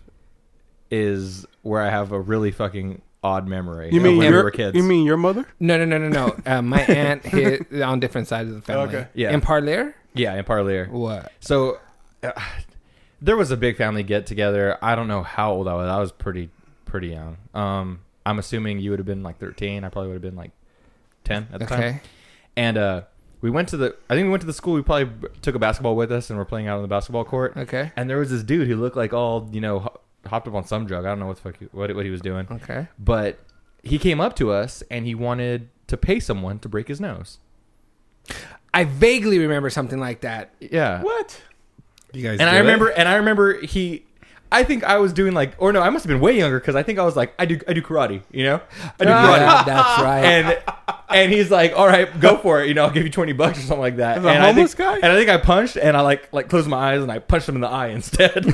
Speaker 3: is where I have a really fucking odd memory.
Speaker 1: You
Speaker 3: of
Speaker 1: mean
Speaker 3: when we
Speaker 1: your
Speaker 3: were kids?
Speaker 1: you mean your mother?
Speaker 2: no, no, no, no, no. Uh, my aunt hit on different sides of the family.
Speaker 1: Okay.
Speaker 3: Yeah.
Speaker 2: In Parlier,
Speaker 3: yeah, in Parlier.
Speaker 2: what?
Speaker 3: So uh, there was a big family get together. I don't know how old I was. I was pretty pretty young. Um, I'm assuming you would have been like 13. I probably would have been like 10 at the time.
Speaker 2: Okay.
Speaker 3: And uh, we went to the. I think we went to the school. We probably b- took a basketball with us, and we're playing out on the basketball court.
Speaker 2: Okay.
Speaker 3: And there was this dude who looked like all you know ho- hopped up on some drug. I don't know what the fuck he, what what he was doing.
Speaker 2: Okay.
Speaker 3: But he came up to us and he wanted to pay someone to break his nose.
Speaker 2: I vaguely remember something like that.
Speaker 3: Yeah.
Speaker 1: What?
Speaker 4: You guys
Speaker 3: and I
Speaker 4: do it?
Speaker 3: remember, and I remember he. I think I was doing like, or no, I must have been way younger because I think I was like, I do, I do karate, you know, I do karate,
Speaker 2: Yeah, that's right.
Speaker 3: and and he's like, all right, go for it, you know, I'll give you twenty bucks or something like that.
Speaker 1: The
Speaker 3: and
Speaker 1: homeless
Speaker 3: I
Speaker 1: guy?
Speaker 3: think, and I think I punched, and I like like closed my eyes and I punched him in the eye instead,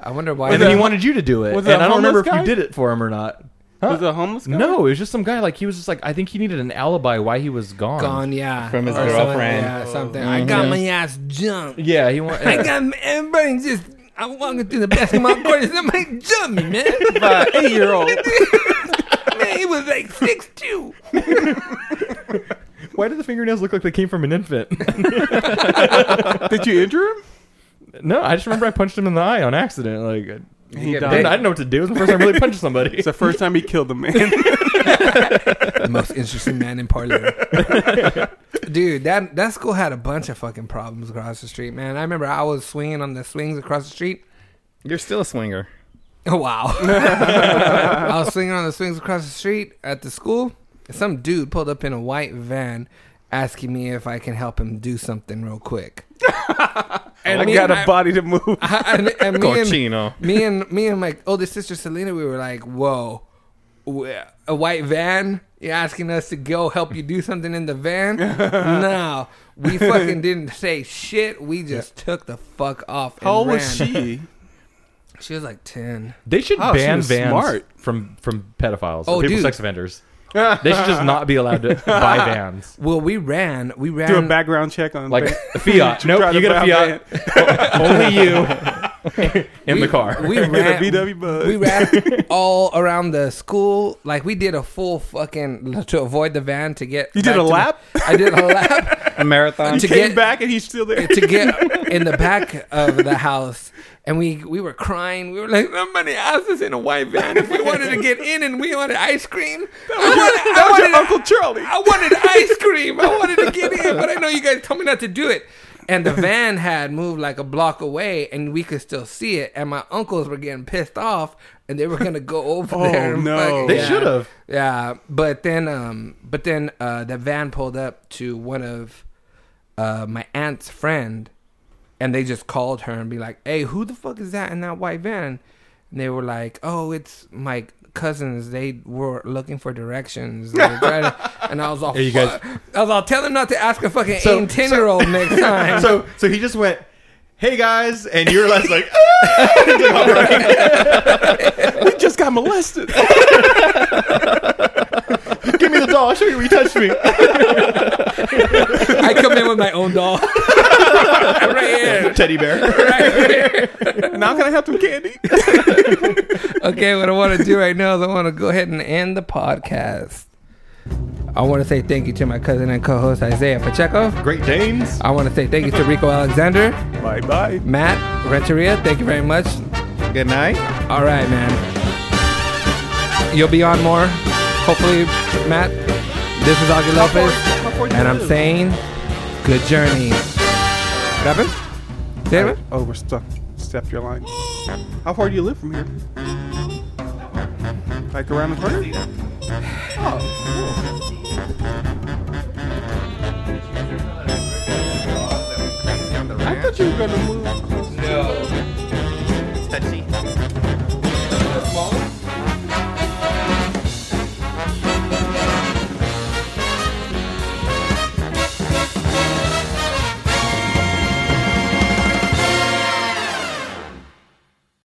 Speaker 2: I wonder why.
Speaker 3: and then he
Speaker 2: that-
Speaker 3: wanted you to do it,
Speaker 1: Was
Speaker 3: and
Speaker 1: that
Speaker 3: I don't remember
Speaker 1: homeless
Speaker 3: if
Speaker 1: guy?
Speaker 3: you did it for him or not.
Speaker 1: Was it a homeless guy?
Speaker 3: No, it was just some guy. Like he was just like, I think he needed an alibi why he was gone.
Speaker 2: gone, yeah,
Speaker 4: From his
Speaker 2: Or something,
Speaker 4: girlfriend.
Speaker 2: yeah, something. I got my ass jumped.
Speaker 3: Yeah, he wanted.
Speaker 2: I got my- everybody just. I'm walking through the basketball court and somebody jumped me, man.
Speaker 1: By an eight-year-old.
Speaker 2: man, he was like six two.
Speaker 3: why did the fingernails look like they came from an infant?
Speaker 1: Did you injure him?
Speaker 3: no, I just remember I punched him in the eye on accident. Like.
Speaker 1: He
Speaker 2: get
Speaker 3: I
Speaker 1: died.
Speaker 3: didn't, I didn't know what to do. It was the first time I really punched somebody.
Speaker 1: It's the first time he killed a man.
Speaker 2: The most interesting man in parlor. Dude, that that school had a bunch of fucking problems across the street, man. I remember I was swinging on the swings across the street.
Speaker 4: You're still a swinger.
Speaker 2: Oh, wow. I was swinging on the swings across the street at the school. Some dude pulled up in a white van asking me if I can help him do something real quick. and
Speaker 1: I
Speaker 2: me
Speaker 1: got
Speaker 2: and
Speaker 1: a body to move.
Speaker 2: I- and, and me, and,
Speaker 4: Cochino.
Speaker 2: me and me and my oldest sister Selena, we were like, "Whoa, wh- a white van? You're asking us to go help you do something in the van? no, we fucking didn't say shit. We just took the fuck off. And
Speaker 1: How old was
Speaker 2: ran.
Speaker 1: she?
Speaker 2: She was like ten.
Speaker 3: They should
Speaker 1: Oh, she
Speaker 3: ban
Speaker 1: was
Speaker 3: vans
Speaker 1: smart.
Speaker 3: from from pedophiles
Speaker 2: Oh,
Speaker 3: or people
Speaker 2: dude.
Speaker 3: sex offenders. they should just not be allowed to buy vans.
Speaker 2: Well, we ran. We ran.
Speaker 1: Do a background check on
Speaker 3: Like
Speaker 1: ba-
Speaker 3: a Fiat.
Speaker 1: Try
Speaker 3: nope,
Speaker 1: to
Speaker 3: you get
Speaker 1: buy
Speaker 3: a
Speaker 1: a
Speaker 3: Fiat. Only you in
Speaker 2: we-
Speaker 3: the car.
Speaker 2: We
Speaker 1: in a
Speaker 2: ran.
Speaker 1: VW bug.
Speaker 2: we ran all around the school. Like we did a full fucking to avoid the van to get.
Speaker 1: You did
Speaker 2: back
Speaker 1: a
Speaker 2: to my-
Speaker 1: lap?
Speaker 2: I did a lap.
Speaker 4: A marathon.
Speaker 2: to
Speaker 1: Came
Speaker 2: get-
Speaker 1: back and he's still there.
Speaker 2: to get in the back of the house. And we, we were crying. We were like, somebody asked us in a white van if we wanted to get in and we wanted ice cream. I wanted, I
Speaker 1: That was your
Speaker 2: wanted-
Speaker 1: Uncle Charlie.
Speaker 2: I wanted ice cream. I wanted to get in, but I know you guys told me not to do it. And the van had moved like a block away, and we could still see it. And my uncles were getting pissed off, and they were gonna go over
Speaker 1: Oh,
Speaker 2: there. and
Speaker 1: no.
Speaker 2: fucking-
Speaker 3: They
Speaker 2: yeah.
Speaker 3: should've.
Speaker 2: Yeah, but then, um, but then uh, the van pulled up to one of uh, my aunt's friend, and they just called her and be like, "Hey, who the fuck is that in that white van?" And they were like, "Oh, it's my cousins. They were looking for directions." They were trying to- and I was all,
Speaker 3: you guys-
Speaker 2: "Fuck." I was all, "Tell them not to ask a fucking
Speaker 3: So-
Speaker 2: 18 year old next time."
Speaker 3: so so he just went, "Hey guys," and you're less like,
Speaker 1: we just got molested.
Speaker 3: "Give me the doll. I'll show you where you touched me."
Speaker 2: I come in with my own doll. right here.
Speaker 3: Teddy bear.
Speaker 2: Right here.
Speaker 1: now can I have some candy?
Speaker 2: okay, what I want to do right now is I want to go ahead and end the podcast. I want to say thank you to my cousin and co-host Isaiah Pacheco.
Speaker 3: Great Danes.
Speaker 2: I want to say thank you to Rico Alexander,
Speaker 1: bye bye.
Speaker 2: Matt Renteria. Thank you very much.
Speaker 4: Good night.
Speaker 2: All right, man. You'll be on more, hopefully, Matt. This is Augie Lopez, and I'm saying, good journey. What happened? Say it, man.
Speaker 1: overstep step your line. How far do you live from here? Like around the corner? I thought you were gonna move.